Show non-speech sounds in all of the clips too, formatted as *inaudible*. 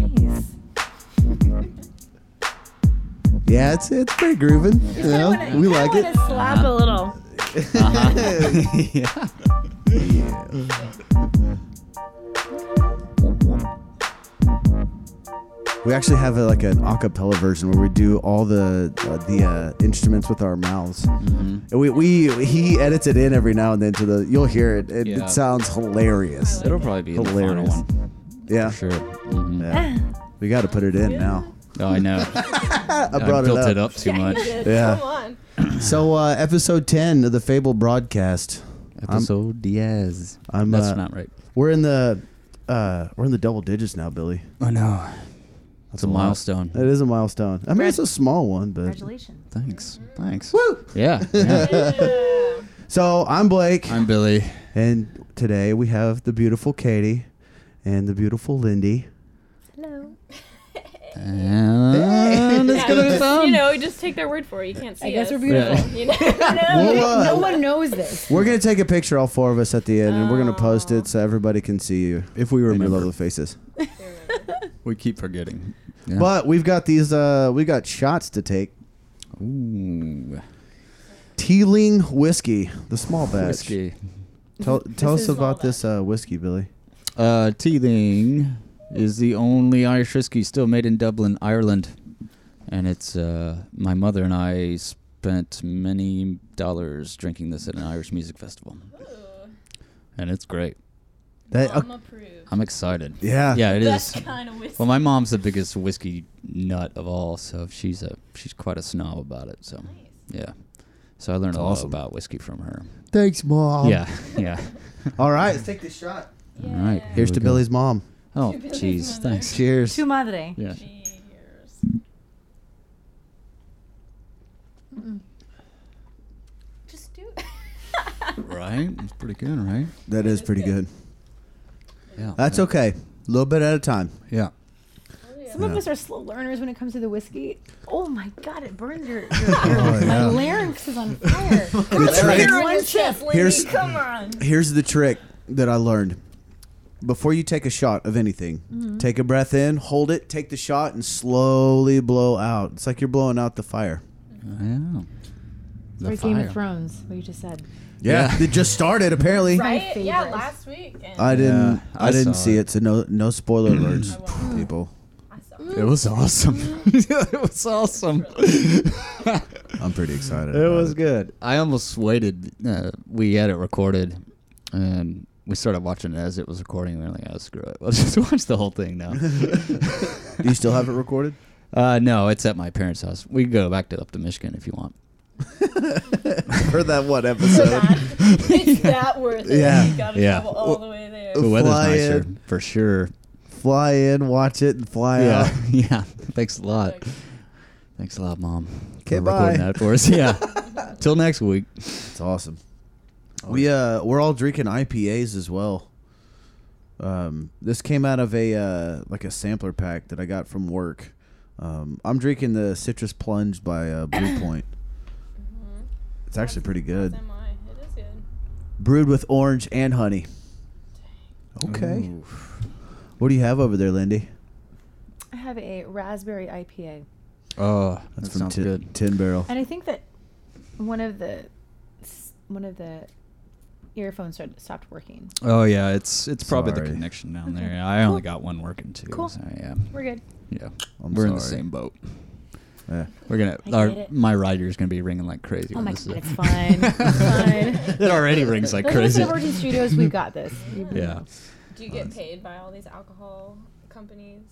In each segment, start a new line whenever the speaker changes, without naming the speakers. Nice.
Yeah, it's it's pretty grooving. You know, we like
I
it.
want to slap a little.
Uh-huh.
*laughs*
yeah.
We actually have a, like an acapella version where we do all the uh, the uh, instruments with our mouths.
Mm-hmm.
And we, we he edits it in every now and then to the. You'll hear it. It,
Yeah.
it sounds hilarious.
It'll probably be
Hilarious.
the final one.
Yeah,
For sure. Mhm.
yeah. We got to put it in now.
Oh, I know.
*laughs* I brought
built
it
it
up.
up too much.
Yeah.
Come on.
So uh, episode ten of the Fable broadcast.
Episode Diaz.
I'm,
That's
uh,
not right.
We're in the uh, we're in the double digits now, Billy.
I know. That's a
a lot.
milestone.
That is a milestone. I mean, it's a small one, but
Congratulations.
Thanks. Thanks.
Woo!
Yeah. yeah.
so I'm Blake,
I'm Billy.
and today we have the beautiful Katie and the beautiful Lindy.
Hello.
And it's gonna be fun.
You know, just take their word for it. You can't see
I guess
us.
we're beautiful.
*laughs*
Yeah.
*laughs* You know?
*laughs*
Well, uh,
No one knows this.
We're gonna take a picture, all four of us, at the end, and we're gonna post it so everybody can see you if we remember your lovely faces.
We keep forgetting. Yeah.
But we've got these, uh, we got shots to take.
Ooh.
Teeling whiskey, the small batch.
Whiskey.
Tell, tell us
is small
about this uh, whiskey, Billy.
Uh, Teeling is the only Irish whiskey still made in Dublin, Ireland. And it's, uh, my mother and I spent many dollars drinking this at an Irish music festival. And it's great.
That,
Mom approved.
I'm excited.
yeah,
Yeah, it
That's
uh, is.
kind of whiskey.
Well, my mom's the biggest whiskey nut of all, so she's a she's quite a snob about it. So, yeah. So I learned a lot
awesome. Um,
about whiskey from her.
Thanks, mom.
yeah, *laughs* yeah.
All right, let's take this shot.
All right. here
Here's
we
to
go.
Billy's mom.
*laughs*
Oh,
To Billy's
jeez.
mother.
Thanks.
Cheers.
To madre.
Yeah.
Cheers. Just do
*laughs*
it.
Right. It's pretty good, right?
That is pretty good.
Yeah.
That's okay. A little bit at a time.
Yeah.
Some of us are slow learners when it comes to the whiskey.
Oh my god, it burns
*laughs*
your. your
My larynx is on fire.
Oh, The
It's
trick,
one chip.
here's,
Come on.
here's the trick that I learned. Before you take a shot of anything,
Mm-hmm.
take a breath in, hold it, take the shot, and slowly blow out. It's like you're blowing out the fire.
Yeah. The
Or Game of Thrones, what you just said.
Yeah.
It just started, apparently.
My
Right? Yeah,
favorite.
last week. And
I didn't.
Yeah,
I,
I
didn't
saw
see
it. Mm-hmm.
it. So no, no spoiler alerts,
won't.
people.
I saw
It was awesome. *laughs* it
*laughs*
was awesome.
I'm pretty excited.
It
about
was good. I almost waited. Uh, we had it recorded, and we started watching it as it was recording. We were like, "Oh, screw it. Let's *laughs* just watch the whole
*laughs*
thing now."
Do you still have it recorded?
*laughs* uh, no, it's at my parents' house. We can go back to up to Michigan if you want.
For that one episode.
*laughs*
It's that worth it.
Yeah.
You gotta
Yeah.
travel all the way there.
The weather's
Fly
nicer
in. uh,
for sure.
Fly in, watch it, and fly out.
Yeah, *laughs* yeah. Thanks a lot. Thanks a lot, mom.
Okay,
for recording
bye.
That for
*laughs*
us. *laughs* Yeah. Till next week.
It's awesome. we uh we're all drinking IPAs as well. Um this came out of a uh like a sampler pack that I got from work. Um I'm drinking the Citrus Plunge by uh, Blue Point. It's actually pretty good.
Am I? It is good.
Brewed with orange and honey. Okay. What do you have over there, Lindy?
I have a raspberry IPA.
Oh,
That's
that sounds
Tin,
good.
Tin Barrel.
And I think that one of the s- one of the earphones started, stopped working.
Oh yeah, it's it's probably
Sorry.
the connection
Mm-hmm.
down there. I only got one working too.
Cool.
So yeah,
We're good.
yeah.
I'm
We're in the
sorry.
same boat.
Yeah.
We're gonna
I get
our
it.
my rider's gonna be ringing like crazy.
Oh
when
my
this
god,
is-
it's
*laughs*
fine. It's fine.
it already rings like
Let's
crazy.
go to Virgin Studios. We've got
*laughs*
this.
Yeah.
Do you get paid by all these alcohol companies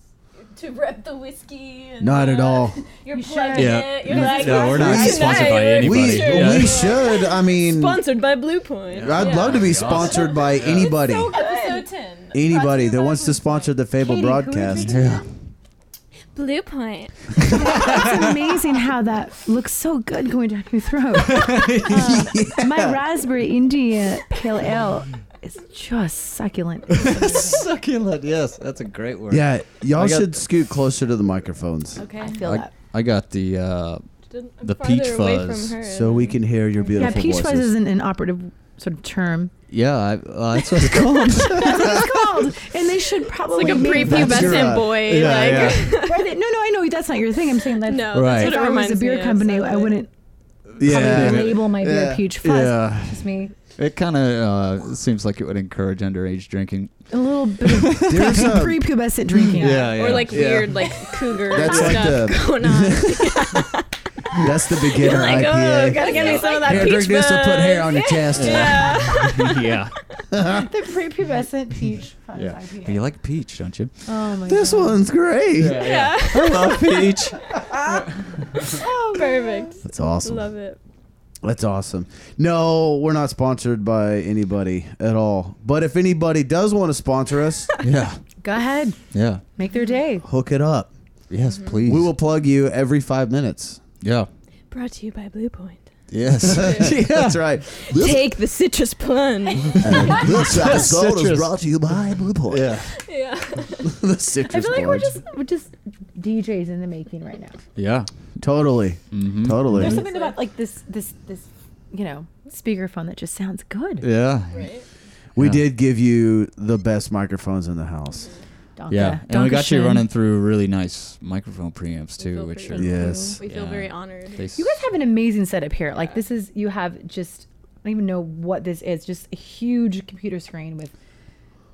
to rep the whiskey? And
Not at
uh, *laughs*
all.
You're
You
plugging
should.
it. You're
Yeah.
like,
No, we're not
"Tonight
sponsored by
we're
anybody."
We,
Buddy. Yeah.
we should. I mean,
Sponsored by Blue Point.
I'd love to be sponsored by anybody.
Episode 10.
anybody that
Sponsored
wants
by
to
Blue
sponsor the Fable
Katie, who are we
broadcast.
drinking?
Blue Point.
It's amazing how that looks so good going down your
*laughs*
throat. Um,
*laughs*
My raspberry India pale ale is just
*laughs*
succulent.
Succulent. Yes, that's a great word.
Yeah, y'all
I got-
should scoot closer to the microphones
I
Okay.
feel
I,
that.
I got the uh,
Didn't- I'm
The
farther
peach
away
fuzz.
from her.
so we can hear your
Yeah,
beautiful
peach fuzz
voices.
isn't an operative
sort of term.
Yeah, I, uh, that's *laughs* what it's called.
That's what it's called. And they should probably
It's like a
make that-
That's your,
prepubescent
uh,
boy.
yeah,
like
yeah.
Right, they- No, no, I know that's not your thing. I'm saying that.
no,
Right.
that's
If
what it
I was
reminds
a beer
me of,
company,
so
I
that-
wouldn't
yeah.
probably label my beer
Yeah.
peach fuzz.
Yeah.
It's just me.
it kind of uh, seems like it would encourage underage drinking.
A little bit of
There's um, a-
prepubescent drinking.
Yeah, yeah.
Or like
Yeah.
weird like cougar
That's
stuff
like the-
*laughs*
*laughs*
going on.
That's the beginner
like,
IPA.
oh, gotta get me some of that
Here,
peach
drink this to put hair
fuzz.
on your chest.
Yeah. *laughs*
yeah.
The prepubescent peach fuzz
Yeah.
IPA.
*laughs* You like peach, don't you?
Oh my
This
God.
one's great.
yeah.
I love peach.
Perfect.
That's awesome.
Love it.
That's awesome. No, we're not sponsored by anybody at all. But if anybody does want to sponsor us,
Yeah.
Go ahead,
Yeah.
make their day.
hook it up.
Yes,
Mm-hmm.
please.
We will plug you every five minutes. *laughs*
Yeah.
Brought to you by Blue Point.
Yes. *laughs* *laughs* yeah.
That's *laughs* right.
Take the citrus
*laughs*
plunge.
this
episode is Citrus. brought
to you by Blue Point. Yeah. *laughs*
yeah.
the citrus
I feel like we're
boards.
just we're just DJs in the making right now.
Yeah.
Totally.
Mhm.
Totally.
There's something about like this this this you know speakerphone that just sounds good.
Yeah.
Right.
We
Yeah.
did give you the best microphones in the house.
Donka,
Yeah. And we got you
Donkashin.
running through really nice microphone preamps too,
feel
which are
pretty
Yeah. Yes.
We feel
Yeah.
very
*laughs*
honored.
they s-
You guys have an amazing setup here. Like this is you have just I don't even know what this is. Just a huge computer screen with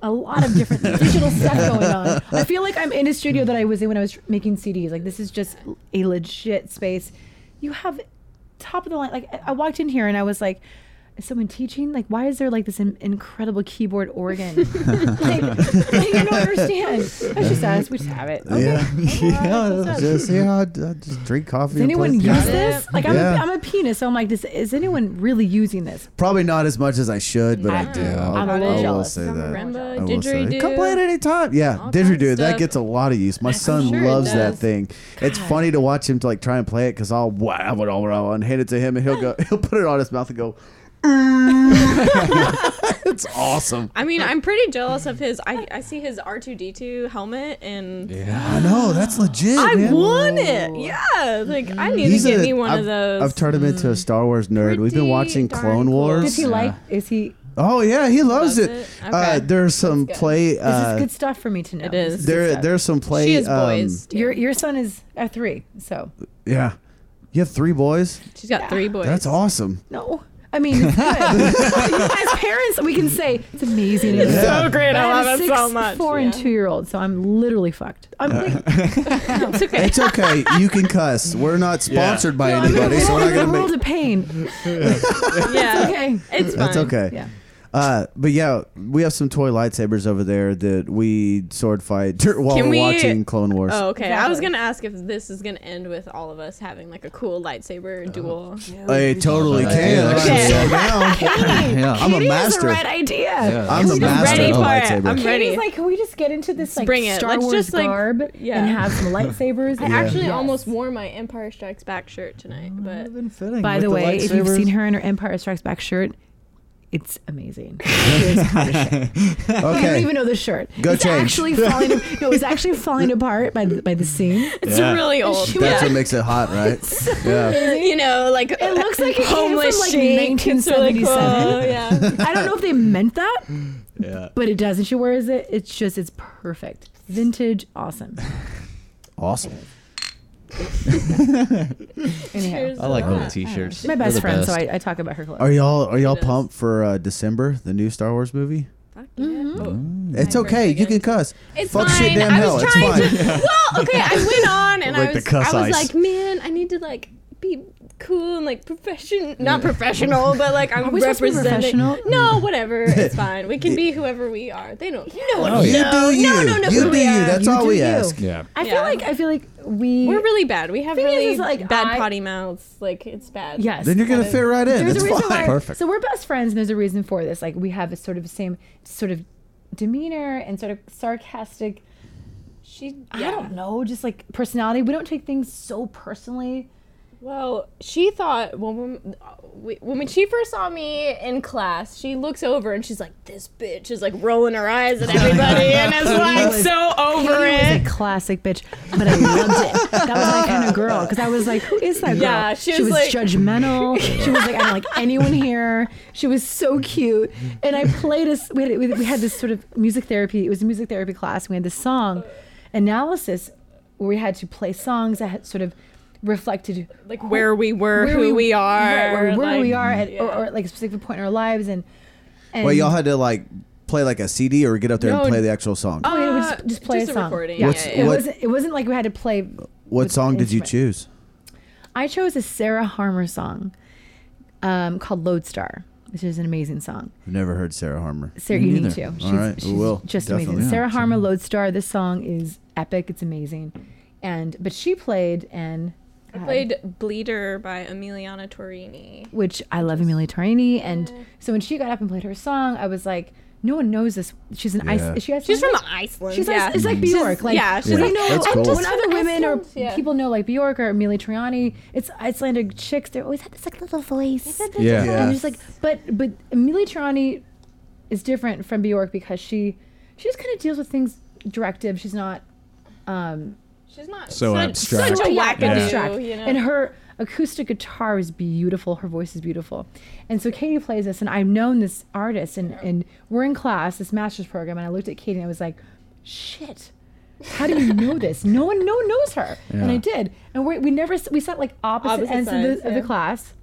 a lot of different digital stuff going on. I feel like I'm in a studio that I was in when I was making CDs. Like this is just a legit space. You have top of the line. Like I- I walked in here and I was like. Is someone teaching? Like, why is there like this in- incredible keyboard organ? *laughs* like, I don't understand. That's just us. We just have it. Okay.
Oh,
Yeah.
All right, what's up?
just, yeah, I, I just drink coffee.
Does
and play
anyone
piano.
use this? Like, I'm,
Yeah.
a, I'm a penis, so I'm like, this, is anyone really using this?
Probably not as much as I should, but I do.
Yeah.
I'll-
Uh-uh. I'm a little
I will
jealous.
say that.
Marimba,
I will say.
didgeridoo.
Come play it anytime. Yeah,
All kinds of
didgeridoo. That
stuff.
gets a lot of use. My son
sure it
loves that
does.
thing. It's funny to watch him to like try and play it because I'll wow it all around and hand it to him and he'll go. He'll put it on his mouth and go. *laughs* it's awesome.
I mean, I'm pretty jealous of his. I, I see his R2D2 helmet, and
Yeah.
I know that's legit.
I
man.
want it. Yeah, like I need
He's
to get
a-
me one
I've,
of those.
I've turned him into a Star Wars nerd. We've been
Pretty
watching
darn
Clone
cool.
Wars.
Does he
Yeah.
like, is he,
Oh yeah, he loves,
Loves
it.
it?
Uh,
Okay.
there's some
That's good.
play.
this
Uh,
is good stuff for me to know.
it
This
is.
good
there,
stuff.
there's some play.
she is
um,
boys. too.
Your, your son is a three, so.
Yeah, you have three boys.
She's got three boys.
That's awesome.
No. I mean, it's
*laughs*
good. as parents, we can say it's amazing. It's
Yeah.
So great.
I
I
have a
love it
six,
so much.
four, and
Yeah.
two year old, so I'm literally fucked. I'm
Uh, *laughs*
like,
It's okay.
It's okay. you can cuss. We're not sponsored by
I'm in a
anybody, so we're
world- in
not
a
gonna
world
make. Uh,
of pain.
yeah. *laughs*
It's okay.
It's fine.
That's okay.
Yeah.
Uh, but yeah, we have some toy lightsabers over there that we sword fight *laughs* dur- while
Can
we're
we-
watching Clone Wars.
Oh, okay. I was
Exactly.
gonna ask if this is gonna end with all of us having like a cool
Uh-huh.
lightsaber duel.
I totally
Yeah,
can.
that's
I'm
okay.
so down. *laughs*
*laughs*
yeah.
I'm a
Kitty is the
master.
right idea.
I'm the
I'm
master
ready
of
for it.
lightsaber.
I'm ready.
Katie's like, can we just get into this like
bring it.
Star
Let's
Wars
just, like,
garb
yeah.
and have some
*laughs*
lightsabers?
I
and-
actually
Yes.
almost wore my Empire Strikes Back shirt tonight, but
By the way, if you've seen her in her Empire Strikes Back shirt, it's
*laughs*
amazing. *laughs* I don't
Okay.
even know the shirt.
Go
it's
change.
actually
*laughs*
falling. no, it was actually falling apart by the, by the seam.
*laughs* it's
Yeah.
really old.
That's what
yeah.
makes it hot, right?
*laughs*
Yeah.
*laughs* You know, like
It looks like it came from,
homeless
like,
chic. It's really cool.
1977. *laughs*
Yeah.
I don't know if they meant that,
Yeah.
but it does, and she wears it. It's just it's perfect, vintage, awesome.
Awesome.
Anyhow,
Cheers
I
to
like
that.
little t-shirts.
she's my best friend, so I, I talk about her clothes.
Are y'all are y'all
It is.
pumped for uh, December, the new Star Wars movie?
Fuck yeah.
Mm-hmm.
Oh.
It's
Never
okay. You
again.
can cuss.
It's
Fuck
fine.
shit, damn
I
hell.
was
It's
trying
fine.
to. Well, okay. I
*laughs*
went on and
Like
I
the
was.
cuss
I was
ice.
like, man, I need to like be cool and like profession, not professional, but like I'm
Are we supposed to be
representing.
professional?
No, whatever.
*laughs*
It's fine. We can be whoever we are. They don't. You know what?
Oh,
you
no,
do you.
no, no, no.
you
who
do
*laughs* we
you.
are.
That's
You
all
do
we
you.
ask.
Yeah.
I feel
Yeah.
like I feel like we.
We're really bad. We have
Thing is,
really
is, like,
bad
I-
potty mouths. Like it's bad.
yes.
Then you're gonna fit right in.
There's
It's
a reason
fine.
why.
Perfect.
So we're best friends, and there's a reason for this. Like we have a sort of same sort of demeanor and sort of sarcastic.
She.
I don't know, just like personality. We don't take things so personally.
Well, she thought when when, when she first saw me in class, she looks over and she's like, "This bitch is like rolling her eyes
*laughs*
at everybody," and it's like so over
Katie was a
it.
classic bitch, but I loved it. That was my kind of girl because I was like, who is that girl?
Yeah, she was like-
judgmental. She was like, I don't like anyone here. She was so cute, and I played us. We had, we we had this sort of music therapy. It was a music therapy class. We had this song analysis where we had to play songs that had sort of reflected
Like where we were, who we, are,
right, where, where
like-
we are at,
yeah.
or, or at like a specific point in our lives, and. and
Well, y'all had to like play like a CD or get up there
No,
and play the actual song.
Oh, yeah, we
Uh,
just, just play a
just a
song.
recording.
Yeah,
What's-
it
what-
wasn't. It wasn't like we had to play
what
with
song did you
instrument.
choose?
I chose a Sarah Harmer song um, called Lodestar, which is an amazing song.
I've never heard Sarah Harmer.
Sarah,
Me
you need
neither.
to.
All
She's,
right, we
she's
will.
just
Definitely.
amazing.
Yeah,
Sarah Harmer, Lodestar. This song is epic. It's amazing. And but she played and
I played Bleeder by Emiliana Torini.
which I love Emilia Torini. And so when she got up and played her song, I was like, no one knows this. She's an
Yeah.
Ice. Is she Icelandic?
She's from Iceland.
She's
yeah.
like, it's like Bjork. Like,
yeah, she's
we
like-
know
That's cool.
when
Just
other
from
women or
Iceland, yeah.
people know like Bjork or Amelia Triani, it's Icelandic chicks. They always have this like little voice.
Yeah.
And I'm just like, but but Amelia Triani is different from Bjork because she she just kind of deals with things directive. She's not um
She's not
So
such,
abstract.
Such a
yeah,
wackadoo,
abstract.
you know.
And her acoustic guitar is beautiful. Her voice is beautiful. And so Katie plays this, and I've known this artist, and, and we're in class, this master's program, and I looked at Katie and I was like, shit. How do you
*laughs*
know this? No one, no one knows her, and I did. And we, we never, s- we sat like opposite,
Opposite
ends of,
sides,
the, of
yeah.
the class.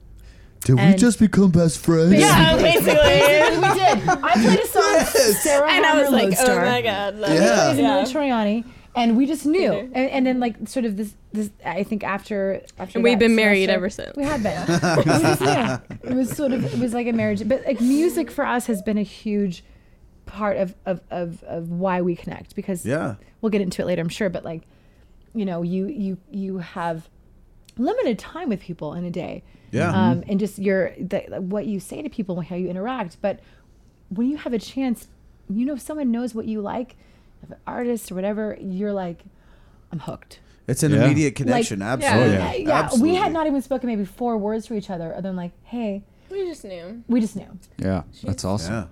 Did we
And-
just become best friends?
yeah, basically.
And we did. I played a song, Sarah
and I was
Harmer
like,
Lodestar.
oh my god. that-
Yeah.
It was Amelia Troiani, and we just knew.
Mhm.
And, and then like sort of this, this I think after after
And we've
that
been married
semester-
ever since.
We had been. we just knew. It was sort of it was like a marriage, but like music for us has been a huge part of of of, of why we connect because
Yeah.
we'll get into it later, I'm sure. But like, you know, you you you have limited time with people in a day
Yeah.
um, and just your the, what you say to people and how you interact. But when you have a chance, you know, if someone knows what you like, if an artist or whatever, you're like, I'm hooked.
It's an
Yeah.
immediate connection.
Like-
absolutely.
Yeah.
Uh, yeah,
absolutely.
we had not even spoken maybe four words to each other, other than like, hey,
We just knew.
we just knew.
Yeah, that's awesome.
*laughs*
Yeah.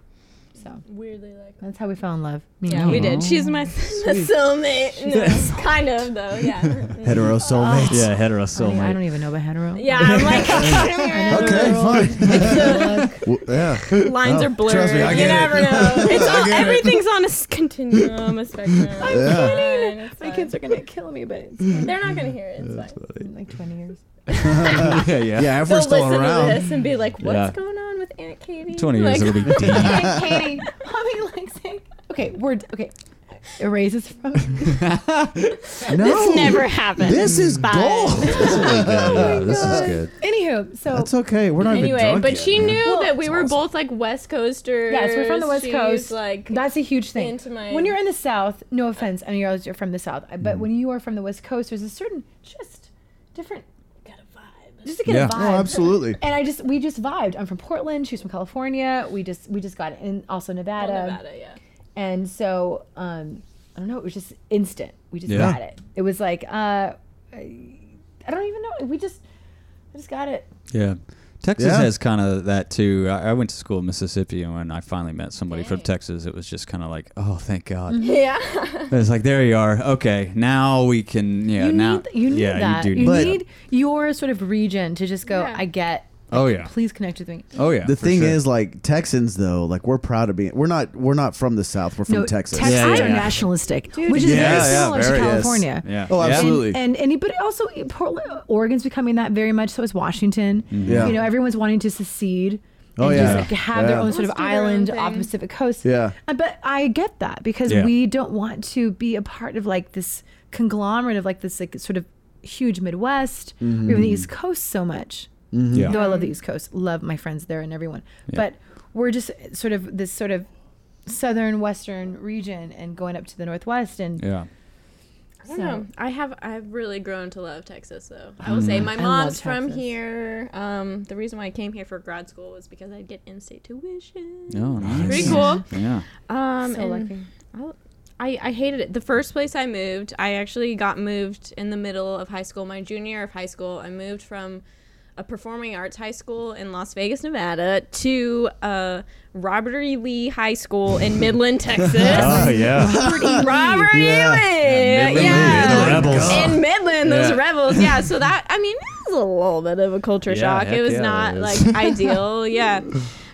So
Weirdly *laughs* like
that's how we fell in love. Me and
Yeah,
you.
we did. She's my *laughs* soulmate. No, kind of though,
*laughs*
yeah.
Oh.
Hetero soulmates.
Yeah, hetero
I don't, I
soulmate.
don't even know about hetero.
*laughs*
*laughs*
Yeah, I'm like
Okay, fine. Well,
*laughs*
yeah.
lines
Oh,
are blurred.
trust me, *laughs* I
you
get it.
never know. It's all,
get it.
everything's on a s- continuum, a spectrum. I'm
Yeah.
kidding. *laughs* It's
My
fine.
kids are gonna kill me, but it's fine.
They're not gonna hear it. It's fine.
in like 20 years.
*laughs*
yeah, yeah.
Yeah, if
They'll
we're still
listen to
around.
this and be like, "What's
Yeah.
going on with Aunt Katie?"
20 years,
Like, *laughs*
it'll be deep.
Aunt Katie, mommy likes Aunt.
*laughs* Okay, we're d- okay. Erases from
No.
This never happened.
This is
Bye. *laughs*
gold.
yeah, this is good.
Anywho, so
That's okay. We're not even
Anyway,
drunk
but
yet,
she
man.
knew
Well,
that we were both like West Coasters.
Yes, we're from the West
She's,
Coast.
Like
That's a huge thing.
into my-
When you're in the South, no offense, I know you guys are from the South, I-
Mm.
but when you are from the West Coast, there's a certain just different,
got a vibe.
just to get
Yeah.
a vibe.
Oh, absolutely.
And I just we just vibed. I'm from Portland. She's from California. We just we just got it, and also Nevada.
Nevada,
*laughs*
yeah.
And so um, I don't know. It was just instant. We just
Yeah.
got it. It was like uh, I I don't even know. We just I just got it.
Yeah. Texas
Yeah.
has kind of that too. I, I went to school in Mississippi, and when I finally met somebody from
Dang. Mm-hmm.
Texas, it was just kind of like, oh, thank God.
Yeah.
It's like there you are. Okay, now we can. Yeah,
you
now
need you need
yeah,
that.
You
You,
do need that.
need your sort of region to just go.
Yeah.
I get.
Oh yeah.
Please connect with me.
Oh yeah.
The
for
thing
sure.
is, like Texans, though, like we're proud of being. We're not. We're not from the South. We're from
No,
Texas.
Texans
Yeah, yeah,
are
yeah.
nationalistic, which is
Yeah,
very
yeah,
similar
very,
to
yes.
California.
Yeah.
Oh,
Yeah.
And,
absolutely.
and anybody also Portland, Oregon's becoming that very much. So is Washington.
Mm-hmm. Yeah.
You know, everyone's wanting to secede.
Oh,
and
yeah.
just like have their
Yeah.
own sort of
Let's do their own
island
thing.
off the Pacific coast.
Yeah.
Uh, But I get that because
Yeah.
we don't want to be a part of like this conglomerate of like this like sort of huge Midwest
Mm-hmm.
or even the East Coast so much.
Yeah.
Though I love the East Coast, love my friends there and everyone. But we're just sort of this sort of southern western region and going up to the northwest and
Yeah.
I don't know. I have I've really grown to love Texas though. I will say my
love
mom's from
Texas.
here. Um, the reason why I came here for grad school was because I'd get in-state tuition.
Oh,
*laughs*
nice.
Pretty cool.
Yeah.
Um,
so
and
lucky.
I, I, I hated it. The first place I moved, I actually got moved in the middle of high school, my junior year of high school. I moved from a performing arts high school in Las Vegas, Nevada, to uh, Robert E. Lee High School in Midland, Texas.
Oh yeah.
Robert E. Lee,
Yeah.
yeah,
Midland, Lee,
the rebels.
in Midland, those
Oh. Yeah.
rebels, yeah. So that I mean, it was a little bit of a culture
Yeah,
shock.
heck
It was
yeah,
not
it
like
is.
ideal, yeah.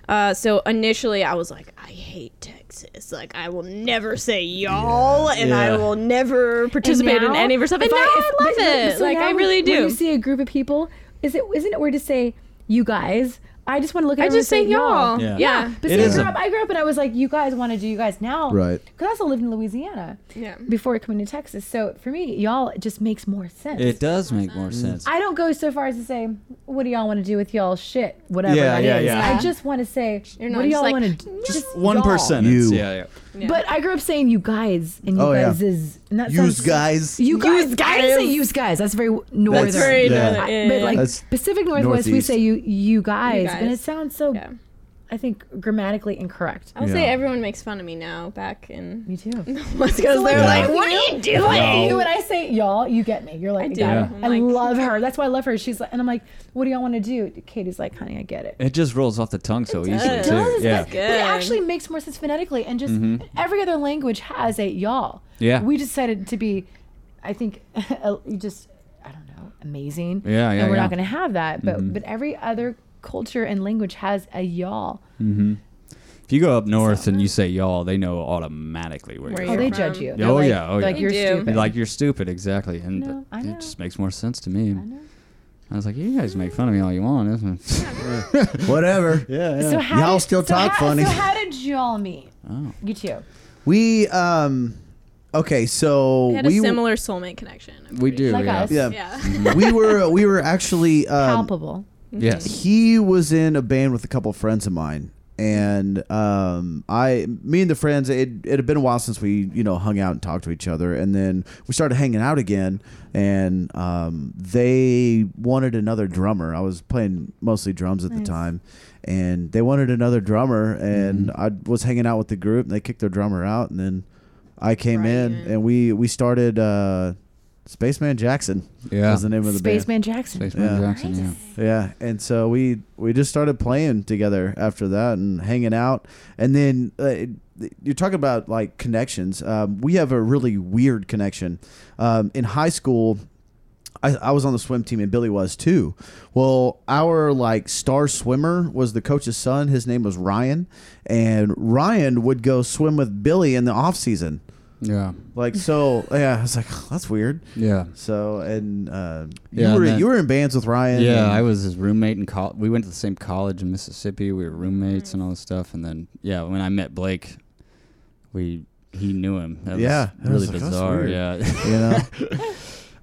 Uh, so initially, I was like, I hate Texas. Like, I will never say y'all, and I
Yeah.
will never participate in
now,
any of her stuff. And
if
now I,
if-
love
but-
it.
so
like,
now
I
when-
really
When
do.
you see a group of people, is it isn't it weird to say you guys? I just want to look at.
I
everyone
just
and
say y'all.
Yeah.
Yeah.
But
It
see, I
is
grew,
a-
up, I grew up and I was like, you guys want to do you guys now.
Right.
Because I also lived in Louisiana
Yeah.
before coming to Texas. So for me, y'all just makes more sense.
It does make more sense.
I don't go so far as to say, what do y'all want to do with y'all shit? Whatever
Yeah,
that
yeah,
is.
yeah.
I just want to say,
You're
what
not
do
just
y'all
like,
want to Just
One
y'all.
percent.
You.
Yeah, yeah.
But I grew up saying you guys and you
Oh, yeah.
guys is. And that
Use
sounds-
guys.
You guys.
Use
I didn't say
guys.
use guys. That's very northern.
That's very
Yeah.
northern.
I- but like
That's
Pacific Northwest, we
northeast.
say you you guys, and
guys.
it sounds so.
Yeah. Oh.
I think grammatically incorrect.
I'll say
Yeah.
everyone makes fun of me now. Back in
*laughs* Me
*laughs*
too.
West Coast, they're like, "What are you doing?"
You when I say y'all, you get me. You're like, I,
do.
got it.
Yeah.
I
I'm like-
love her. That's why I love her. She's like, and I'm like, what do y'all want to do? Katie's like, honey, I get it.
It just rolls off the tongue so easily
does.
too.
Does,
yeah. Mm-hmm.
but, but it actually makes more sense phonetically, and just every other language has a y'all.
Yeah.
we decided to be, I think, *laughs* you just I don't know, amazing.
Yeah, yeah,
And we're
yeah. Mm-hmm.
not going to have that, but but every other culture and language has a y'all.
If you go up north and you say y'all, they know automatically where,
Where
you're
Oh,
you're
they
from.
judge you.
Oh,
They're like-
yeah,
they're
oh, yeah.
Like
They
you're
do.
stupid.
like you're stupid exactly and
No, I
but
know.
it just makes more sense to me I, was like you guys make fun of me all you want isn't it
Whatever.
yeah,
so how
Y'all
did-
still
so
talk
how-
funny.
So how did y'all meet?
Oh.
You two.
We um okay, so
We had a
we
similar soulmate connection.
*laughs*
I'm
we
pretty
do
Like
yeah.
us.
yeah, *laughs*
Yeah.
we were we were actually um,
Palpable.
yes
he was in a band with a couple friends of mine and um, I, me and the friends, it, it had been a while since we, you know, hung out and talked to each other, and then we started hanging out again. And um, they wanted another drummer. I was playing mostly drums at the time, and they wanted another drummer. And I was hanging out with the group, and they kicked their drummer out, and then I came in,
Right.
and we we started uh, Spaceman Jackson.
Yeah.
was the name of the band.
Spaceman Jackson.
Spaceman
Yeah.
Jackson yeah
Yeah, and so we we just started playing together after that and hanging out, and then uh, it- you're talking about like connections. Um, we have a really weird connection. Um, in high school, I, I was on the swim team and Billy was too. Well, our like star swimmer was the coach's son. His name was Ryan, and Ryan would go swim with Billy in the off season.
yeah
Like
*laughs*
so, yeah. I was like, that's weird.
yeah
So and uh, you
Yeah,
were
and then-
you were in bands with Ryan.
yeah,
and-
I was his roommate in college. We went to the same college in Mississippi. We were roommates and all this stuff. And then, yeah, when I met Blake, we he knew him. That was
Yeah, I
really
was like, "That's
bizarre.
weird." *laughs*
Yeah, *laughs*
you know.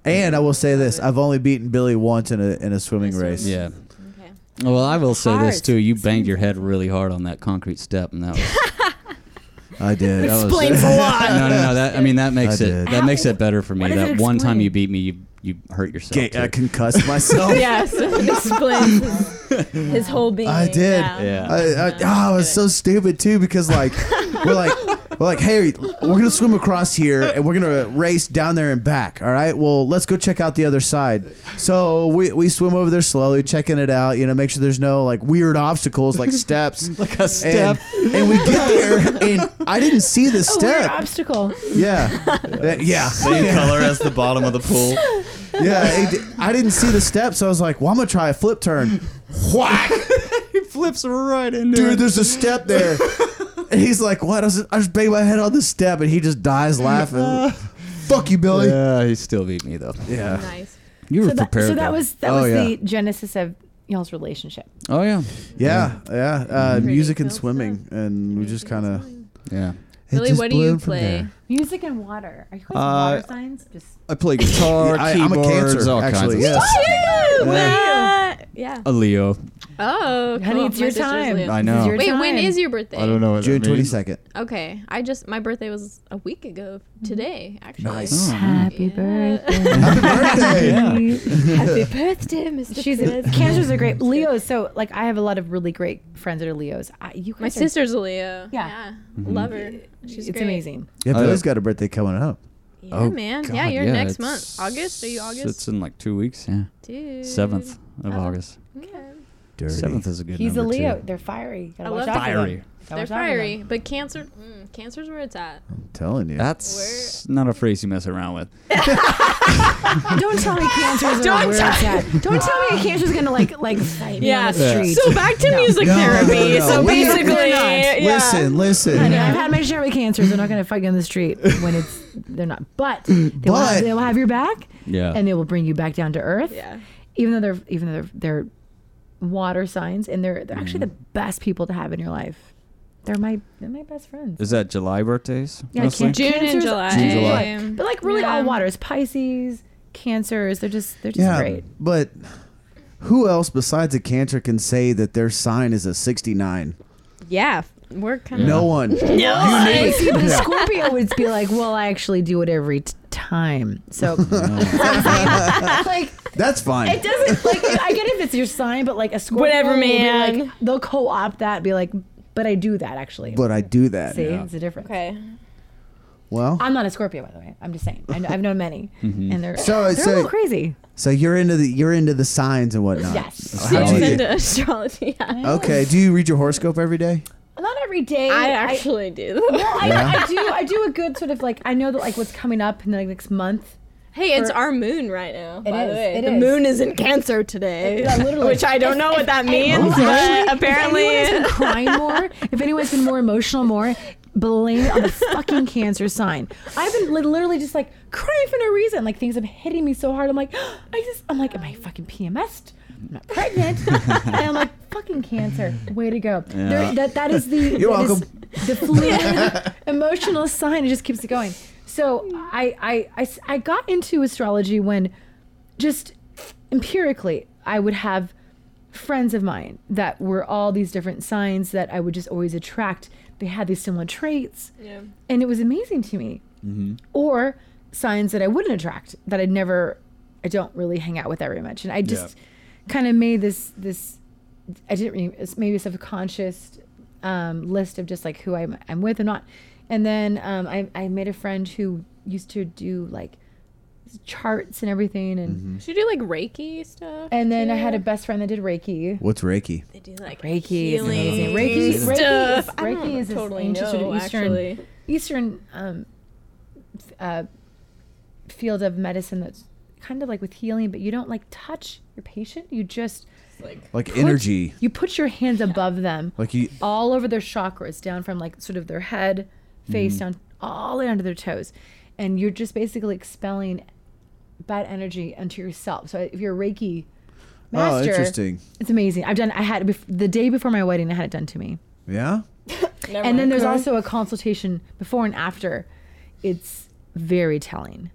and I will say this: I've only beaten Billy once in a in a swimming race.
yeah.
Okay.
Well, I will say this
Hard.
too. You banged your head really hard on that concrete step, and that was
*laughs*
I did. *laughs* I was,
*laughs*
Explains a lot.
no, no, no. That I mean, that makes
I
it
did.
that makes it better for me.
What does
That
it
one
explain?
time you beat me, you you hurt yourself.
Ga-
too.
I concussed *laughs* myself.
yes, it explains his, his whole being.
I did.
Yeah.
I, I, oh, I was so stupid too because like we're like we're like hey we're gonna swim across here and we're gonna race down there and back. All right. Well, let's go check out the other side. So we we swim over there slowly, checking it out. You know, make sure there's no like weird obstacles *laughs* like steps.
Like a step.
And, and we get there, and I didn't see the
Oh, weird
step.
obstacle.
Yeah, That- yeah.
Same color as the bottom of the pool.
Yeah, it, I didn't see the steps. So I was like, well, I'm going to try a flip turn. *laughs* Whack!
he *laughs* flips right into
Dude, there's a step there. And he's like, what? I, was, I just banged my head on the step and he just dies
*laughs*
laughing. Fuck you, Billy. Yeah.
Yeah, he still beat me though.
Yeah.
*laughs* Nice.
You were
So that,
prepared.
so that
though.
was that
Oh,
was
yeah.
the genesis of y'all's relationship.
Oh yeah,
Yeah. Uh,
Pretty
music and
cool
swimming. And we just kind of.
yeah.
Billy, what do you play?
Music and water. Are you guys
Uh,
water signs? Just
I play guitar,
I- I'm a
keyboards,
cancer,
Oh,
all kinds
actually,
of
yes.
stuff.
What? Yeah.
a Leo.
Oh, cool.
Honey, it's
My
your
sister's
time.
Leo.
I know.
It's your
Wait, when
time.
is your birthday?
I don't know. what that
June
means.
twenty second.
Okay, I just my birthday was a week ago today. Actually,
Nice. Mm-hmm.
Happy
Yeah.
birthday.
Happy
*laughs*
birthday!
*laughs*
Happy birthday, Mr.
She's *laughs*
President.
cancers are great. Leos, so like I have a lot of really great friends that are Leos. I, you
My
guys are-
sister's a Leo.
Yeah.
Mm-hmm.
love her. She's
it's
great.
amazing.
Yeah,
Uh,
Billy's got a birthday coming up.
Yeah,
Oh,
man.
God,
yeah, you're next month.
it's-
August? Are you August?
It's in like two weeks. Yeah,
Dude.
seventh of
Oh.
August.
Okay.
Dirty.
Seventh is a good.
He's a
number,
Leo.
too.
They're fiery. Gotta
I
watch
love
out for them.
Fiery.
Gotta
They're
watch out for them.
*laughs* fiery, but cancer, mm, cancer's where it's at.
I'm telling you.
That's not a phrase you mess around with.
Don't tell me cancer's
Don't
don't where
tell-
it's
*laughs*
at. Don't tell me cancer's gonna like like fight me on the
Yeah.
street.
So back to music
No, no,
therapy.
no,
So
we-
basically,
They're
yeah.
not.
Listen,
I
listen.
know, I've had my share with cancers. They're not gonna fight you on the street when it's they're not. But they, will,
But-
have, they will have your back
Yeah.
and they will bring you back down to earth.
Yeah.
Even though they're even though they're, they're water signs and they're they're actually the best people to have in your life. They're my they're my best friends.
is that July birthdays?
Yeah,
mostly?
can-
June and
Cancers-
July.
June, July.
But like really
Yeah.
all waters. Pisces, cancers, they're just they're just
Yeah,
great.
but who else besides a cancer can say that their sign is a sixty nine?
Yeah, we're kind of.
No
*laughs*
one.
No.
But see, *laughs* the Scorpio would be like, well, I actually do it every t- time. So, *laughs* like,
That's fine.
it doesn't, like, I get if it's your sign, but like a Scorpio.
Whatever,
will be
man.
Like, they'll co opt that, and be like, but I do that actually.
But I do that.
See, it's a difference.
Okay.
Well,
I'm not a Scorpio, by the way. I'm just saying. I know, I've known many, and they're
So-
they're
so-
a little crazy.
so you're into the you're into the signs and whatnot.
Yes.
How do
She's
you-
*laughs*
into astrology. *laughs* Yeah.
okay. Do you read your horoscope every day?
Not every day.
I actually do.
I,
Yeah.
I do. I do a good sort of like. I know that like what's coming up in the next month.
Hey, it's
For-
our moon right now.
It
by the
is,
way,
it
the
is.
moon is in Cancer today,
Yeah, literally.
which *laughs* I don't know what that
Oh
means,
anyone-
but
If
*laughs* apparently,
anyone's been crying more, if anyone's been more emotional more, blame it on the fucking cancer sign. I've been li- literally just like crying for no reason. Like things have hitting me so hard. I'm like, *gasps* I just, I'm like, am I fucking PMS'd? I'm not pregnant. *laughs* and I'm like, fucking cancer. Way to go. There, that, that is the,
You're
that is
welcome.
the
*laughs*
fluid emotional sign. It just keeps it going. So I, I- I s- I got into astrology when just empirically, I would have friends of mine that were all these different signs that I would just always attract. They had these similar traits,
yeah.
and it was amazing to me. Or signs that I wouldn't attract that I'd never, I don't really hang out with that very much, and I just kind of made this this. I didn't really, it's maybe a subconscious um, list of just like who I'm, I'm with and not. And then um, I, I made a friend who used to do like charts and everything, and
should do like Reiki stuff.
and then I had a
too.
best friend that did Reiki.
What's Reiki?
They do like
Reiki is
healing
amazing. Reiki, Reiki
stuff.
is,
I don't
Reiki is
totally
totally ancient sort
know,
of Eastern,
actually.
Eastern um, f- uh, field of medicine that's kind of like with healing, but you don't like touch your patient. You just
It's like
Like
put-
energy.
You put your hands above them,
Like you.
all over their chakras, down from like sort of their head, face
Mm-hmm.
down, all the way down to their toes, and you're just basically expelling bad energy into yourself. So if you're a Reiki
Oh,
master,
interesting.
it's amazing. I've done. I had bef- the day before my wedding. I had it done to me.
Yeah.
never
And then
mind.
there's also a consultation before and after. It's very telling.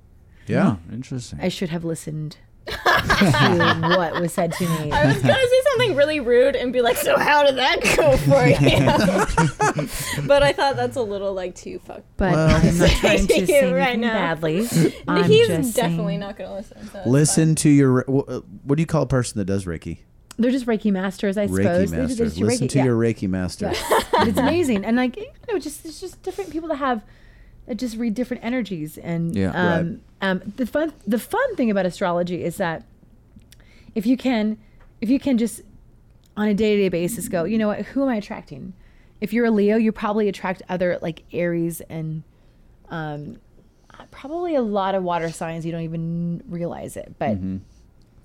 Yeah.
Oh, interesting.
I should have listened
*laughs*
to what was said to me.
I was gonna say something really rude and be like, "So how did that go
*laughs*
for you?" but I thought that's a little like too fucked.
But
Well-
I'm not trying to
Saying
say
it right
anything
now. *laughs*
badly. I'm
He's
just
definitely
saying-
not gonna listen. So it's
Listen to your. re- wh- uh, What do you call a person that does Reiki?
They're just Reiki masters, I
Reiki
suppose. They're just-
master.
they're just
Listen
Reiki-
to
yeah.
your Reiki master.
Yes. But it's amazing, and like you know, just it's just different people that have that just read different energies, and
Yeah.
um, um, the fun the fun thing about astrology is that if you can if you can just on a day to day basis go, you know what, who am I attracting? If you're a Leo, you probably attract other like Aries and um, probably a lot of water signs. You don't even realize it, but
Mm-hmm.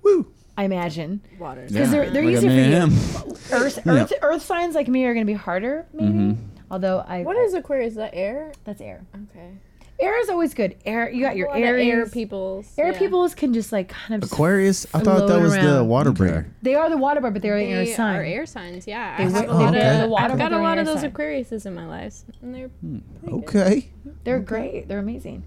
Woo.
I imagine
water.
because they're they're
Like
easier
a
for you.
man.
Earth, earth, earth signs like me are going to be harder, maybe. Although I,
What is Aquarius? Is that air?
that's air?
Okay.
Air is always good. Air, you got your
air,
air
air peoples.
Air
yeah.
peoples can just like kind of. just-
Aquarius. I thought that
Float
was the
around.
water
Okay.
bringer.
they are the water bar, but they are the
They
air sign.
are air signs. Yeah,
They
I have
work-
a
they
lot
work with the
of.
water,
I've
but
got a
they're
lot
air
of those
sign.
Aquariuses in my life, and they're
Okay.
They're great. They're amazing.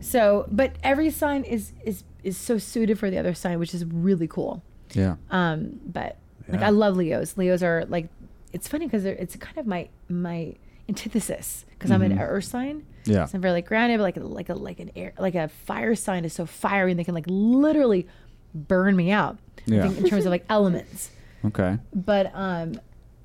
So, but every sign is is is so suited for the other sign, which is really cool.
*laughs* Yeah.
Um, but like
Yeah.
I love Leos. Leos are like it's funny because it's kind of my my antithesis because I'm an
Mhm.
air sign.
Yeah.
So I'm very like grounded, but like like a like an air like a fire sign is so fiery and they can like literally burn me out.
Yeah.
I think in terms of like
*laughs*
elements.
Okay.
But um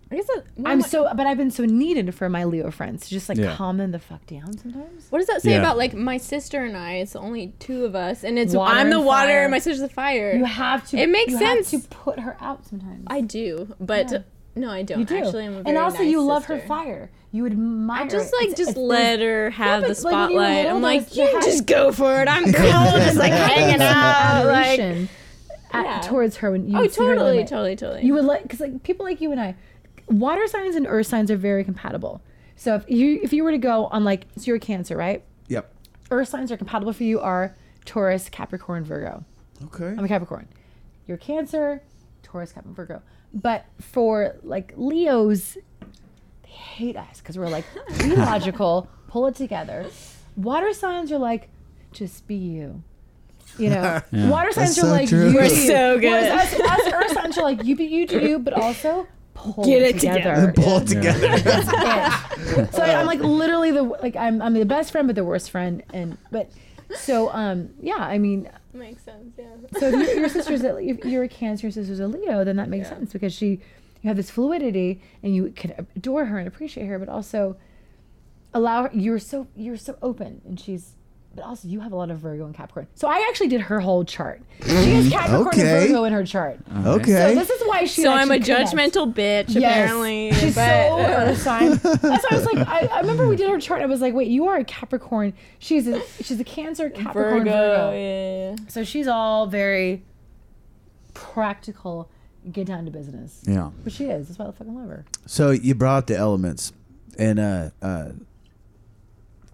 I guess that, what
I'm
am I-
so but I've been so needed for my Leo friends to just like
Yeah.
calm them the fuck down sometimes.
What does that say
Yeah.
about like my sister and I? It's only two of us, and it's
Water
I'm the
and
water,
fire.
and my sister's the fire.
You have to
It makes
you have
sense.
to put her out sometimes.
I do, but no, I don't.
you do.
Actually, I'm a very
and also
nice
you love
sister.
her fire. You admire
I just
it.
like
It's-
just
it's-
let her have
but, like,
the
when you were
spotlight.
little,
I'm
that
like,
was
you
your high-
just go for it. I'm cool, just like hanging out, like
adoration at-
Yeah.
towards her when you
oh,
would see her
totally,
limit.
totally, totally.
You would like because like people like you and I, water signs and earth signs are very compatible. So if you if you were to go on like so you're a Cancer right,
Yep.
earth signs are compatible for you are Taurus, Capricorn, Virgo.
Okay.
I'm a Capricorn. You're Cancer, Taurus, Capricorn, Virgo. But for like Leos, they hate us because we're like be logical, pull it together. Water signs are like just be you. You know,
Yeah.
water signs
That's
are
so
like
true.
you.
We're
do you.
so good.
Whereas us, us earth signs are like you be you do you, but also pull
Get
it
it together.
together.
Pull it *laughs* together.
It. *laughs* so I, am like literally the like I'm I'm the best friend but the worst friend and but so um yeah I mean
Makes sense, yeah.
so if your, your sister's a, if you're a Cancer, your sister's a Leo, then that makes sense because she you have this fluidity and you can adore her and appreciate her, but also allow her, you're so you're so open and she's but also you have a lot of Virgo and Capricorn. So I actually did her whole chart. She has Capricorn
Okay.
and Virgo in her chart. So
okay.
this is why she
So I'm a
actually connects.
judgmental bitch,
Yes.
apparently.
She's so
but, *laughs*
earth sign. That's why I was like, I, I remember we did her chart. I was like, wait, you are a Capricorn. She's a she's a Cancer, Capricorn, Virgo.
Virgo, yeah.
So she's all very practical, get down to business.
Yeah.
But she is. That's why I fucking love her.
So you brought up the elements, and uh, uh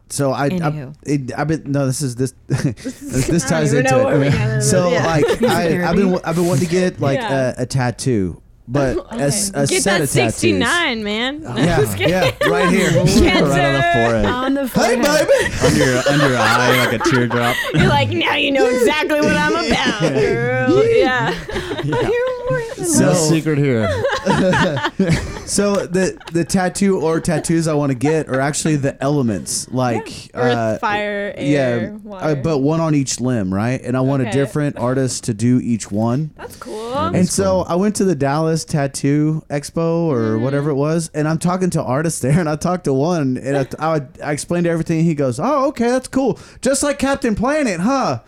so I, I,
Anywho.
it, I've been no, this is
*laughs*
this, *laughs* this, this ties
even
into
know
it.
where we got it.
so
Yeah. *laughs*
like I, I've been, wa- I've been wanting to get like
Yeah.
a, a tattoo,
*laughs*
but a, s- a
Get
set
that
of tattoos.
69, man. No, *laughs* I'm just
Yeah,
kidding. Um,
yeah, right
*laughs*
here.
right on the forehead,
*laughs* On the
hey, baby.
under your under your eye, like a teardrop.
*laughs* You're like, now you know exactly what I'm about, girl. Yeah.
So-
No secret
*laughs*
here.
So the the tattoo or tattoos I want to get are actually the elements, like
Earth,
uh,
fire, air,
uh,
water.
but one on each limb, right? And I want a
Okay.
different artist to do each one.
That's cool.
And so I went to the Dallas Tattoo Expo or
Mm-hmm.
whatever it was, and I'm talking to artists there, *laughs* and I talked to one, and I, I, would- I explained everything. And he goes, "Oh, okay, that's cool. Just like Captain Planet,
*laughs*
huh?"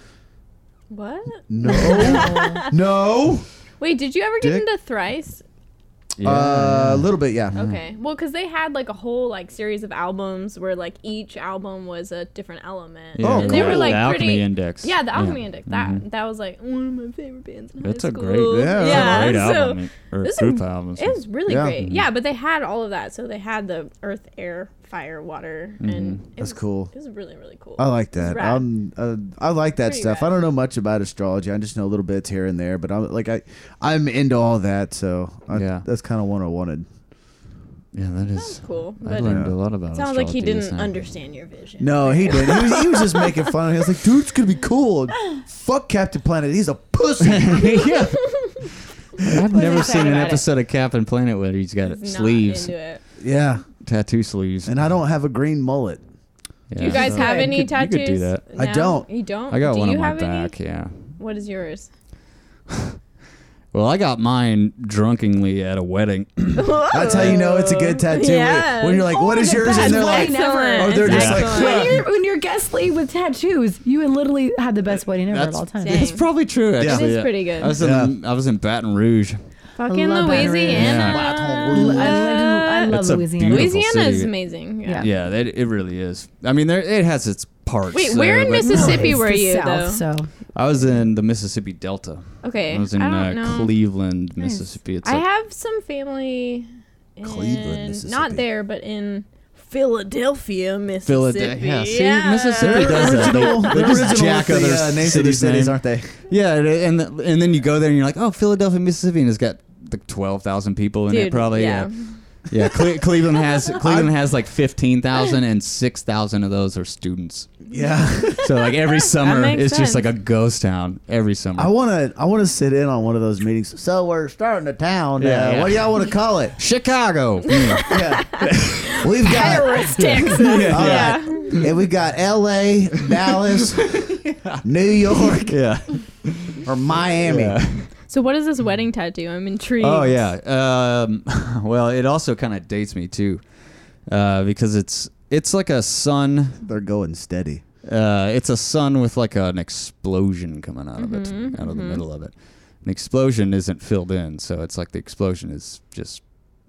What?
No, no,
Wait, did you ever get
Dick.
into Thrice?
Uh, a little bit, yeah.
Mm.
Okay. Well, because they had like a whole like series of albums where like each album was a different element.
Oh,
and they were
cool.
like
the Alchemy
pretty.
Index.
Yeah, the Alchemy Index. That that was like one of my favorite bands. In
Mm-hmm.
high
It's a
school.
great- yeah,
it's a
yeah.
Great
so
album or
this is-
group albums. Mm-hmm.
It was really
Yeah.
great. Yeah, but they had all of that. So they had the earth, air, fire, water,
Mm-hmm.
and it
That's
was-
cool.
It was really really cool.
I like that.
rad.
Um, uh, I like that
Pretty
stuff.
rad.
I don't know much about astrology. I just know little bits here and there, but I'm like I, I'm into all that. So I,
Yeah.
that's kind of what I wanted.
yeah, that
It's
is.
cool. But
I
it
learned a lot about.
sounds like
astrology
he
this
didn't
time.
understand your vision.
No, he didn't. He was, he was just making fun of me. I was like, dude, it's gonna be cool. Fuck Captain Planet. He's a
*laughs*
pussy.
*laughs*
yeah.
I've never seen an
about it?
episode of Captain Planet where he's got
He's not
sleeves,
into it.
Yeah.
tattoo sleeves.
And I don't have a green mullet.
Yeah.
Do you guys
So-
have
You
any
could- you could
tattoos?
do that.
I
No?
don't.
You don't.
I got
do
one
you
on my
have
back.
Any?
Yeah.
What is yours?
Well, I got mine drunkenly at a wedding.
That's how you know it's a good tattoo.
Yeah.
When you're like, what is yours? And they're like,
Never.
Oh,
Oh,
Excellent.
Or they're just
like,
Excellent.
*laughs* When you're, when you're guest lead with tattoos, you would literally had the best wedding ever at
That's-
all time.
Dang.
It's probably true. Actually,
It is
yeah.
pretty good.
I was in I was in Baton Rouge.
Fucking
I love Baton Rouge. I
Louisiana.
lived in- I love
It's a
Louisiana.
beautiful-
Louisiana is
city.
amazing. Yeah.
Yeah.
Yeah, that, it really is. I mean, there it has its parts.
Wait, where
there,
in
but-
Mississippi were
It's the
you
South,
though?
so
I was in the Mississippi Delta.
Okay.
I was in
I don't
uh,
know.
Cleveland, Mississippi. It's
I
like-
have some family in
Cleveland, Mississippi.
not there, but in Philadelphia, Mississippi.
Philadelphia. Yeah, see, Mississippi does that. They-
original,
they just
original
jack
with the,
other
uh, names of
cities'
these cities,
name.
aren't they?
yeah, and and, and then you go there and you're like, oh, Philadelphia, Mississippi, and it's got like twelve thousand people in
Dude,
it, probably.
yeah.
Yeah. Yeah, Cle-
*laughs*
Cleveland has Cleveland has like fifteen thousand, and six thousand of those are students.
Yeah. *laughs*
So like
*laughs*
every summer,
makes
it's just
sense.
like a ghost town every summer.
I wanna I wanna sit in on one of those meetings. So we're starting a town.
Yeah,
uh,
yeah.
What do y'all want to call it?
*laughs*
Chicago. Mm. *laughs*
Yeah. We've got
Terrorist Texas.
All
Yeah.
right. And we got L.A., Dallas, New York,
yeah.
or Miami.
Yeah.
So what is this wedding tattoo? I'm
*laughs*
intrigued.
Oh yeah. Um, *laughs* well, it also kind of dates me too, uh, because it's it's like a sun.
They're going steady.
Uh, it's a sun with like an explosion coming out of it,
Mm-hmm,
out of the middle of it. An explosion isn't filled in, so it's like the explosion is just,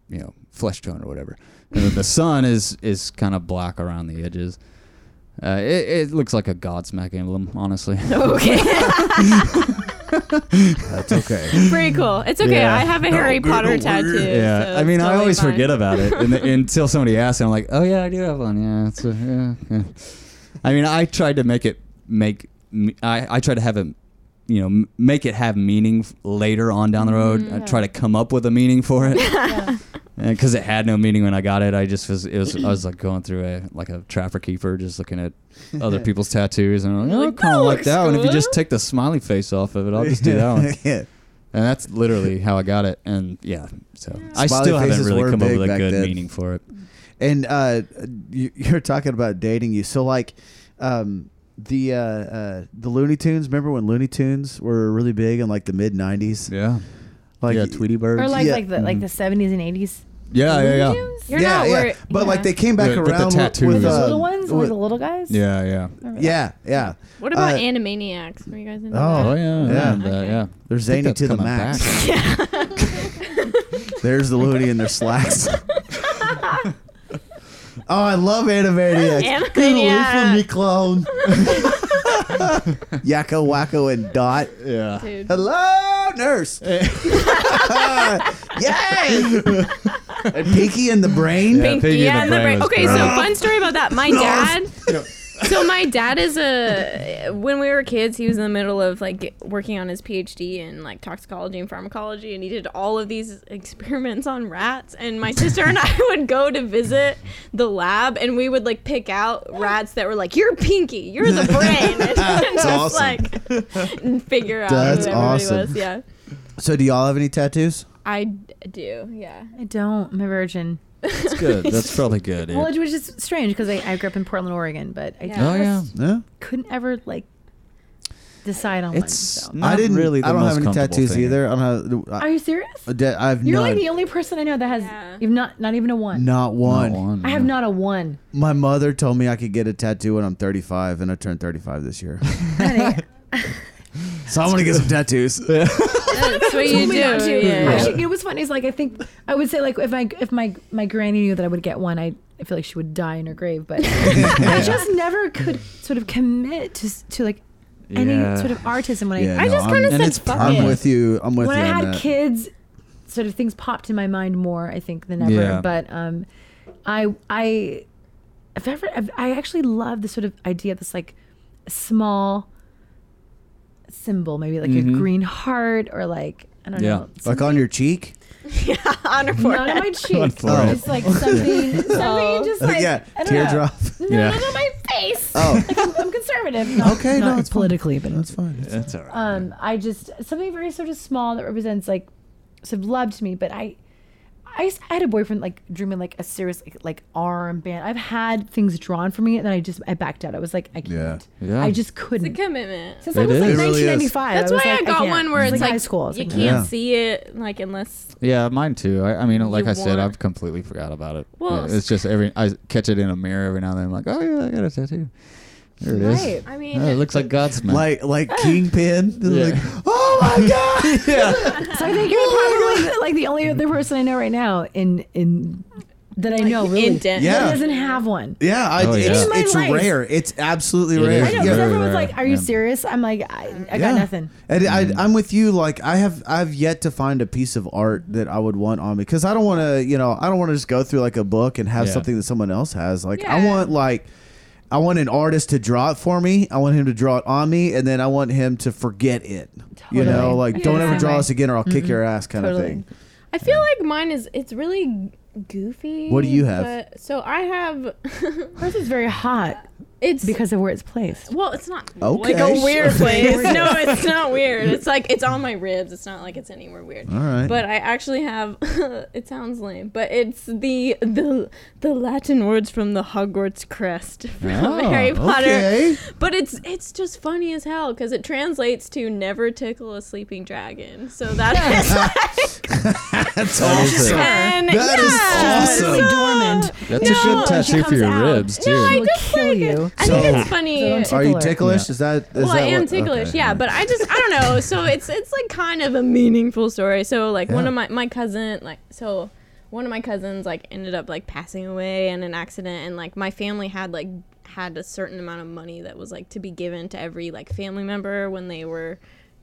you know, flesh tone or whatever. And then the sun is is kind of black around the edges. Uh, it, it looks like a Godsmack emblem, honestly. *laughs*
*laughs* Okay.
That's okay.
Pretty cool. It's okay.
Yeah.
I have a Harry Potter tattoo.
yeah,
so
I mean,
it's
I
totally
always
fine.
forget about it
*laughs*
and, until somebody asks, and I'm like, oh yeah, I do have one. Yeah, it's a, yeah, yeah. I mean, I tried to make it make. me- I I tried to have it, you know, m- make it have meaning f- later on down the road.
Mm-hmm.
I try to come up with a meaning for it. Because it had no meaning when I got it, I just was it was I was like going through a like a trapper keeper, just looking at other
*laughs*
people's tattoos, and I'm like, oh,
You're like,
kind
"That
of like
looks
that one. If you just
cool."
take the smiley face off of it, I'll just do
*laughs*
that
*laughs*
one.
yeah.
And that's literally how I got it. And yeah, so I
Smiley
still haven't
faces
really
were
come up
big
with a
back
good
then.
meaning for it.
And uh, you, you're talking about dating you. So like, um, the uh, uh, the Looney Tunes. Remember when Looney Tunes were really big in like the mid '90s?
Yeah.
Like
yeah, Tweety Bird.
or like
Yeah.
like the like the 70s and 80s
yeah, yeah, yeah.
Looney Tunes?
You're
yeah,
not
yeah.
worried.
But like they came back
But- but the
around with,
tattoos.
with
Those
uh,
little ones, like
with-
the little guys.
Yeah, yeah.
Remember that?
yeah, yeah.
What about
Uh,
Animaniacs? Were you guys into
Oh,
that?
Oh, yeah.
Yeah.
Yeah. and, uh,
Okay.
yeah.
They're zany
that's
to the
coming
max.
*laughs*
back.
There's the Looney in their slacks. *laughs* oh, I love Animaniacs. Get away from me,
Animaniacs.
*laughs*
clone. Yakko, Wacko, and Dot.
Yeah.
Dude.
Hello,
*laughs*
nurse. *laughs* Yay! and Pinky and the Brain.
Yeah,
Pinky
Piggy in the
and the
Brain
Brain.
was
Okay,
great.
so fun story about that. My dad. So my dad is a. When we were kids, he was in the middle of like get- working on his PhD in like toxicology and pharmacology, and he did all of these *laughs* experiments on rats. And my sister and I *laughs* would go to visit the lab, and we would like pick out rats that were like, "You're Pinky, you're the
*laughs*
brain," *laughs* and, just
awesome.
like figure out
That's
who everybody
awesome.
was. Yeah,
So, do y'all have any tattoos?
I d- do. Yeah.
I don't. I'm a virgin.
That's good. That's probably good.
Well,
Dude.
it was just strange because I, I grew up in Portland, Oregon, but I
Yeah.
Oh,
just
yeah.
No.
couldn't ever like decide on
It's
one. So.
not
I didn't
really the
I don't
most
have any
comfortable
tattoos
thing.
either. I don't have.
Are
I,
you serious?
I have
You're
none.
like the only person I know that has
Yeah.
you've not not even a one.
not one.
Not one.
I have not a one.
My mother told me I could get a tattoo when I'm 35, and I turned 35
*laughs*
this year.
Honey,
*laughs* so I want to get some tattoos.
That's what you do.
Maybe not you.
yeah.
Actually, you know what's funny is like I think I would say like if my if my my granny knew that I would get one, I I feel like she would die in her grave. But I just never could sort of commit to s- to like any
Yeah.
sort of artism when
Yeah,
I
I
no,
just
I'm-
kind of
and
said
it's
fuck
I'm
it.
with you. I'm with
when
you
I
on
had
that.
kids, sort of things popped in my mind more, I think, than ever.
Yeah.
But um, I I if ever I've- I actually love this sort of idea, of this like small symbol, maybe like a
Mm-hmm.
Mhm.
green heart or like I don't
Yeah.
know,
like on your cheek.
on her
not
forehead.
on
*laughs*
my cheek,
forehead.
just like something,
*laughs*
something just *laughs* like
yeah,
I don't know.
teardrop.
No,
Yeah.
not on my face.
Oh.
like I'm, I'm conservative.
*laughs*
Not,
Okay, no,
not
it's fine.
politically, but
*laughs* That's fine.
That's all right.
um, I just something very sort of small that represents like sort of love to me. But I, I, s- I had a boyfriend like drew me like a serious like, like arm band. I've had things drawn for me, and then I just I backed out. I was like, I
Yeah.
can't.
Yeah.
I just couldn't.
It's a commitment.
Since I was
It
like
is.
It really is.
1995,
That's
I
why
was
I
like,
got
can't.
one where
It was
it's like,
high school. I was
you
like,
can't
Yeah.
see it like unless
Yeah, mine too. I, I mean, like I said,
want-
I've completely forgot about it.
Well,
Yeah, it's just every I catch it in a mirror every now and then. I'm like, oh yeah, I got a tattoo. There it is.
Right.
I mean
Yeah, it looks like Godsmack.
*laughs*
Like like Kingpin.
Yeah.
Like, oh
*laughs*
my god.
yeah.
So I think you're probably like the only
*laughs*
other person I know right now in in that I know really
indent.
Yeah.
that doesn't have one.
Yeah, I,
Oh, yeah.
it's,
In
my
it's
life.
rare. It's absolutely
It
rare.
I
is
know
Yeah.
because
Very
everyone's
rare.
like, "Are you
Yeah.
serious?" I'm like, "I, I
Yeah.
got nothing."
And I, I'm with you. Like I have, I've yet to find a piece of art that I would want on me because I don't want to, you know, I don't want to just go through like a book and have
Yeah.
something that someone else has. Like I
Yeah.
want like. I want an artist to draw it for me. I want him to draw it on me, and then I want him to forget it. You know,
Totally.
like
I feel
don't
the
ever
same
Mm-hmm.
draw
way.
us again, or I'll kick your ass, kind
Totally.
of thing.
I feel like mine is it's really goofy.
What do you have?
but- so I have. *laughs*
Hers is very hot
it's
because of where it's placed.
well, it's not
Okay,
like a weird
*laughs* sure.
place. no, it's not weird. It's like it's on my ribs. It's not like it's anywhere weird.
All right.
But I actually have. *laughs* it sounds lame, but it's the the the Latin words from the Hogwarts crest from
Oh,
Harry Potter.
okay.
But it's it's just funny as hell because it translates to never tickle a sleeping dragon. So that is *laughs*
That's
That is
awesome.
it.
and
That is
yeah,
awesome.
so-
Dormant.
That's a
No,
good tattoo
she
for your
comes out.
ribs too.
No, I
will
just
kill
like
you.
I
So-
think it's funny.
So
Are you
Tickler.
ticklish? Is that? Is
Well,
that
I am
what-
ticklish,
okay.
yeah, but I just I don't know. So it's it's like kind of a meaningful story. So like one
Yeah.
of my my cousin like so one of my cousins like ended up like passing away in an accident and like my family had like had a certain amount of money that was like to be given to every like family member when they were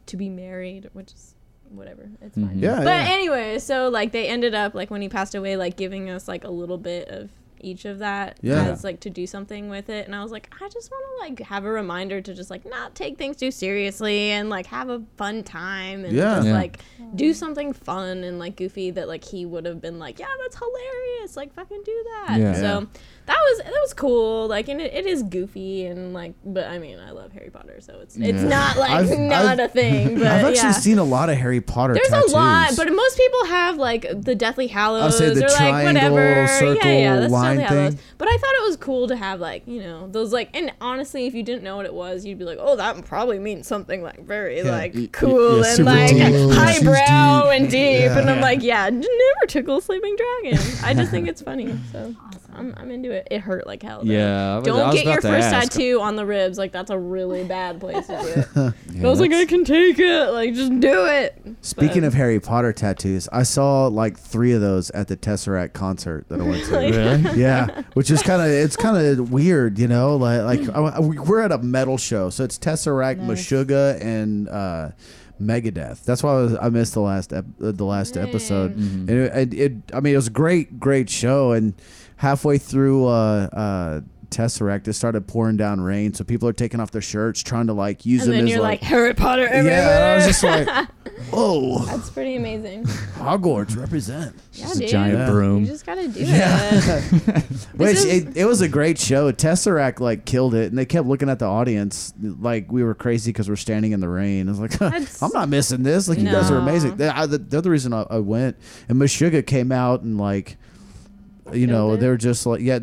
to be married, which is whatever. It's fine.
Yeah.
But
yeah.
anyway, so like they ended up like when he passed away, like giving us like a little bit of each of that
Yeah.
as like to do something with it. And I was like, I just want to like have a reminder to just like not take things too seriously and like have a fun time and
Yeah.
just
Yeah.
like do something fun and like goofy that like he would have been like, yeah, that's hilarious. Like fucking do that.
Yeah.
So that was that was cool. Like and it, it is goofy and like, but I mean, I love Harry Potter, so it's it's not like
I've-
not
I've-
a thing.
*laughs*
But
I've actually
yeah.
seen a lot of Harry Potter.
There's
tattoos.
a lot, Uh, but most people have like the Deathly Hallows
say the
or like
triangle,
whatever.
circle,
yeah, yeah, that's
line
Deathly Hallows.
thing.
But I thought it was cool to have like you know those like. And honestly, if you didn't know what it was, you'd be like, oh, that probably means something like very like
y- y-
cool
yeah,
and
super
like
deep.
She's
highbrow and deep. And I'm
Yeah.
like, yeah, n- never tickle sleeping dragon. I just think it's funny, so I'm, I'm into it. It hurt like hell. though.
Yeah, I was- I
Don't
was
get your
about to
first
ask.
tattoo on the ribs. Like that's a really bad place to do it.
Yeah,
I was like, I
that's-
can take it. Like just do it.
Speaking
but-
of Harry Potter tattoos, I saw like three of those at the Tesseract concert that I
*laughs*
went to.
really?
yeah, which is kind of it's kind of weird, you know. Like like I- I- we- we're at a metal show, so it's Tesseract, Meshuggah, and uh, Megadeth. That's why I, was, I missed the last ep- uh, the last episode. And
Mm-hmm.
it, it, it I mean it was a great great show, and halfway through. Uh, uh, Tesseract, it started pouring down rain, so people are taking off their shirts, trying to like use
and
them
then
as
you're like, *laughs* Harry Potter everywhere.
yeah. And I was just
*laughs*
like, "Oh." whoa,
That's pretty amazing.
Hogwarts represent.
yeah,
Just a
dude.
giant
Yeah.
You
broom.
just gotta
*laughs*
do it.
Which
*laughs* This is-
it, it was a great show. Tesseract like killed it, and they kept looking at the audience like we were crazy because we're standing in the rain. It's like *laughs*
That's-
I'm not missing this. Like you guys are
No.
amazing. They, I, the, the other reason I, I went and Meshuggah came out and like, you
Killed
know,
it?
they were just like yeah,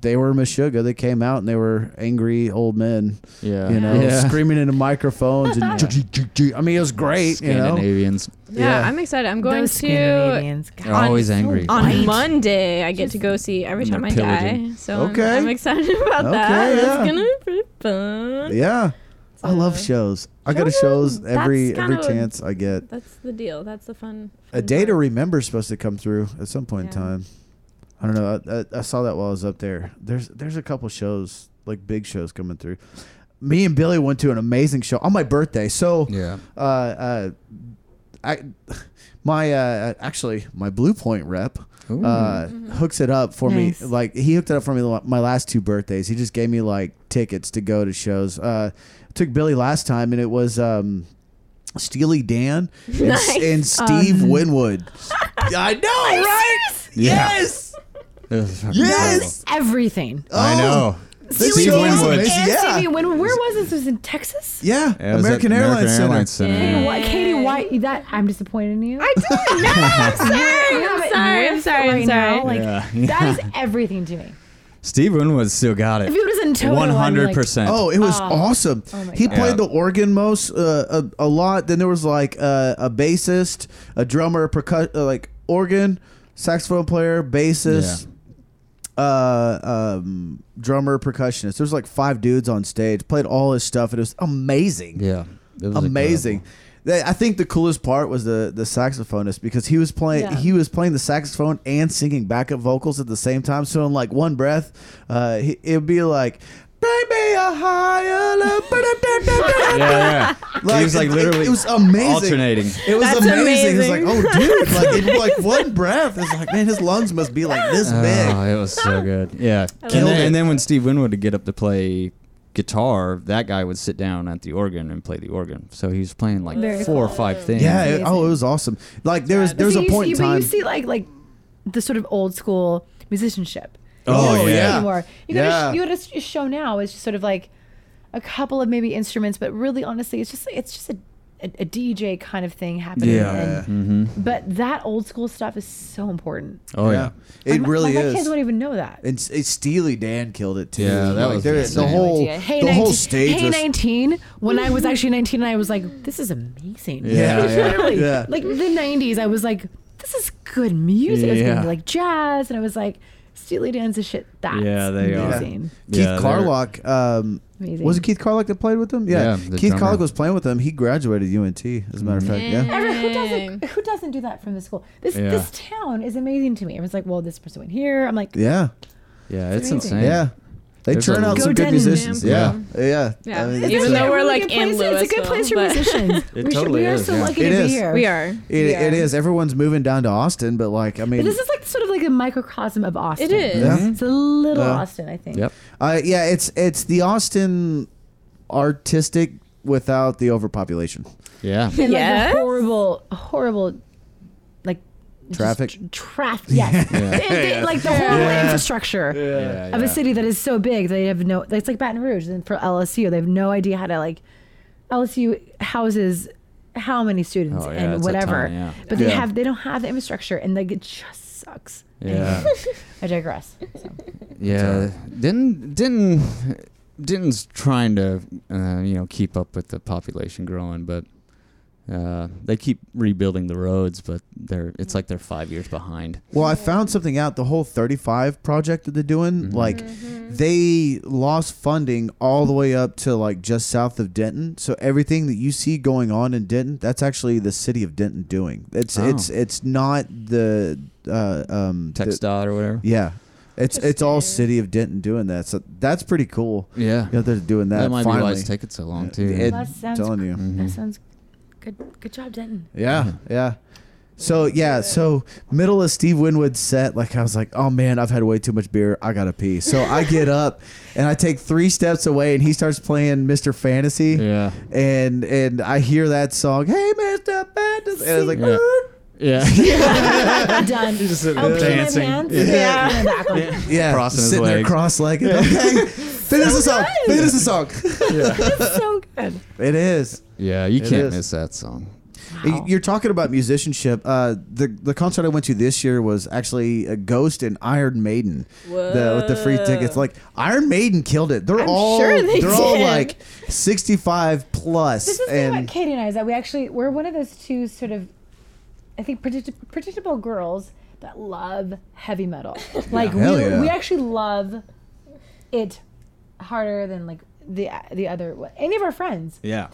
they were Meshuggah. They came out and they were angry old men,
Yeah,
you know,
yeah.
screaming into microphones
*laughs*
and I mean it was great. You know,
Scandinavians
Yeah,
Yeah.
I'm excited. I'm going
Those
to
Scandinavians,
are
God.
always angry.
on Monday. I get to go see every
And
time
they're
I die.
pillaging.
So I'm-
Okay.
I'm, excited *laughs* about that.
Okay, yeah.
It's gonna be pretty fun.
yeah. *laughs* I love
So-
shows. I go to
Shows,
shows every
that's
every
kinda-
chance I get.
That's the deal. That's the fun.
A
fun
day to
part.
remember is supposed to come through at some point in
Yeah.
time. I don't know. I, I, I saw that while I was up there. There's there's a couple shows like big shows coming through. Me and Billy went to an amazing show on my birthday. So
Yeah.
uh, uh, I my uh, actually my Blue Point rep
Ooh.
uh, hooks it up for
Nice.
me. Like he hooked it up for me la- my last two birthdays. He just gave me like tickets to go to shows. Uh, took Billy last time, and it was um, Steely Dan and, s-
Nice.
and Steve Winwood. I know, right? Yes,
Yes.
yes.
Everything.
I
Oh,
know.
this
Steve
show was
Winwood.
amazing.
And Stevie
Yeah,
Wonder- where was this? Was it in Texas?
yeah.
Yeah, it was at
American Airlines Center.
Yeah.
Why- Katie, why that? I'm disappointed in you.
I did. No, I'm sorry.
*laughs* You have
I'm
it
sorry. I'm
ripped
sorry. I'm
right
sorry.
now, like,
Yeah.
That is everything to me.
Steve Winwood still got
If it
it.
was in total,
One hundred percent.
Oh, it was
Oh.
awesome.
Oh my
he
God.
played
Yeah.
the organ most uh, a, a lot. Then there was like uh, a bassist, a drummer, percu- uh, like organ, saxophone player, bassist, uh, um, drummer, percussionist. There was like five dudes on stage. Played all his stuff, and it was amazing
Yeah. It was
amazing. They- I think the coolest part was the the saxophonist because he was playing
Yeah.
he was playing the saxophone and singing backup vocals at the same time. So in like one breath, uh, he, it'd be like. Bring me a higher level." *laughs*
yeah, yeah.
Like,
he was like
it-
literally
it was amazing.
alternating.
It was
That's
amazing. It's like,
amazing.
oh, dude,
*laughs*
like in like one breath, it's like, man, his lungs must be like this
Ah,
Oh,
big.
it was so good. Yeah. And
Killed
then,
it.
and then when Steve Winwood would get up to play guitar, that guy would sit down at the organ and play the organ. So he was playing like
Very
four or
cool.
five things.
Yeah. It, oh, it was awesome. Like there was there was
So
a
you
point
see,
in time.
But you see, like, like the sort of old school musicianship.
Oh,
You don't see it
yeah.
anymore. You got
Yeah.
a, sh- you got a s- a show now is just sort of like a couple of maybe instruments, but really honestly, it's just it's just a a, a DJ kind of thing happening.
Yeah.
And, But that old school stuff is so important.
Oh yeah.
It
Like, like,
really
My
is.
kids don't even know that.
And, S- and Steely Dan killed it too.
Yeah, that
Like,
was
there- the
insane.
whole
Hey,
the
19,
whole stage
hey
was
19. When I was actually 19, and I was like, this is amazing. *laughs*
Yeah, yeah.
Literally.
Yeah.
Like the 90s, I was like, this is good music. It's going
Yeah.
to be like jazz. And I was like, Steely Dan's the shit. That's
Yeah, they are.
amazing.
Keith
Yeah, they're-
Carlock. Um,
Amazing.
was it Keith Carlock that played with them? Yeah,
Yeah, the
Keith
drummer. Mm-hmm.
Carlock was playing with them. He graduated UNT, as a matter of fact. Yeah,
Everyone- who
Dang.
doesn't who doesn't do that from the school? This
Yeah.
this town is amazing to me. Everyone's like, well, this person went here. I'm like,
yeah,
Yeah, it's
amazing.
insane.
yeah. They
There's
churn
a-
out
Go
some good
Denton.
musicians. Yeah,
Yeah.
yeah.
Yeah.
I mean,
Even
it's-
"This is
though
a
we're,
really
like,
good
in
place. It's a good
Louisville,
place for
but-
musicians. we, should-
totally
we are
is,
so
yeah.
lucky
It
to be
is.
here.
We are.
it,
We are.
it is. Everyone's moving down to Austin, but like, I mean,
But this is like sort of like a microcosm of Austin.
It is.
Yeah.
Mm-hmm.
It's a little
Yeah.
Austin, I think.
Yep.
Uh, yeah, it's it's the Austin artistic without the overpopulation.
Yeah.
And like
Yes.
the horrible, horrible, like just
Traffic?
tr-
*laughs*
traffic. Yes. It- it- like the horrible infrastructure *laughs*
Yeah,
of
yeah.
a city that is so big they have no. It's like Baton Rouge, and for LSU, they have no idea how to like. LSU houses how many students
Oh, yeah,
and
it's a
whatever,
ton, yeah.
but they
Yeah.
have they don't have the infrastructure, and like it just sucks. *laughs*
Yeah.
I digress.
Yeah, didn't didn't didn't trying to uh, you know keep up with the population growing, but uh, they keep rebuilding the roads, but they're it's like they're five years behind.
Well, I found something out. The whole 35 project that they're doing,
Mm-hmm.
like, they lost funding all the way up to like just south of Denton. So everything that you see going on in Denton, that's actually the city of Denton doing. It's
Oh.
it's it's not the uh, um the-
Text dot or whatever.
yeah, it's it's all city of Denton doing that. So that's pretty cool.
Yeah,
Yeah, they're doing that.
that might
finally.
be why it's taking so long too.
It-
That sounds
telling you.
Mm-hmm.
That sounds good. Good job, Denton.
Yeah, yeah. So yeah, so middle of Steve Winwood's set, like I was like, oh man, I've had way too much beer. I gotta pee. So I
*laughs*
get up and I take three steps away, and he starts playing Mr. Fantasy.
Yeah.
And and I hear that song, hey Mr. Fantasy, and I was like,
Yeah. *laughs* yeah,
*laughs*
I'm done.
there dancing.
Yeah. And back on.
yeah,
Crossing his
sitting there
legs.
cross-legged. Okay, finish the
*laughs*
song. Finish the song.
That's so good.
It is.
*laughs* yeah. You can't
is.
miss that song.
Y- You're talking about musicianship. Uh, the the concert I went to this year was actually a Ghost and Iron Maiden. The, with the free tickets, like Iron Maiden killed it. They're all
sure they
are all
did.
like 65 plus.
This is the thing about
and
Katie and I is that we actually we're one of those two sort of, I think predict- predictable girls that love heavy metal. Like
Hell
we
*laughs* yeah.
we actually love it harder than like the the other any of our friends.
Yeah.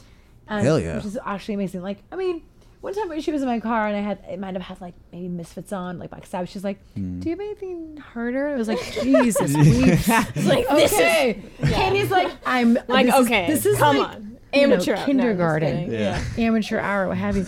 Um,
Hell yeah.
Which is actually amazing. Like, I mean, one time she was in my car and I had, it might have had like maybe Misfits on, like Black Sabbath. She's like,
Hmm.
do you have anything harder? And I was
*laughs*
like, Jesus,
*laughs*
weeps. It's like,
this
*laughs*
is-
okay. Katie's like, I'm
Like,
this is-
okay.
This is
come
like
on.
you know,
Amateur hour. No, I'm just
kindergarten,
kidding. *laughs*
Yeah.
amateur hour, what have you.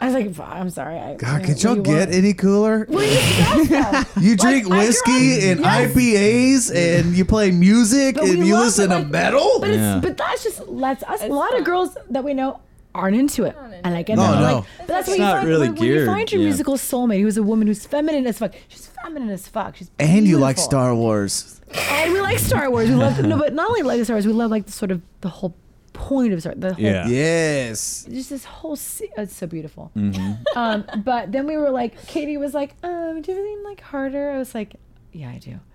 I was like, "Fuck, I'm sorry. I,
God,
you
Ah, could
know,
y'all
you
get
want-
any cooler? *laughs* you drink
Like, I
whiskey and IPAs and you play music
But
and
we
you
love
listen
it,
to
like-
metal.
But, it's,
Yeah.
but that's just lets us. a
It's
lot
fun.
of girls that we know aren't into it, and I get
No,
that.
no.
Like, but that's
It's
what you
not
find
really
when, when you
geared,
find your
yeah.
musical soulmate, who's a woman who's feminine as fuck. She's feminine as fuck. She's
And you like
beautiful.
Star Wars.
And we like Star Wars. We love no, but not only like Star Wars, we love like the sort of the whole point of Star. The whole *laughs*
Yeah.
Yes.
just this whole se- oh, it's so beautiful *laughs* um but then we were like katie was like um do you have anything like harder i was like yeah i do *laughs*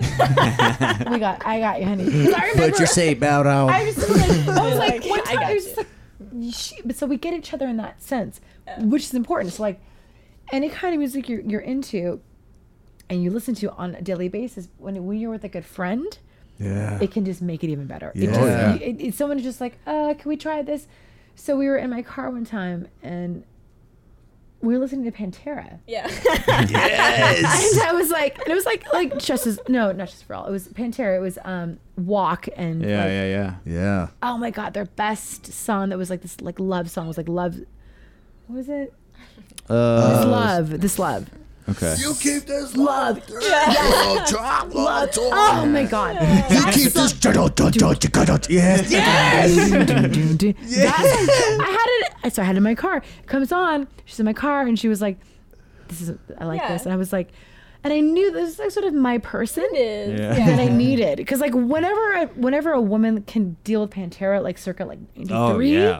we got i got you honey 'Cause I remember-
safe out.
*laughs*
out.
I was like, I was like,
Like,
one
I
time I,
got
was just like, she, but so we get each other in that sense, which is important. So like, any kind of music you're, you're into, and you listen to on a daily basis, when when you're with a good friend,
Yeah.
it can just make it even better. It
Yeah.
just,
Oh, yeah.
you- it, it, someone is just like, uh, can we try this? So we were in my car one time and. We were listening to Pantera,
Yeah.
and I was like, and it was like, like just as no, not just for all. It was Pantera. It was um, Walk and
Yeah.
like,
Yeah. Yeah.
Yeah.
oh my god, their best song that was like this like love song was like love. What was it? This
Uh,
love, this love,
Okay.
You keep this love.
love. Oh my god,
Ah.
That
You keep this. Yes.
That- I had it. So I had it in my car. Comes on. She's in my car, and she was like, this is I like
Yeah.
this, and I was like, and I knew this is like sort of my person
It is.
*laughs*
Yeah.
that I needed because like whenever a, whenever a woman can deal with Pantera like circa like ninety three,
Oh yeah.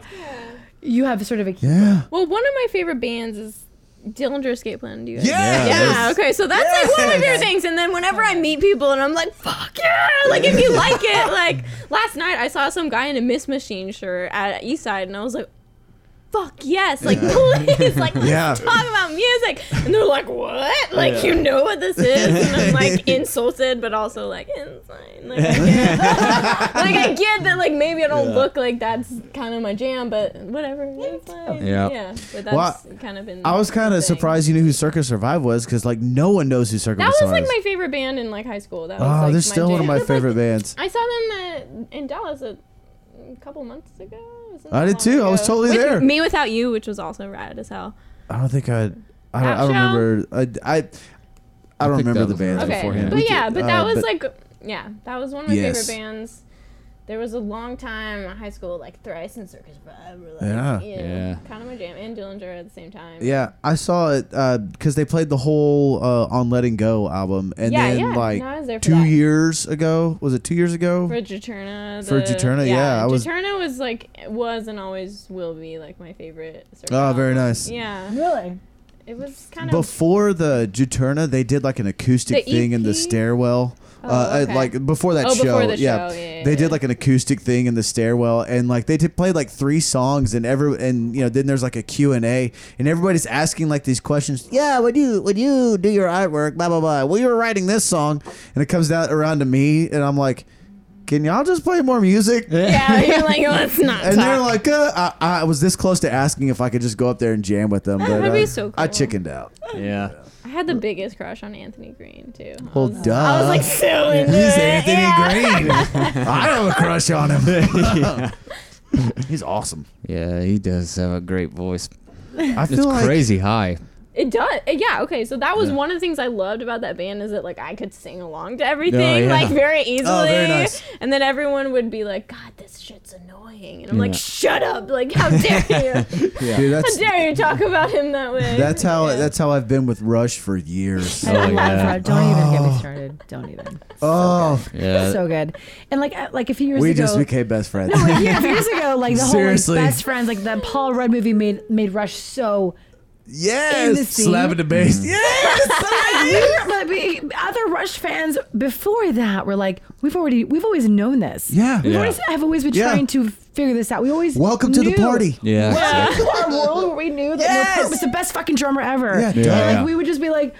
you have sort of a
Yeah.
Well, one of my favorite bands is Dillinger Escape Plan. Do you guys?
Yeah,
Yeah.
there's-
Okay. So that's like one of my favorite things. And then whenever I meet people and I'm like, fuck yeah! Like if you
*laughs*
like it. Like last night I saw some guy in a Miss Machine shirt at Eastside, and I was like. Fuck yes! Like
*laughs*
please, like let's
Yeah.
talk about music. And they're like, "What? Like you know what this is?" And
*laughs*
I'm like insulted, but also like insane. Like, I get- *laughs* like I get that, like maybe I don't look like that's kind of my jam, but whatever. It's fine.
Yeah.
yeah. But that's
Well,
kind of been.
I was kind
the
of
thing.
surprised you knew who Circus Survive was because like no one knows who Circus
That was
Survive
like
is.
my favorite band in like high school. That was
oh,
like
they're
my
still one of
jam.
my
But, *laughs* like,
favorite bands.
I saw them uh, in Dallas a a couple months ago. It wasn't
I
that
did
long
too. I was
ago.
totally
With
there.
Me without you, which was also rad as hell.
I don't think I. I don't, I don't
That show?
remember. I I, I don't
think
remember
that
the
was-
bands
Okay.
beforehand.
But
We
yeah,
could-
but that
uh,
was like, yeah, that was one of my
Yes.
favorite bands. There was a long time in high school, like thrice in Circus Vibe. Like,
Yeah.
Yeah.
Kind of my jam and Dillinger at the same time.
Yeah, I saw it because they played the whole uh, "On Letting Go" album, and
Yeah,
then
yeah.
like
No, I was there for
two
that.
years ago, was it two years ago?
For Juturna.
For
the-
Juturna, yeah, I was-
Juturna was like was and always will be like my favorite. Circus
Oh, very
album.
nice.
Yeah,
really.
it was kind of
Before the Juturna, they did like an acoustic
The
thing in the
EP?
stairwell. uh,
okay.
like before that
Oh,
show,
before the
yeah,
show, yeah,
they
yeah, yeah.
did like an acoustic thing in the stairwell, and like they did play like three songs, and every and you know then there's like a Q and A, and everybody's asking like these questions. Yeah, when you when you do your artwork, blah blah blah. Well, you were writing this song, and it comes down around to me, and I'm like, can y'all just play more music?
yeah. You're *laughs* like let's not.
And they're
talk.
like, uh, I, I was this close to asking if I could just go up there and jam with them, but
*laughs*
I,
That'd be so
I
cool.
chickened out.
Yeah.
I had the biggest crush on Anthony Green too. I
Well,
was-
duh.
I was like so into
He's
it.
Uh, Anthony
yeah.
Green. I have a crush on *laughs* him. He's awesome.
Yeah, he does have a great voice.
I
It's crazy high.
It does. uh, Yeah. Okay. So that was one of the things I loved about that band is that like I could sing along to
Oh,
everything
yeah.
like very easily.
nice.
And then everyone would be like, "God, this shit's annoying," and I'm like,
Yeah.
"Shut up! Like, how dare
*laughs*
you?
Dude,
how
that's
dare you talk about him that way?"
that's how
Yeah.
that's how I've been with Rush for years.
I
Oh,
love
yeah.
Rod. Don't even get me started. Don't even.
Oh,
Yeah.
so good. And like uh, like a few years
we
ago,
just became best friends.
No, like, *laughs* yeah, a few years ago, like the
Seriously.
whole like, best friends, like the Paul Rudd movie made made Rush so. In the
*laughs* yes, *laughs*
scene. Slapping
the bass.
Mm-hmm.
Yes,
But we- other Rush fans before that were like, we've already, we've always known this.
*laughs* yeah.
We've always, I've always been
Yeah.
trying to figure this out. We always
Welcome to the
knew-
party.
Yeah.
Welcome to *laughs* our world where we knew that
Yes.
Neil Peart was the best fucking drummer ever.
Yeah,
And,
duh.
like
Yeah.
we would just be like,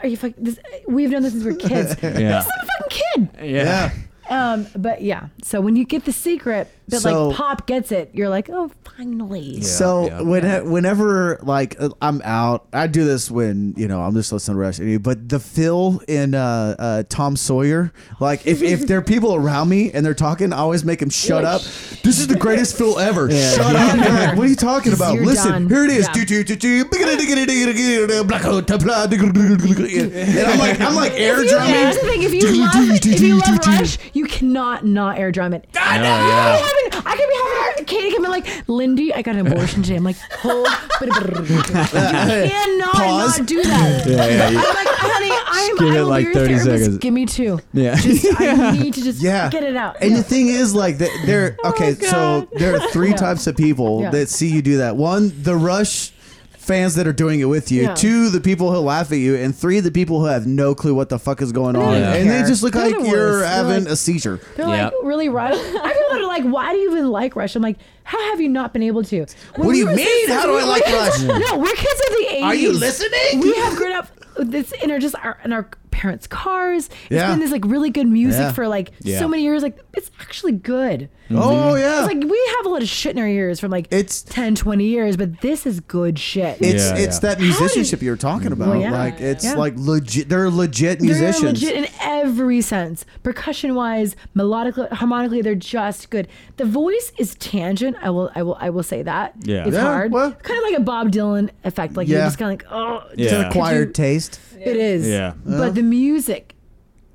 are you fucking? This, we've known this since we were
*laughs*
kids.
Yeah.
I'm a fucking kid.
Yeah.
Um, but yeah, so when you get the secret, but
So-
like Pop gets it, you're like, oh, finally.
So
yeah.
when whenever like uh, I'm out, I do this when you know I'm just listening to Rush. anyway, But the Phil in uh, uh, Tom Sawyer, like if, if there are people around me and they're talking, I always make them shut up. This is the greatest Phil ever. Shut up! They're like, what are you talking about?
you're done.
Listen, here it is.
Yeah.
Do-do-do-do, biggity-diggity-diggity-diggity, black hole, tapla, diggity-diggity-diggity. And I'm like I'm like air
Here's
drumming.
the thing: if you love, if you love Rush, you cannot not air drum it. I
know, yeah.
could be having, I could be having Katie come in like, Lindy, I got an abortion today. I'm like, hold, *laughs* you cannot
Pause.
not do that.
*laughs* Yeah, yeah,
I'm like, honey, I'm,
give
I
it
will
like
be your
30
therapist.
seconds.
Give me two.
*laughs* yeah.
*laughs*
Just, I need to just
Yeah.
get it out.
And the thing is, like, th-
*laughs*
there.
Oh
Okay, so there are three types of people
Yeah.
that see you do that. One, the rush fans that are doing it with you.
Yeah.
Two, the people who laugh at you, and three, the people who have no clue what the fuck is going
don't
on, and they
care.
just look
They're
like
the
you're
worst. They're
having
like-
a seizure.
They're like
Yeah.
*laughs*
really rush. I people that are like, why do you even like Rush? I'm like, how have you not been able to? When
What do
we
you
were
mean?
kids-
How do I like Rush?
no, we're kids of the 80s.
Are you listening?
We have grown up with this in our just our in our parents' cars. It's
Yeah.
been this like really good music
Yeah.
for like
Yeah.
so many years. Like it's actually good.
Oh yeah,
It's like we have a lot of shit in our ears from like
It's-
10, 20 years, but this is good shit.
it's
Yeah,
it's
yeah.
that musicianship you were talking about.
yeah.
Like it's
Yeah.
like legit. They're legit
they're
musicians.
legit in every sense. Percussion wise, melodically, harmonically, they're just good. The voice is tangent. I will, I will, I will say that.
Yeah.
it's
Yeah,
hard.
well-
kind of like a Bob Dylan effect. Like
Yeah.
you're just kind of like, oh,
Yeah.
just-
Could
Acquired taste.
it is.
Yeah.
but the music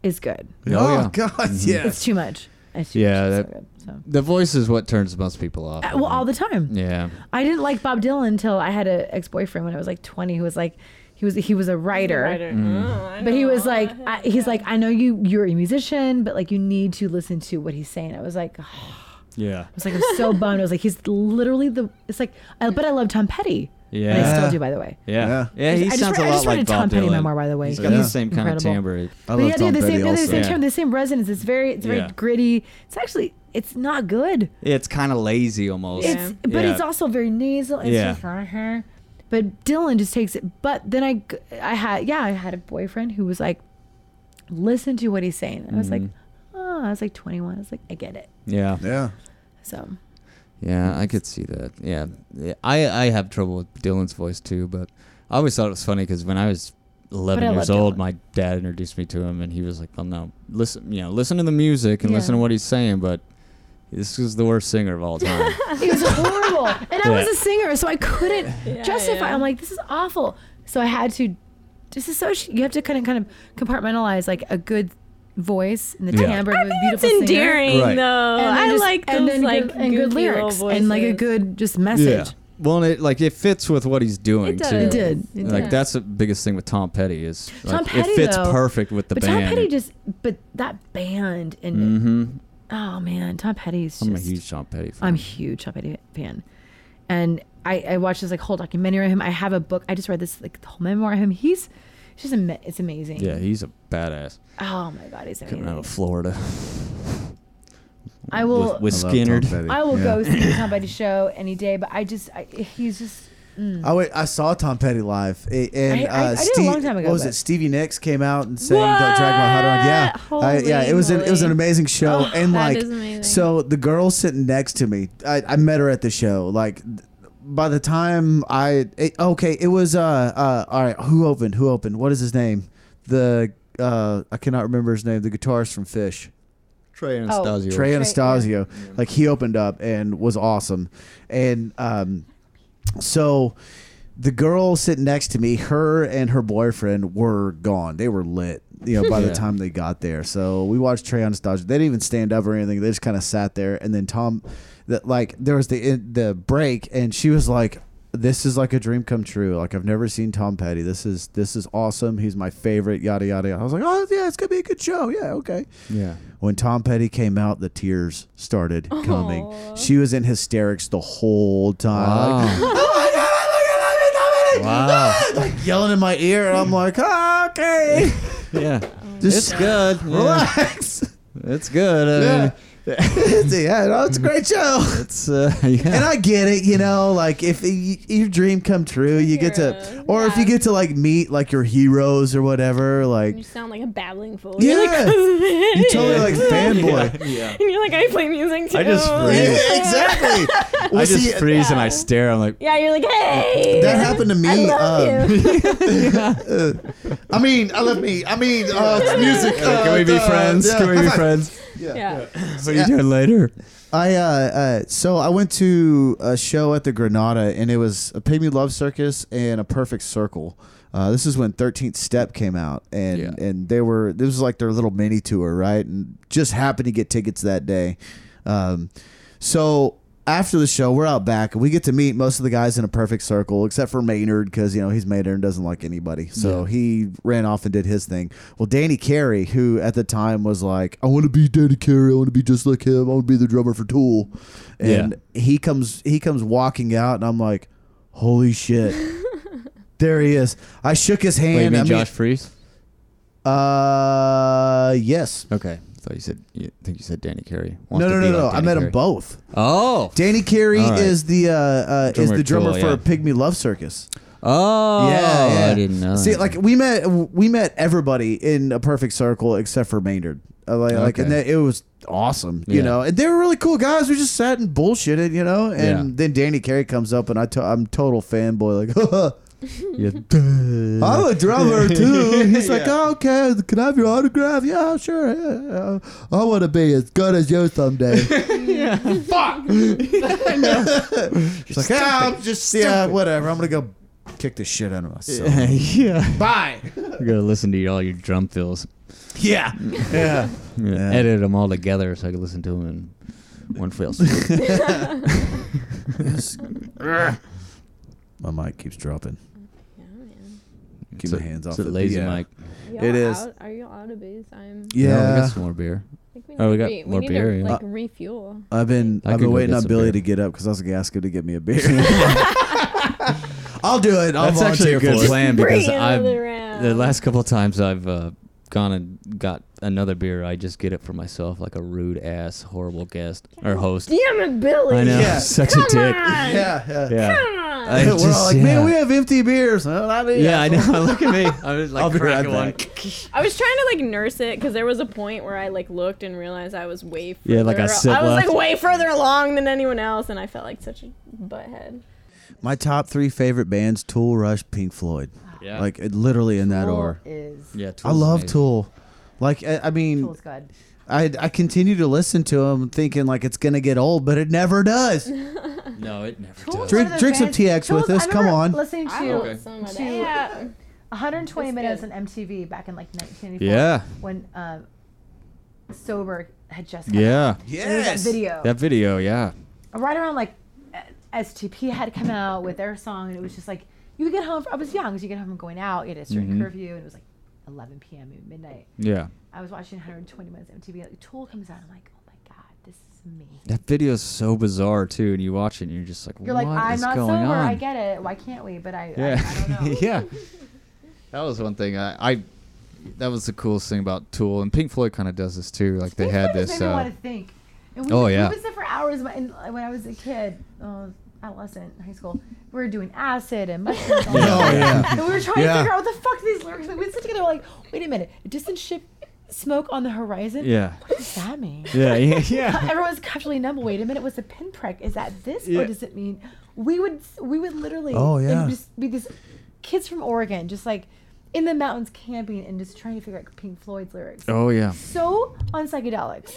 is good.
Oh
yeah.
god, yes.
It's too much. It's too
Yeah,
much. It's
that-
so good.
The voice is what turns most people off.
So. Well, all the time.
yeah.
I didn't like Bob Dylan until I had an ex boyfriend when I was like 20 who was like, he He was he was a writer.
Mm.
But he was like, I, he's like, I know you, you're a musician, but like you need to listen to what he's saying. I was like,
Yeah.
I was like, *laughs* I'm so bummed. I was like, he's literally the. It's like, I, but I love Tom Petty.
Yeah.
and I still do, by the way.
Yeah.
I
Yeah, he
just- I
sounds
just,
a
read- I
lot
just read
like
a Tom
Bob
Petty
Dylan.
memour, by the way.
He's got the same kind of
incredible.
timbre.
I
But
love
yeah, they have the
Tom Petty
same, they have the
also.
same
Yeah.
tone, the same resonance. It's very, it's very
Yeah.
gritty. It's actually, it's not good.
It's kind of lazy almost.
It's, but
Yeah.
it's also very nasal. It's
Yeah.
just, uh-huh. But Dylan just takes it. But then I, g- I had, yeah, I had a boyfriend who was like, listen to what he's saying. And I was like,
Mhm.
oh, I was like 21. I was like, I get it.
Yeah.
Yeah.
So
*laughs*
Yeah, I could see that. Yeah, yeah I I have trouble with Dylan's voice too, but I always thought it was funny because when I was
But I
11 years
love
old,
Dylan.
my dad introduced me to him, and he was like, "Well, no, listen, you know, listen to the music and
Yeah.
listen to what he's saying, but this is the worst singer
*laughs*
of all time."
It was horrible. And I was
Yeah.
a singer, so I couldn't justify.
*laughs* yeah.
I'm like, this is awful. So I had to disassociate. You have to kind of kind of compartmentalize like a good voice and the
Yeah.
timbre of a
It's
beautiful singer.
endearing
Right.
though.
And then
I
just-
like those
and then
like
good, and good
goofy little
lyrics and like a
voices.
good just message.
Well, and it like it fits with what he's doing
It
too.
does.
It did. It
Like
did.
that's the biggest thing with Tom Petty is
Tom
like,
Petty,
it fits
though-
perfect with the
but
band.
Tom Petty just but that band and
mm-hmm.
oh man, Tom Petty's
I'm a
just
huge Tom Petty fan.
I'm a huge Tom Petty fan. And I, I watched this like whole documentary on him. I have a book. I just read this like the whole memoir of him. He's, it's just ama- it's amazing.
yeah, he's a badass.
Oh my god, he's amazing.
Coming out of Florida.
I will.
with, with
I love Tom
Skinnerd.
Petty.
I will
Yeah.
*laughs*
go see Tom Petty show any day. But I just, I, he's just. Mm.
I went, I saw Tom Petty live, A- and
I- I-
uh,
I did a
Steve,
long time ago,
what was
but-
it? Stevie Nicks came out and sang "Don't Drag My Heart Around." Yeah,
What?
I- yeah, it was an it was an
Holy
amazing show,
Oh,
and
that
like
is amazing.
so the girl sitting next to me, I, I met her at the show. Like th- by the time I it, okay, it was uh uh all right, who opened? Who opened? What is his name? The uh I cannot remember his name. The guitarist from Fish.
Trey
Anastasio.
Trey
Trey,
Anastasio. Like he opened up and was awesome. And um, so the girl sitting next to me, her and her boyfriend were gone. They were lit, you know, by the
Yeah.
time they got there. So we watched Trey Anastasio. They didn't even stand up or anything. They just kind of sat there. And then Tom, that like there was the the break, and she was like. This is like a dream come true. Like I've never seen Tom Petty. This is this is awesome. He's my favorite. Yada yada. yada. I was like, oh yeah, it's gonna be a good show. Yeah, okay.
Yeah.
When Tom Petty came out, the tears started
Oh.
coming. She was in hysterics the whole time. Like, *laughs*
Wow.
like, yelling in my ear, and I'm like, "Ah, okay,
yeah.
just
*laughs* It's good. Yeah.
Oh, relax.
It's good. I
Yeah.
mean,
yeah, no, it's a great show.
it's uh, *laughs* yeah.
And I get it, you know, like if y- your dream come true, you get to, or if you get to like meet like your heroes or whatever, like
You sound like a babbling fool.
yeah,
You're like, *laughs*
you totally like fanboy.
and you're like, I play music too.
I just
Yeah,
freeze.
*laughs*
exactly. Well,
I just
see,
freeze and I stare. I'm like,
yeah, you're like, hey.
That happened to me.
I love
um, *laughs* I mean, I love me. I mean, uh, it's music. uh,
can we be
uh,
friends?
yeah.
Can we be friends?
yeah.
What are you doing later?
I uh, uh, so I went to a show at the Granada, and it was a Pay Me Love Circus and a Perfect Circle. Uh, this is when 13th Step came out, and
Yeah.
and they were this was like their little mini tour, right? And just happened to get tickets that day. Um, so after the show, we're out back, and we get to meet most of the guys in a Perfect Circle, except for Maynard because you know he's Maynard and doesn't like anybody, so he ran off and did his thing. Well, Danny Carey, who at the time was like, I want to be Danny Carey, I want to be just like him, I want to be the drummer for Tool, and
Yeah.
he comes he comes walking out and I'm like, holy
*laughs*
shit. there he is. I shook his hand.
Wait, you mean
I mean-
Josh Freeze?
Uh yes.
Okay. I thought you said you I think you said Danny Carey.
No, no, no, no. I met them both.
Oh.
Danny Carey
All right.
is the uh, uh is
Drummer
the drummer
Tool,
for
yeah.
Pygmy Love Circus.
oh. I didn't know.
See,
that.
like we met we met everybody in a perfect circle except for Maynard. Uh, like, like, and
Okay.
that, it was awesome, you
Yeah.
know. And they were really cool guys. We just sat and bullshitted, you know. And
Yeah.
then Danny Carey comes up, and I to- I'm total fanboy. Like, *laughs*
Yeah.
I'm a *laughs* drummer too. He's like, oh, okay, can I have your autograph? Yeah, sure. yeah, yeah. I want to be as good as you *laughs* someday. *laughs* Fuck. She's like, ah, I'm just yeah, whatever. I'm gonna go kick the shit out of myself.
yeah. *laughs*
Bye.
We're gonna listen to all your drum fills.
Yeah. *laughs* Yeah.
Yeah.
Yeah.
Edit them all together so I could listen to them in one fell swoop.
My mic keeps dropping.
Yeah, man.
*laughs* Keep
It's a-
my hands off
It's a
the
lazy
yeah.
mic.
Y'all
It is.
Out? Are you out of booze? I'm.
Yeah,
No, we got some more beer.
I think we
Oh, we
need
got
re-
more
need
beer, yeah.
To, like refuel.
I've been
I
I've
could
been
go
waiting
get
on
some
Billy
beer.
to get up because I was gonna ask him to get me a beer. *laughs* I'll do it. I'll
That's actually
volunteer
a
for
good
it.
plan
Bring
because I've
another round.
the last couple of times I've uh, gone and got another beer, I just get it for myself like a rude ass, horrible guest or host.
Damn it, Billy!
I know, *laughs*
Yeah.
such a dick.
on.
Yeah, yeah.
Yeah,
Come on.
I
We're all
just-
like,
yeah.
man, we have empty beers. Well, I did.
yeah, I know. *laughs* Look at me. I was
I'll
like
be right
cracking one.
back.
I was trying to like nurse it because there was a point where I like looked and realized I was way further.
Yeah, like a sip
I was
left.
like way further along than anyone else, and I felt like such a butthead.
My top three favorite bands: Tool, Rush, Pink Floyd.
Yeah,
Like it, literally in that
Tool
order.
is
yeah.
I love Tool. Like I, I mean,
Tool's good.
I I continue to listen to them, thinking like it's gonna get old, but it never
*laughs*
does.
No, it never
Tool's
does.
Drink-
one of those
drink some
bands-
TX with
Tool's-
us,
I
come
remember
on.
Listening to
Okay.
Some of
to-
that.
120
It's
minutes on
good.
MTV back in like 1994.
Yeah,
When uh, Sober had just come out.
yeah.
There was that video.
That video, yeah.
right around like uh, STP had come out with their song, and it was just like you could get home. I was young, so you get home from going out. You had a certain
Mhm.
curfew, and it was like 11 p.m. maybe midnight.
Yeah.
I was watching 120 minutes MTV. Like Tool comes out, I'm like, oh my god, this is amazing.
That video's so bizarre too, and you watch it and you're just like,
You're
what
like, I'm
is
not
going
sober.
on?
I get it. Why can't we? But I,
yeah.
I, I
*laughs*
don't know. *laughs*
yeah. That was one thing I, I that was the coolest thing about Tool and Pink Floyd kind of does this too. Like they
Pink
had
Floyd just
this
made me
uh,
want to think. And we,
Oh,
would-
yeah.
We would sit for hours when, when I was a kid, uh, adolescent, high school. We were doing acid and mushrooms. all
Yeah.
day.
Oh, yeah.
And we were trying
Yeah.
to figure out what the fuck these lyrics. mean. We would sit together like, wait a minute, a distant ship, smoke on the horizon.
*laughs* yeah.
What does that mean?
Yeah, *laughs* yeah, yeah.
Everyone's casually numb. Wait a minute, was a pinprick? Is that this,
Yeah.
or does it mean we would we would literally?
Oh,
it would
yeah.
Just be these kids from Oregon, just like in the mountains camping and just trying to figure out Pink Floyd's lyrics
Oh yeah.
so on psychedelics,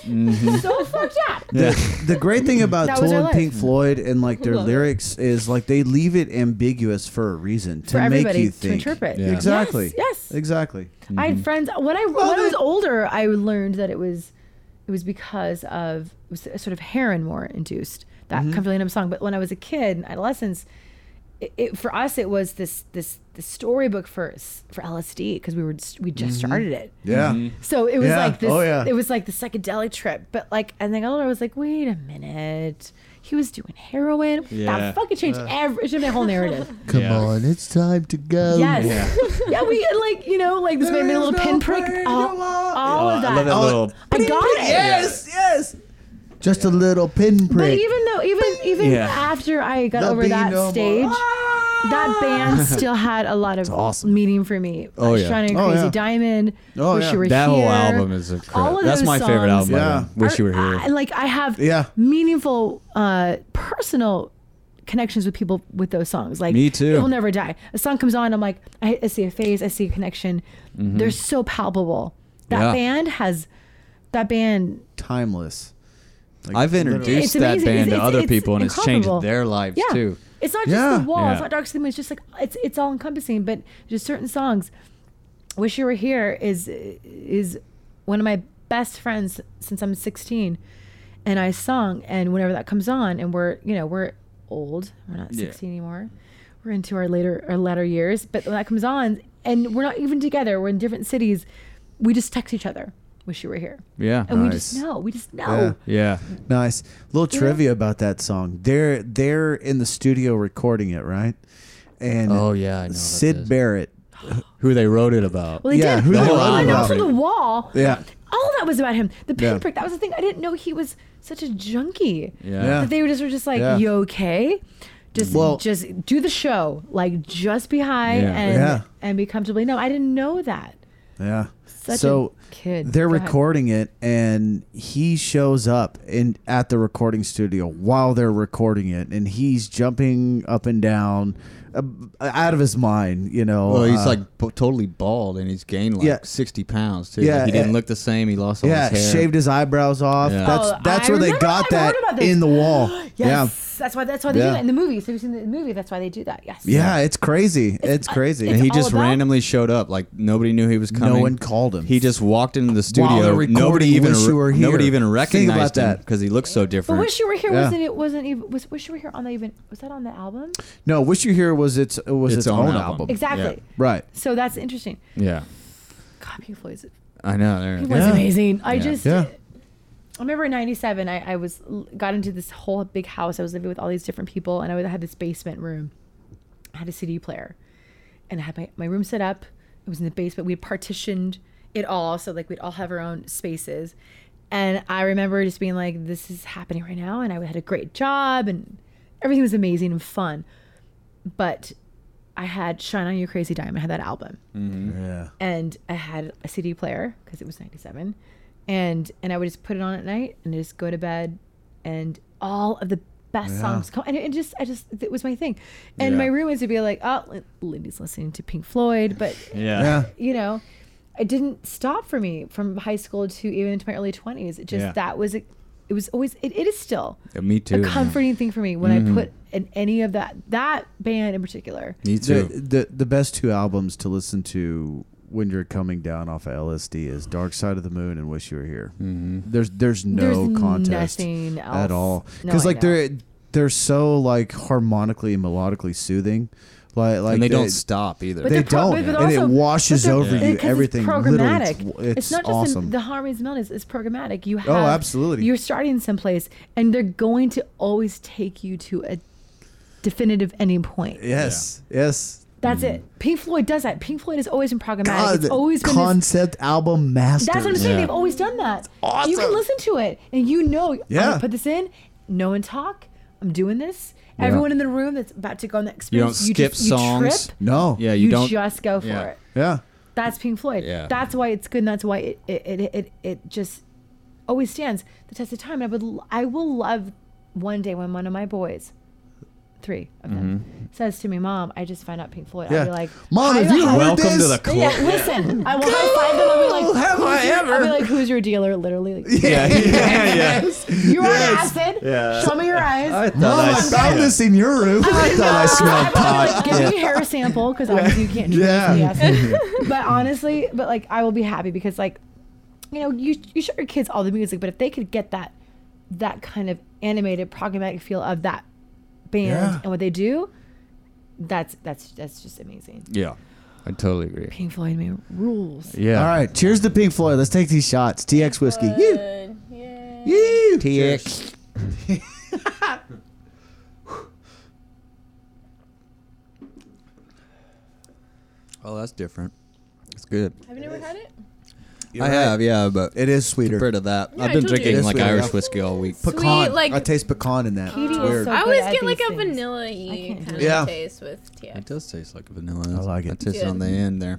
so fucked up.
Mm-hmm. Yeah.
the great thing about
That was our
Tool and
life.
Pink Floyd
*laughs*
and like their lyrics is like they leave it ambiguous for a reason to
For
make
everybody
you
to
think.
interpret.
Yeah.
Exactly.
Yes, yes.
Exactly.
I
Mm-hmm.
had friends when I when I was
they-
older. I learned that it was it was because of it was sort of heroin more induced that
Mm-hmm.
mm song. But when I was a kid, in adolescence, it, it, for us it was this this the storybook for s- for LSD because we were just, we just
Mm-hmm.
started it.
Yeah.
So it was
Yeah.
like this.
Oh, yeah.
It was like the psychedelic trip. But like, and then I was like, wait a minute. He was doing heroin.
Yeah.
That fucking changed
Uh.
every. It changed my whole narrative.
Come
Yeah.
on, it's time to
Oh,
go.
Yes. *laughs* Yeah. we had like you know like this made me a little pinprick. All, all of that.
I love that
Oh,
little *laughs*
I got it.
Yes, yes. Just a little pinprick.
But even though even even
Yeah.
after I got
The
over that
Beano Boy.
stage, that
*laughs*
band still had a lot of
Ah. awesome.
meaning for me.
Oh,
like
yeah.
Shining
Oh,
Crazy
yeah.
Diamond.
Oh,
Wish
yeah.
You Were
That
Here.
whole album is a cra-
All of
That's
those
my favorite
songs
album. by
Yeah.
them. Wish you were here.
I- like I have
Yeah.
meaningful uh, personal connections with people with those songs. Like
Me too.
It will never die. A song comes on, I'm like, I, I see a face, I see a connection. They're so palpable. That
Mm-hmm. Yeah.
band has that band.
timeless. Like,
I've introduced
It's
that
amazing.
band
It's-
to
it's-
other
it's
people and it's changed
incomparable.
their lives
Yeah,
too.
it's not
Yeah.
just the wall.
Yeah.
It's not dark skin. It's just like it's it's all encompassing. But just certain songs. Wish you were here is is one of my best friends since I'm 16, and I sung. And whenever that comes on, and we're you know we're old. We're not
Yeah.
16 anymore. We're into our later our latter years. But when that comes on, and we're not even together. We're in different cities. We just text each other. Wish you were here.
Yeah.
And we just know. We just know.
Yeah.
Yeah.
Nice. Little trivia about that song. They're they're in the studio recording it, right? And
Oh yeah, I know.
Sid
Barrett,
Barrett.
who they wrote it about.
Well, they
Yeah,
did.
who
oh,
they
wrote
and
about.
also the wall.
Yeah.
All that was about him. The
Yeah.
pinprick. That was the thing. I didn't know he was such a junkie.
Yeah.
That they were just were just like,
Yeah.
you okay? Just
Well-
just do the show. Like just be high
Yeah.
and
Yeah.
and be comfortably. No, I didn't know that.
Yeah.
Such
so
a kid.
they're
Go ahead.
recording it and he shows up in at the recording studio while they're recording it and he's jumping up and down uh, out of his mind, you know.
Well, he's
uh,
like b- totally bald, and he's gained like
Yeah.
sixty pounds too.
Yeah,
Like, he didn't
yeah.
look the same. He lost all
yeah,
his hair.
shaved his eyebrows off.
Yeah.
That's
Oh,
that's
I
where they
remember-
got
I
that
heard about this.
in the wall.
*gasps* Yes. Yes, that's why. That's why they
Yeah.
do that in the movies. Have you seen the movie? That's why they do that. Yes.
Yeah, it's crazy. It's, crazy.
it's
and he
all
just
about-
randomly showed up. Like nobody knew he was coming.
one called him.
He just walked into the
While they're
studio.
recording,
nobody even
"Wish You Were Here."
nobody even
Think
recognized
about that.
because he looked so
But
different.
wish you were here.
Yeah.
Wasn't it? Wasn't even? Was wish you were here on the even? Was that on the album?
No, "Wish You Here" was its was its, own, album.
Exactly.
Right.
So that's interesting.
Yeah,
God, Pink Floyd's
I know. There.
Pink Floyd's
Yeah.
amazing. I
Yeah.
just.
Yeah.
I remember in '97, I, I was got into this whole big house. I was living with all these different people, and I, was, I had this basement room. I had a CD player, and I had my, my room set up. It was in the basement. We had partitioned it all, so like we'd all have our own spaces. And I remember just being like, "This is happening right now," and I had a great job, and everything was amazing and fun. But I had "Shine on You Crazy Diamond." I had that album
Yeah.
and I had a CD player because it was 97 and and I would just put it on at night and just go to bed and all of the best songs come and it just I just it was my thing and
Yeah.
my roommates would be like oh Lin- Lindy's listening to Pink Floyd
*laughs*
but
Yeah.
Yeah.
you know it didn't stop for me from high school to even into my early 20s it just
Yeah.
that was it was always it, it is still
Yeah, Mm-hmm. me too.
a
man.
comforting thing for me when I put in any of that that band in particular
Me
The,
too.
the the best two albums to listen to when you're coming down off of LSD is Dark Side of the Moon and Wish You Were Here. Mm-hmm. There's there's no
There's
contest
nothing else.
at all
No,
because
I
like
know.
they're they're so like harmonically and melodically soothing, like like
and they don't
it-
stop either.
But
They
they're pro-
don't,
but- but
and it
also-
washes
but they're-
over
it-
you,
'cause
everything.
It's
Literally,
programmatic.
it's- it's
not just
awesome.
the, the harmonies melon is it's programmatic. You have
Oh, absolutely.
You're starting someplace, and they're going to always take you to a definitive ending point.
yes, yes.
That's it. Pink Floyd does that. Pink Floyd has always been programmatic. it's
Mm. God,
always been. this-
concept album master.
that's what I'm saying.
Yeah.
They've always done that.
awesome.
You can listen to it, and you know, yeah. I'm
Yeah.
gonna put this in. No one talk. I'm doing this. Everyone in the room that's about to go on that experience.
skip
just, You
songs.
trip.
No.
yeah,
You,
you, don't.
just go for
yeah.
it.
Yeah.
That's Pink Floyd.
Yeah.
That's why it's good. And that's why it it, it, it it just always stands the test of time. And I would l- I will love one day when one of my boys, three of them,
Mm-hmm.
says to me, "Mom, I just found out Pink Floyd." I'll
Yeah.
be like,
Mom,
"I-
if you
I-
heard
Welcome to
this,
the club.
yeah, listen. I will high five them. I'll be like,
have
"Who's
I
your-" I'll
ever.
be like, "Who's your dealer?" Literally, like,
Yeah, *laughs* yeah, yeah.
*laughs* you're on acid.
Yeah.
Show me your eyes.
Mom, I,
*laughs* I
found
smelled-
this in your room. I thought
*laughs*
I smelled
I'm
pot.
like, give me a hair sample because obviously you can't drink
*laughs* Yeah.
yeah. but honestly, but like I will be happy because like, you know, you you show your kids all the music, but if they could get that that kind of animated programmatic feel of that band
Yeah.
and what they do, that's that's that's just amazing.
Yeah, I totally agree.
Pink Floyd made rules.
Yeah.
All right, cheers to Pink Floyd. Let's take these shots. TX whiskey. You.
Good. Yay.
You.
TX. *laughs* Oh, that's different. It's good.
Have you never had it?
I have, yeah, but
It is sweeter.
compared to that,
Yeah, I
I've been
told you.
drinking
It's
like
sweeter,
Irish
yeah.
whiskey all week.
Pecan.
Sweet, like-
I taste pecan in that.
Katie
It's
is
weird.
so
I
good
always
at
get like
these
a
things. I
vanilla y
can't do
kind
it. Yeah.
of taste with
It
TX.
does taste like vanilla.
I like it.
I taste
Good.
on the end there.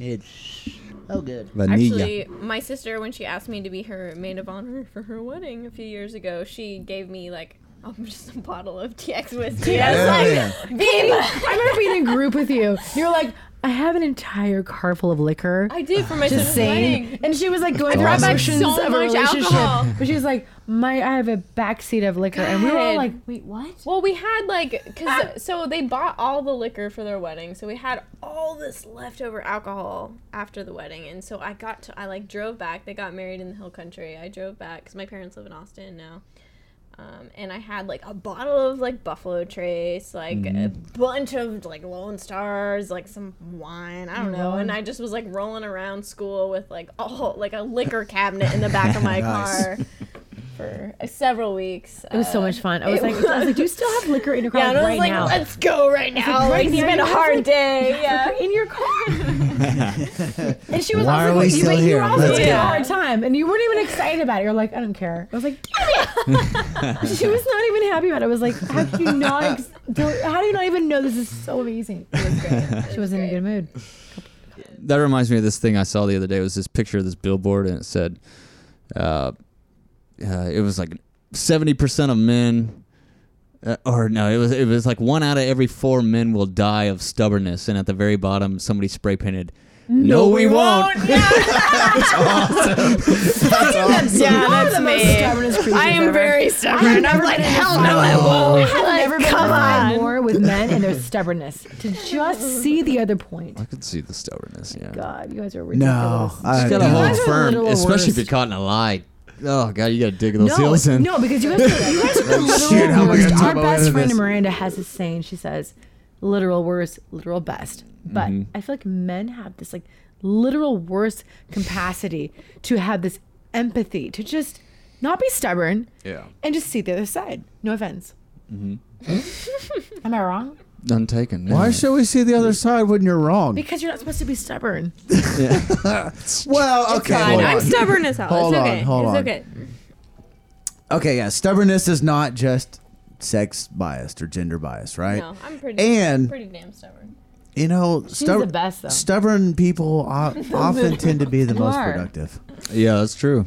Oh, good.
Vanilla.
Actually, my sister, when she asked me to be her maid of honor for her wedding a few years ago, she gave me like *laughs* um, just a bottle of TX whiskey. I was like,
Yeah.
"Babe,
I remember being in a group with you. You're like, I have an entire car full of liquor.
I did for my
just
sister's
saying.
wedding.
And she was like going through
brought back
emotions
so
of a
much
relationship.
alcohol.
But she was like, my, I have a backseat of liquor. And we were all
God.
like, wait, what?
Well, we had like, cause so they bought all the liquor for their wedding, so we had all this leftover alcohol after the wedding, and so I got to, I like drove back. They got married in the hill country. I drove back because my parents live in Austin now. Um, and I had like a bottle of like Buffalo Trace, like a bunch of like Lone Stars, like some wine, I don't know. And I just was like rolling around school with like all like a liquor cabinet in the back of my
Nice.
car for uh, several weeks.
It was so much fun. I was
it
like, I was like, do you still have liquor in your car
yeah, and I was
right
like,
now?
let's go right
right
now. Like, it's
now,
been a
you
hard
guys, like,
day. *laughs* Yeah.
in your car.
*laughs*
and she was
Why
also
are we
like,
still
you, you
here?
were also
Let's
giving
go.
her a hard time, and you weren't even excited about it. You're like, I don't care. I was
*laughs*
like, damn it. she was not even happy about it. I was like, how do you not? Ex- do- how do you not even know this is so amazing? She was in a good mood.
That reminds me of this thing I saw the other day. It was this picture of this billboard, and it said, uh, uh, it was like seventy percent of men, uh, or no, it was it was like one out of every four men will die of stubbornness. And at the very bottom, somebody spray painted, No, we won't.
*laughs*
yeah, that's me.
Stubbornest creatures
I am
ever.
very stubborn. I'm like, hell no, I
I
won't.
have never been
come
identified
on.
more with men and their stubbornness to just see the other point.
I could see the stubbornness. Yeah.
God, you guys are
No,
ridiculous.
I
She's got
no.
a whole
guys are
firm,
literal
especially if
worst.
you're caught in a lie. Oh god, you gotta dig those
No,
heels in.
no, because you guys are, you guys are the literal
shit, how am I gonna
worst.
talk
Our
my way out
best
of
friend
this?
Miranda has this saying. She says, "Literal worst, literal best." But I feel like men have this like literal worst capacity to have this empathy to just not be stubborn
Yeah.
and just see the other side. No offense. *laughs* Am I wrong?
None taken. no.
Why should we see the other side when you're wrong?
Because you're not supposed to be stubborn.
Well, okay.
Fine,
hold
I'm
on.
stubborn as hell.
Hold
it's
on,
okay.
hold
it's
on.
okay.
Okay, yeah. Stubbornness is not just sex biased or gender biased, right?
No, I'm pretty.
And
pretty damn stubborn.
you know,
She's
stub-
the best though.
stubborn people o- often tend to be the
You
most
are.
productive.
Yeah, that's true.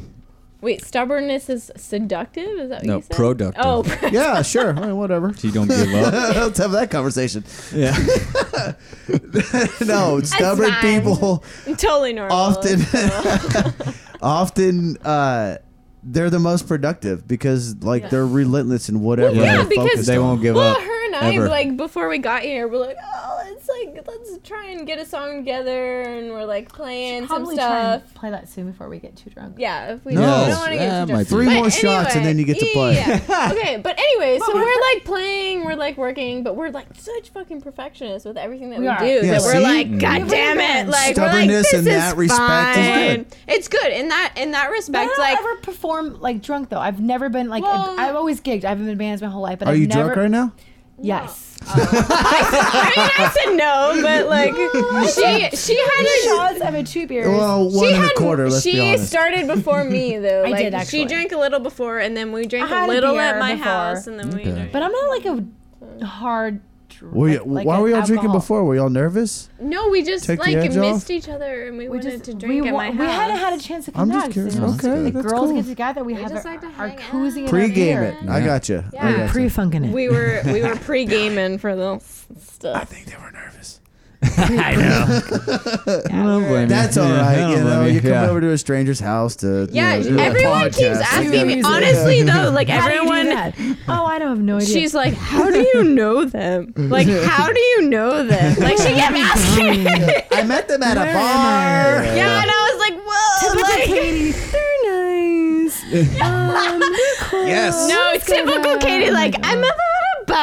Wait, stubbornness is seductive? Is that what
No,
you said?
productive.
Oh,
Yeah, sure. I mean, whatever.
You don't give up.
*laughs* Let's have that conversation.
Yeah.
no, stubborn
fine.
people
totally normal.
often *laughs* often uh they're the most productive because like they're relentless in whatever
Well, yeah,
they're
because-
focused
they
on.
won't give
*laughs* Well,
up.
her and I,
ever.
like, before we got here, we're like, oh, it's like, let's try and get a song together, and we're like playing some
Probably try
stuff.
and play that soon before we get too drunk.
Yeah, if we
No,
don't, want
that
to get too
might
drunk.
be-
Three
But
more shots and then you get to play.
yeah. *laughs* okay, but anyway, so we're like playing, we're like working, but we're like such fucking perfectionists with everything that we,
We are.
do
Yeah,
that we're
see?
like, god damn it, like we're like,
Stubbornness
this
in
is
that respect is
fine.
good.
It's good in that in that
I
respect.
don't
Like
ever perform like drunk though. I've never been like
Well-
I've always gigged. I haven't been in bands my whole life. But
Are
I've
you
never,
drunk right now?
Yes.
I mean, I said no, but like she she had a
Shots of a two beers.
Well, one
she
and
had
a quarter. Let's
she
be honest.
started
*laughs*
before me though.
I
like
did,
she
actually.
drank a little before, and then we drank
I had
a
a
little at
beer
my
before.
house, and then we.
Okay.
but I'm not like a hard. Dr-
Were you-
like- like
why
an
were y'all drinking
alcohol-
before? Were y'all nervous?
No, we just
Take the
like
edge
missed
off?
each other, and we,
We
wanted
just
to drink
we,
at
wa-
my house.
we hadn't had a chance to
I'm
connect.
just curious.
You know?
that's
okay,
good.
that's
Girls
cool.
get together. We, have
just
our,
like to
our
hang out.
koozie and our
Pre-game
beer.
it. I
Yeah.
got you. I
Yeah.
got you.
Pre-funking it.
We were we were pre gaming for the s-
I
stuff.
think they were
*laughs*
nervous.
I don't blame you.
That's
Yeah,
all right.
I don't
you know,
blame
you come
Yeah.
over to a stranger's house to you
Yeah,
know, do a
everyone
podcast.
keeps asking me.
music.
*laughs*
Honestly, though, like
How do you do
everyone,
that? Oh, I don't have
*laughs*
no idea.
she's like, "How do you know them? Like, how do you
*laughs*
know them? Like, she kept asking."
I met them at a
Where am
bar.
Yeah, and I was like, "Whoa!"
Typical
*laughs* like-
Katie. They're nice.
*laughs*
Um,
*laughs*
they're cool.
Yes.
no,
Let's go
typical
down.
Katie.
Oh my
Like,
God.
I met them at a bar.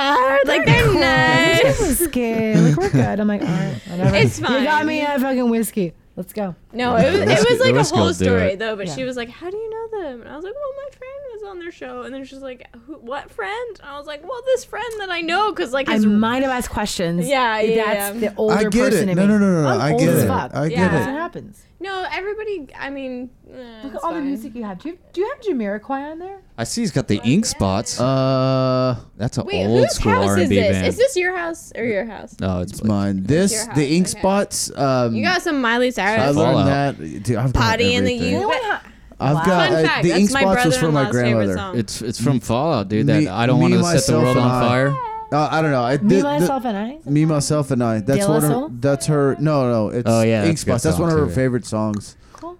Like,
They're
they're
cool. *laughs*
nice.
This is good. Like *laughs* we're good. I'm like, all right, whatever.
It's fine.
You got me a fucking whiskey. Let's go.
No, it was,
The whiskey-
it
the
was like a
whiskey will
whole
do
story
it.
though. But she
Yeah.
was like, "How do you know them?" And I was like, "Well, my friend was on their show." And then she's like, Who, "What friend?" And I was like, "Well, this friend that I know, because like
I
his
might have asked questions.
Yeah, yeah,
That's
yeah.
the older
I get
person
it.
in
No,
me.
no, no, no,
I'm
I
old
get
as
it.
fuck.
I get
Yeah.
That's
it.
what happens.
no everybody. I mean, eh,
Look
it's
at all the
fine.
music you have. Do you, do you have Jamiroquai on there?
I see he's got the ink spots.
Uh,
That's an
Wait,
old
whose
school
house
R&B
is this?
band.
Is this your house or your house?
oh, it's Blake.
mine. This
your house,
the ink
okay.
spots. Um,
You got some Miley
I
Cyrus.
Fall
learned
out.
that. Dude, I've got
Potty in the
everything.
youth.
Anyone ha-
I've
Wow.
got
Fun
uh,
fact:
the ink
That's my
spots was from my
brother-in-law's favorite
grandmother.
song.
It's it's from Fallout, dude. That
Me-
I don't
me,
want to set the
myself,
world
and
on
I.
fire.
Uh, I don't know. I, the,
me,
the-
myself, and
*laughs*
I?
me, myself, and I. That's
De La
one.
Soul?
Of, that's her. No, no. It's
Oh, yeah,
ink
that's a good
spots. That's one of
song,
her
too.
favorite songs.
Cool.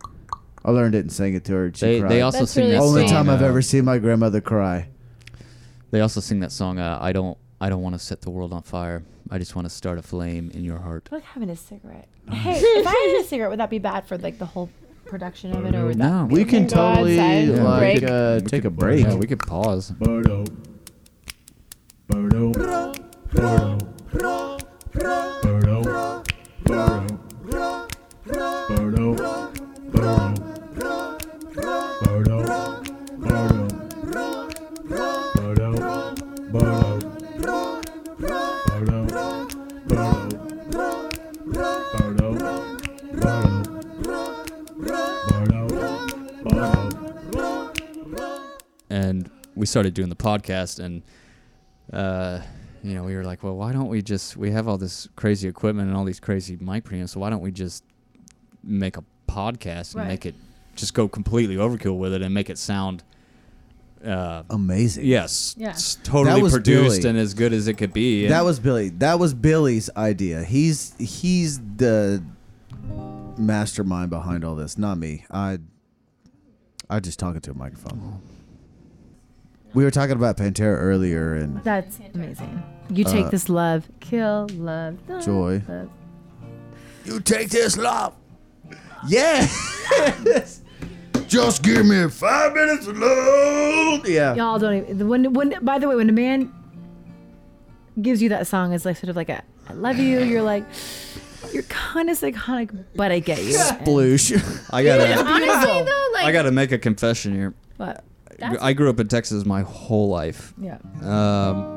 I learned it and sang it to her. and She
They
cried.
they also
That's
sing
really
that
Only
song,
time I've
uh,
ever seen my grandmother cry.
They also sing that song. Uh, I don't I don't want to set the world on fire. I just want to start a flame in your heart.
I like having a cigarette. Hey, if I had a cigarette, would that be bad for like the whole production of it, or would that?
No,
We can
can go
totally
outside and
like
break.
Uh, take a break.
Yeah, we could pause.
Birdo. Birdo. Birdo. Birdo. Birdo. Birdo. Birdo. Birdo. Birdo. Birdo. Birdo. Birdo. Birdo. Birdo. Birdo. Birdo. Birdo.
and we started doing the podcast and uh you know we were like well why don't we just we have all this crazy equipment and all these crazy mic preamps so why don't we just make a podcast and
Right.
make it just go completely overkill with it and make it sound uh
Amazing.
yes
Yeah.
s- totally
That was
produced
Billy.
and as good as it could be and
That was Billy. That was Billy's idea. He's he's the mastermind behind all this. Not me. I I just talk into a microphone. We were talking about Pantera earlier, and
That's amazing.
You take
Uh,
this love, kill love, love,
Joy.
love.
you take this love. Yeah. *laughs* just give me five minutes alone. Yeah.
Y'all don't even. When, when, by the way, when a man gives you that song, it's like sort of like a "I love you." You're like, you're kind of psychotic, but I get you.
*laughs*
Sploosh.
I gotta,
Honestly, though, like
I gotta make a confession here.
But
That's-
I grew up in Texas my whole life.
yeah,
Um,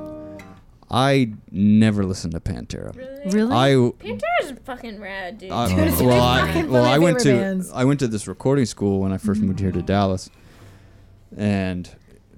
I never listened to Pantera.
really.
I
Pantera's fucking rad, dude.
I,
Dude, it's
well,
like
*laughs*
I,
fucking
well,
one of my
I went to
favorite bands.
I went to this recording school when I 1st moved here to Dallas, and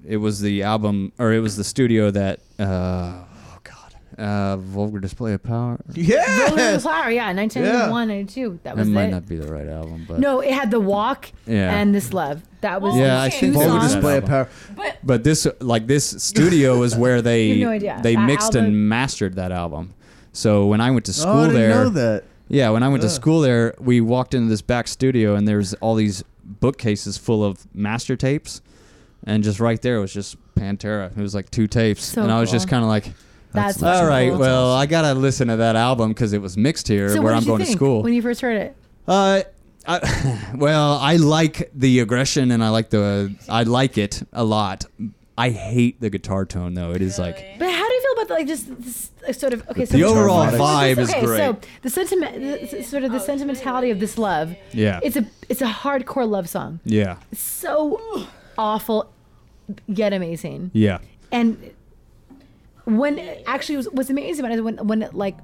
it was the album or it was the studio that uh, oh god, uh, Vulgar Display of Power.
Rolling
Yes.
Flower, yeah, 1991, 92. That
That
was
might
it.
not be the right album, but
No, it had the walk
yeah,
and this love. That was
yeah, I
Okay,
think
who's
it
Vulgar
on?
was that
display of
album.
power.
But this, like this studio,
*laughs*
is where they
You have no idea.
they
That
mixed
album-
and mastered that album. So when I went to school
oh, I didn't
there,
know that.
yeah, when I went
Ugh.
to school there, we walked into this back studio and there's all these bookcases full of master tapes, and just right there was just Pantera. It was like two tapes,
So
and I was just
cool.
kind of like,
That's
That's
all right,
cool.
well, I gotta listen to that album because it was mixed here
So what
where
did
I'm
you
going to
think
school.
When you first heard it,
Uh, I, *laughs* well, I like the aggression and I like the I like it a lot. I hate the guitar tone though. It is like
but how do you feel about like just this uh, sort of okay? So
the overall
Guitar
vibe
okay,
is great.
so the sentiment, the, s- sort of the sentimentality of this love.
yeah,
It's a it's a hardcore love song.
yeah,
It's so awful, yet amazing.
yeah.
And when actually was what's amazing about it is when when it like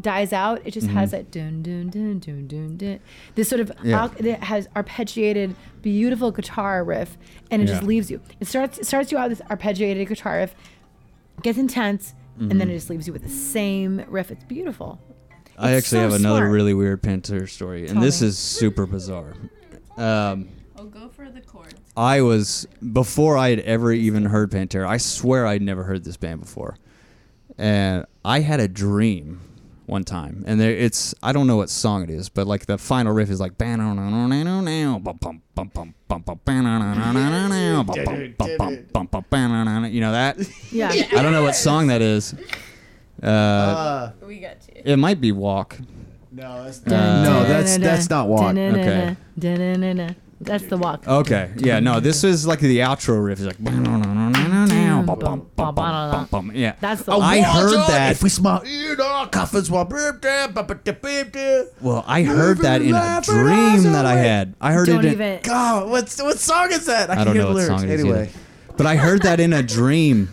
dies out, it just
Mm-hmm.
has that dun dun dun dun dun dun. This sort of
Yeah.
arc- that has arpeggiated, beautiful guitar riff, and it just
Yeah.
leaves you. It starts it starts you out with this arpeggiated guitar riff, gets intense, and
Mm-hmm.
then it just leaves you with the same riff. It's beautiful.
I
It's
actually
so
have another
smart.
really weird Pantera story, and
Tell
this
me.
is super bizarre. Um,
oh, go for the chords.
I was before I had ever even heard Pantera. I swear I'd never heard this band before, and I had a dream one time, and there it's I don't know what song it is, but like the final riff is like "Ba-na-na-na-na-na, bum-bum, bum-bum, bum-bum, ba-na-na-na-na-na, bum-bum, bum-bum, bum-bum, ba-na-na-na," you know that?
Yeah.
I don't know what song that is.
*laughs*
Uh,
We got to.
it might be Walk. Uh,
no, that's
Dun,
no,
dun,
that's
dun,
that's not walk.
Dun, dun, dun,
Okay. Oh,
dun, dun, dun, dun. That's the walk.
Okay. Yeah. No. This is like the outro riff. It's like. Yeah.
That's the
Oh,
walk.
I
watch
heard
out
that.
If we smile, you know, coffins will burp there, bu- bu- da- beep there.
Well, I heard that in a
Laugh it
dream
off
that I
away.
had. I heard
Don't
it. in-
even.
God, what's what song is that?
I
can't
don't know
hear
what
the
song
lyrics.
it is
Anyway,
either. But I heard that in a dream.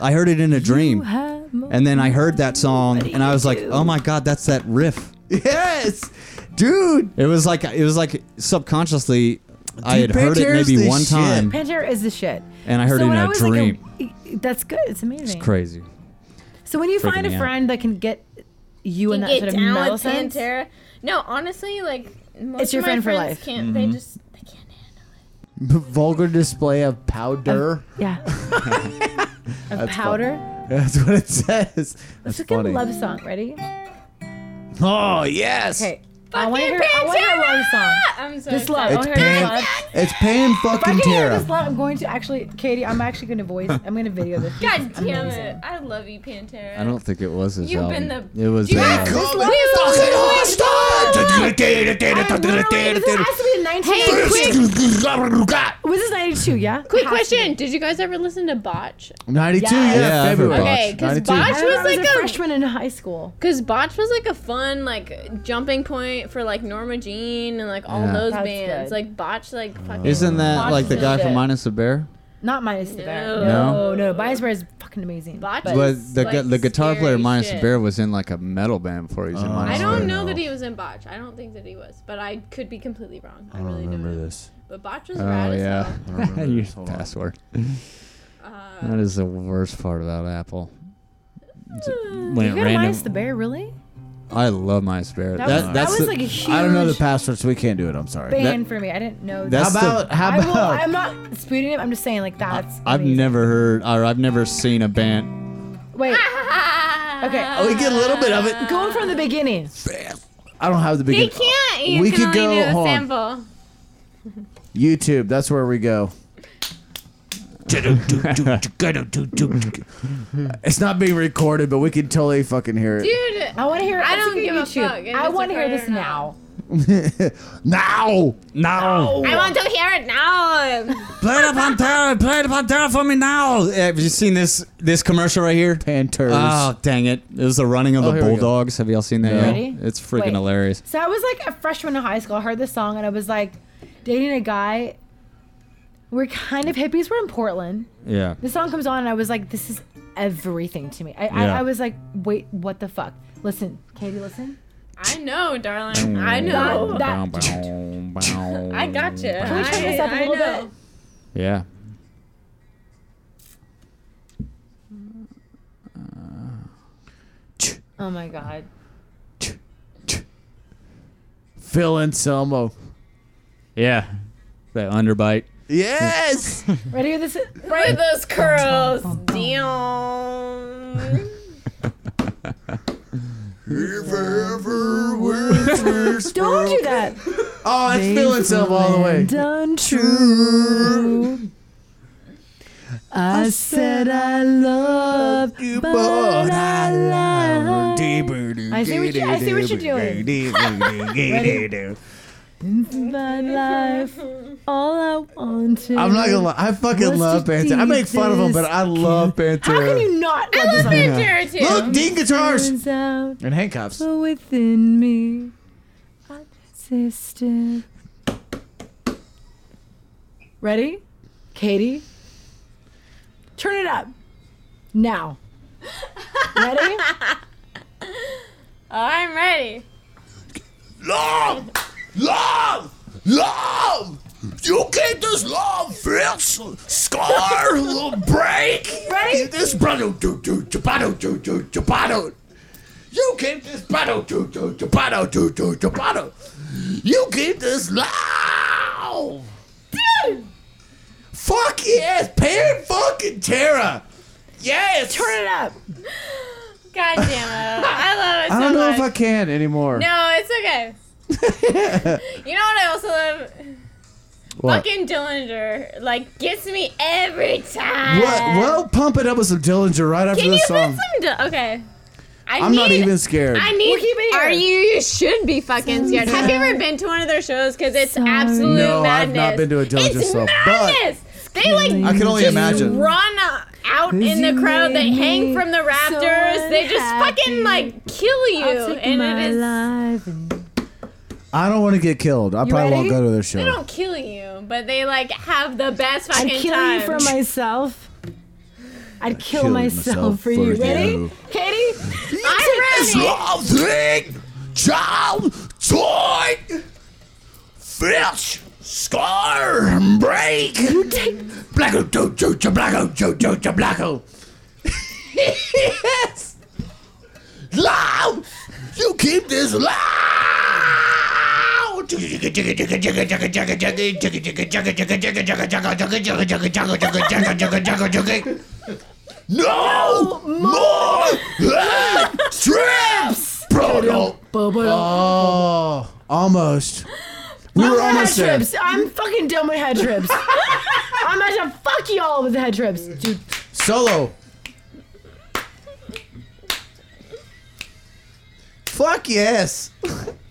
I heard it in a dream, and then I heard that song, and I was like, "Oh my god, that's that riff."
yes, dude.
It was like it was like subconsciously, I had heard it
Pantera's
maybe
the
one
shit.
time,
Pantera is the shit.
and I heard
so
it in
when I
a
was
dream.
*laughs*
Like a, that's good. It's amazing.
it's crazy.
So when you find
Freaking me
a
out.
friend that can get you in
You
that
get
sort of
down
metal
with
sense,
Pantera. No, honestly, like most
It's your
of my
friend for
friends
life.
Can't
Mm-hmm.
they just? They can't.
Vulgar *laughs* *laughs* display of powder.
*laughs*
yeah, a powder.
That's what it says.
Let's
That's
look at a
funny.
love song. Ready?
Oh yes.
Okay. I want to
Fucking
hear. I want to hear a love song.
I'm so
This love. I
excited.
want to
It's
hear this
pan.
love.
It's pan
If I
fucking
can hear this
Tara.
love, I'm going to actually, Katie. I'm actually going to voice. I'm going to video
*laughs*
this.
God damn it! I love you, Pantera.
I don't think it was his
You've
album.
been the.
it was.
You
uh,
this
Come
love-
I literally- This has to be in 19.
Hey, quick,
Was this 92? Yeah.
quick
Has to
question.
be.
Did you guys ever listen to Botch?
Ninety-two.
Yeah.
Yeah,
Yeah, I've heard
February.
Botch.
Okay, because
92.
I
Botch
remember
was
I was
like
a
a
freshman in high school.
Because Botch was like a fun, like, jumping point for, like, Norma Jean and, like, all
Yeah.
those
That's
bands.
good.
Like, Botch, like, fucking.
Isn't that
Botch
like the
is
guy
shit.
from Minus the Bear?
Not minus the bear.
No.
No,
No.
no. Minus the bear is fucking amazing.
Botch
but-
That
But
is,
the gu-
like,
the guitar
scary
player Minus the
shit.
Bear was in like a metal band before he was in
Oh.
Minus
I
the
don't
Bear.
know that
no.
he was in Botch. I don't think that he was. But I could be completely wrong. I,
I don't
really don't
remember
know.
this.
But Botch was
Oh
rad as *laughs*
yeah,
hell.
I don't
*laughs*
remember
You-
this. Hold on.
password.
Uh,
That is the worst part about Apple. It's- When
Hmm. You
it
got minus the
random,
bear, really?
I love Minus the Bear.
That,
That,
was, that
that's
was
the,
like a huge
I don't know the password, so we can't do it. I'm sorry.
ban for me. I didn't know
That's
How
that.
the-
about how
I will,
about
I'm not disputing it. I'm just saying, like, that's.
I've
amazing.
never heard or I've never seen a band.
*laughs*
Wait. Okay.
we get a little bit of it?
Going from the beginning.
I don't have the big.
They can't. You
we
can
could go.
only do the
hold on.
sample.
YouTube. That's where we
*laughs*
go. it's not being recorded, but we can totally fucking hear it
Dude,
I want to hear.
I
it's
don't
okay,
give a
YouTube.
fuck if
I
it's
want to hear
recorded
this
or not.
now.
*laughs* now.
Now.
I want to hear it now.
Play the Pantera. Play the Pantera for me now. Eh, Have you seen this this commercial right here?
Panthers.
Ah.
Oh, dang it. It was the running of
Oh,
the
here we go.
Bulldogs. Have y'all seen that
No.
yet?
Ready?
It's freaking
Wait.
hilarious.
So I was like a freshman in high school. I heard this song and I was like dating a guy. We're kind of hippies. We're in Portland. *laughs*
Yeah.
This song comes on and I was like, this is everything to me. I,
Yeah.
I, I was like, wait, what the fuck? Listen, Katie, listen.
*laughs* I know,
Mm.
darling. I know.
That- *laughs*
I gotcha.
Can we turn this up a
I
little
know.
bit?
Yeah.
Oh my god.
Phil Anselmo.
Yeah. That underbite.
*laughs*
Yes.
Ready for this?
Braid those curls
Oh.
down.
Don't do that.
Oh, that's Phil Anselmo all the way.
Done true. I said I love you,
Oh.
but I lied. I see what you, I see what you're doing. Ready? In my life, all I wanted.
I'm not gonna lie. I fucking
What's
love
the
Pantera. I make fun of him, but
deepest
I love
How can
Pantera.
you not love this song?
Picture too.
Look, Dean guitars
Turns out
and handcuffs.
but within me, I existed. Ready, Katie? Turn it up now. Ready?
I'm ready.
Love, love, love. You get this love, fix, scar, little break.
Ready?
This brother, do do Japato, do do Japato. You get this brother, do do Japato, do do Japato. You get this love. Fuck yes, Pan fucking Terra. Yes.
Turn it up.
God damn it. I love it so
I don't know
much.
if I can anymore.
No, it's
*laughs*
okay. you know what I also love? Fucking Dillinger. Like, gets me every time.
What? Well, pump it up with some Dillinger right after
Can you
this
put
song.
some Dil- Okay. I
I'm
need,
not even scared.
I need.
We'll keep it here.
Are you? You should be fucking scared. Have you ever been to one of their shows? Because it's absolute
No, I've
madness.
not been to a Dillinger
it's
show, but-
madness. they like
I can only
just
imagine.
run out in the crowd. They hang from the rafters. they just fucking like kill you, and it is.
life and
I don't want to get killed. I probably
ready?
won't go to their
They
show.
don't kill you, but they like have the best
I'd
fucking
kill
time.
you for myself. I'd kill,
kill
myself,
myself
for you.
for
Ready,
you.
*laughs*
Katie?
I'm ready.
Something, child, toy, fish, scar, break. You take blacko, do do do blacko, do do do blacko. Yes, loud. You keep this loud. No more trips. Proto. Oh, almost. We were
head
almost there.
trips. I'm fucking done with head trips. I'm about to fuck y'all with the head trips, dude.
Solo. Fuck yes.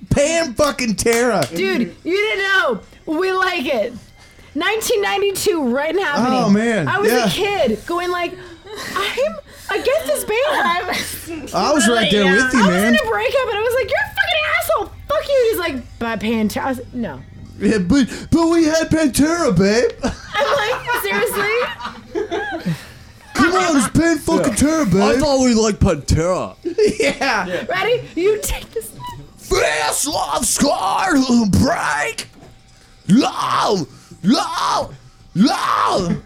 Pan fucking Terra.
Dude, you didn't know. We like it. 1992, right and happening.
Oh, man.
I was
Yeah.
a kid going like, I'm against this band.
*laughs*
I was
I was right there with you, man.
in a breakup and I was like, you're a fucking asshole. Fuck you. And he's like, my pants. I was- No.
Yeah, but but we had Pantera, babe.
I'm like, seriously?
Come on, it's Pan fucking Terra,
I
babe.
thought we liked Pantera.
*laughs* Yeah.
Ready? You take *laughs* this.
Fast love scar break. Love, love, love.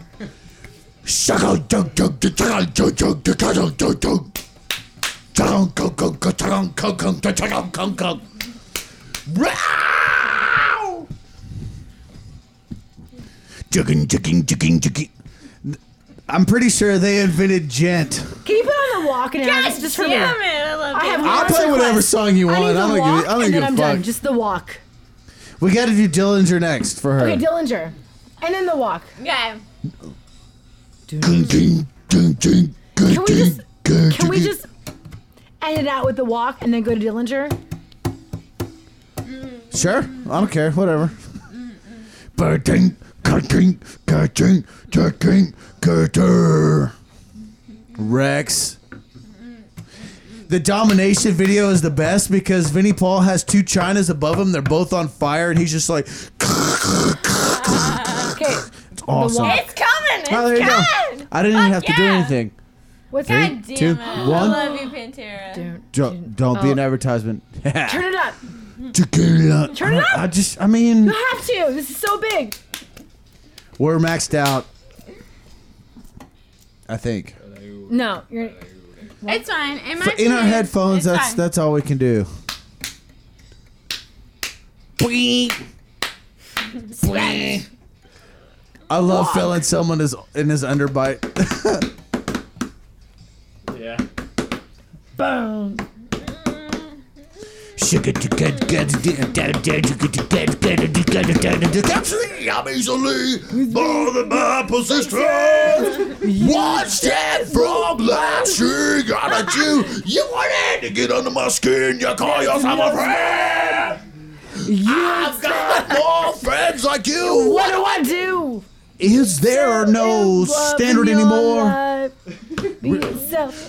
I'm pretty sure they invented gent.
Can you put on the walk now? It's just for me.
Damn it! I love
I
it.
have
I'll
one
play
request.
whatever song you
I
want.
need the
I don't give
walk,
a- I don't
and
give
then
a
I'm
fuck.
done. Just the walk.
We got to do Dillinger next for her.
Okay, Dillinger, and then the walk.
Okay.
Can we just? Can we just end it out with the walk and then go to Dillinger?
sure, I don't care. Whatever.
Cutting, cutting, cutting, cutting, cutter.
Rex. The domination video is the best because Vinnie Paul has two chinas above him. They're both on fire, and he's just like, *laughs*
Okay.
awesome.
walk.
It's coming. It's
Oh, there you go.
coming.
I didn't even have to do
yeah.
anything.
What's
Three,
that?
God damn
two,
it. I
one.
love you, Pantera.
Don't,
Don't, don't be an
oh.
advertisement. *laughs*
Turn it up.
Tequila.
Turn it up.
I just, I mean,
You have to. This is so big.
we're maxed out. I think
No, you're.
It's fine. In, my
But in our
opinion,
headphones,
it's
that's
fine.
that's all we can do. I love feeling someone is in his underbite.
Yeah.
Boom.
Capturing amazingly more than my persistence. Watched it from last year. Got at you. You wanted to get under my skin. You call yourself a friend. I've got more friends like you.
What do I do?
Is there no standard anymore?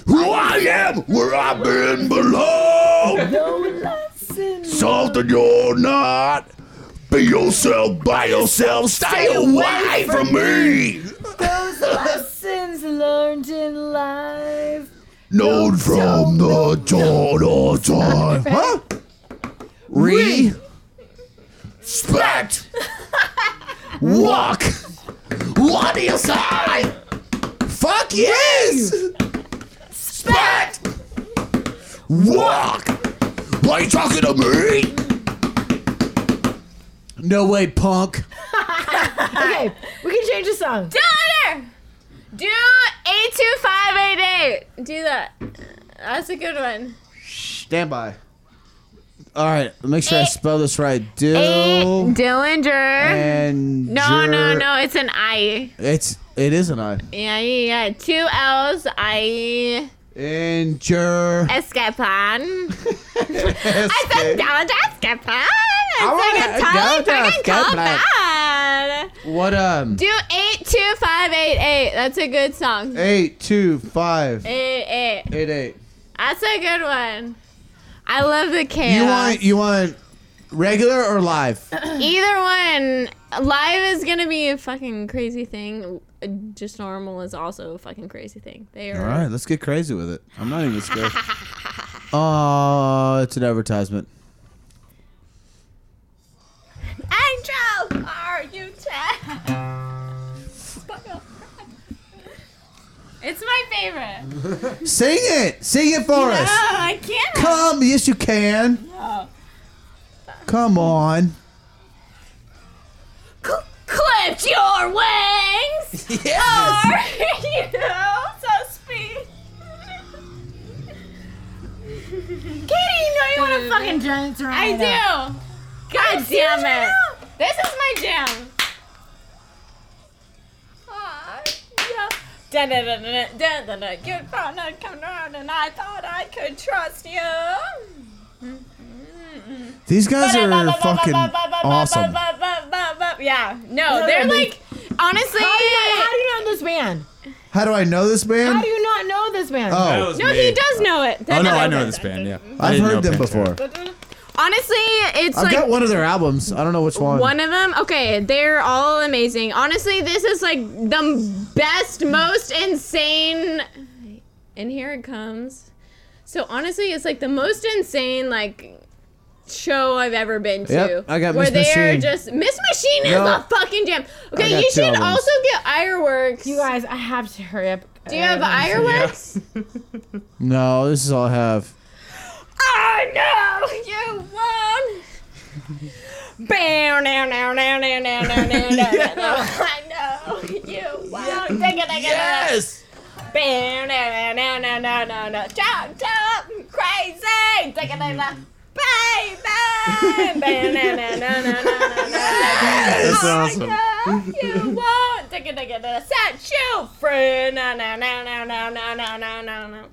Who I am, where I've been, belong. Something you're not. Be yourself by yourself. Stay away from me.
Lessons learned in life.
Known from the dawn of time.
Huh? Re
Respect. *laughs* Walk. What do you say?
fuck yes.
Respect. Walk. Why you talking to me?
No way, punk.
Okay, we can change the song.
Dollar! Do 82588. Do that. That's a good one.
Stand by. All right, make
Eh.
sure I spell this right. Dill
Dillinger.
and
No, no,
jur-
no. Eh. It's an I.
It's it is an I.
Yeah, yeah, yeah. Two L's. I. *laughs*
Injure.
Escapon. I said down to Escapon.
I wanna-
It's like
down
a
to
totally freaking
Escapon.
comeback.
What um?
Do 82588. That's a good song.
Eight two five
Eight, eight.
eight eight.
That's a good one. I love the chaos.
You want you want regular or live?
Either one. Live is gonna be a fucking crazy thing. Just normal is also a fucking crazy thing. They
All
are.
right, let's get crazy with it. I'm not even scared. Oh, it's an advertisement.
Angel, are you Chad? It's my favorite.
Sing it, sing it for
Oh,
us.
I can't.
Come, yes you can. Come on.
Cl- clipped your wings. Are you so sweet?
Katie, you know you want to fucking dance around.
I do. God damn it. This is my jam. Ah, yeah. Dun, dun, dun, dun, dun, dun, dun. You found a come around and I thought I could trust you.
These guys are fucking awesome.
Yeah. No, they're like honestly
How do, you not, how do you not know this band?
How do I know this
How do
band?
you not know this band?
That
Oh,
was
No,
me.
he does know it.
Oh no, I know this band. Yeah, I
I've
didn't know
heard them
Pantera.
before.
Honestly, it's
I've
like
got one of their albums. I don't know which one.
One of them? Okay, they're all amazing. Honestly, this is like the best, most insane. And here it comes. So, honestly, it's like the most insane, like. Show I've ever been to.
Yep, I got
where
Miss
they are
Machine.
just Miss Machine is
No.
a fucking jam. Okay,
got
you
two
should
albums.
also get Ironworks.
You guys, I have to hurry up. Uh,
Do you have Ironworks?
No, this is all I have.
I know you Oh, won. Bow, now, now, now, now, now, now, now, now, now. I know you won. Yes. Bow, Chopped up, crazy, take it baby. That's
awesome.
You won't take it, take it, set you free. No, no, no, no, no, no, no, no, no, no.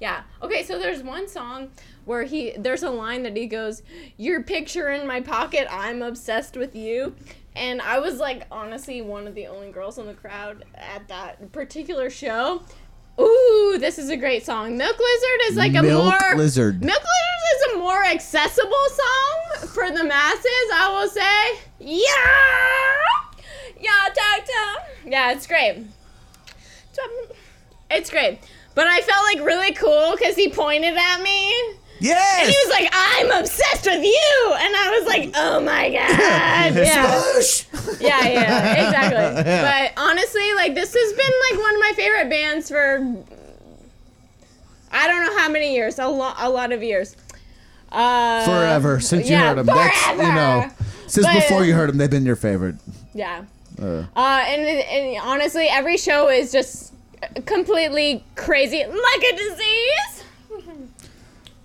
Yeah. Okay. So there's one song where he there's a line that he goes, "Your picture in my pocket. I'm obsessed with you." And I was like, honestly, one of the only girls in the crowd at that particular show. Ooh, this is a great song. Milk Lizard is like a
Milk
more
Lizard.
Milk Lizard is a more accessible song for the masses. I will say, yeah, yeah, talk to. Yeah, it's great. It's great. But I felt like really cool because he pointed at me.
Yes.
He was like, I'm obsessed with you. And I was like, oh my God. Yeah. Yeah, yeah, exactly. But honestly, like, this has been like one of my favorite bands for I don't know how many years, a lot, a lot of years. Uh,
forever since you
yeah,
heard them. That's you know
forever.
since
But-
before you heard them, they've been your favorite.
Yeah. Uh, and, and honestly, every show is just completely crazy, like a disease.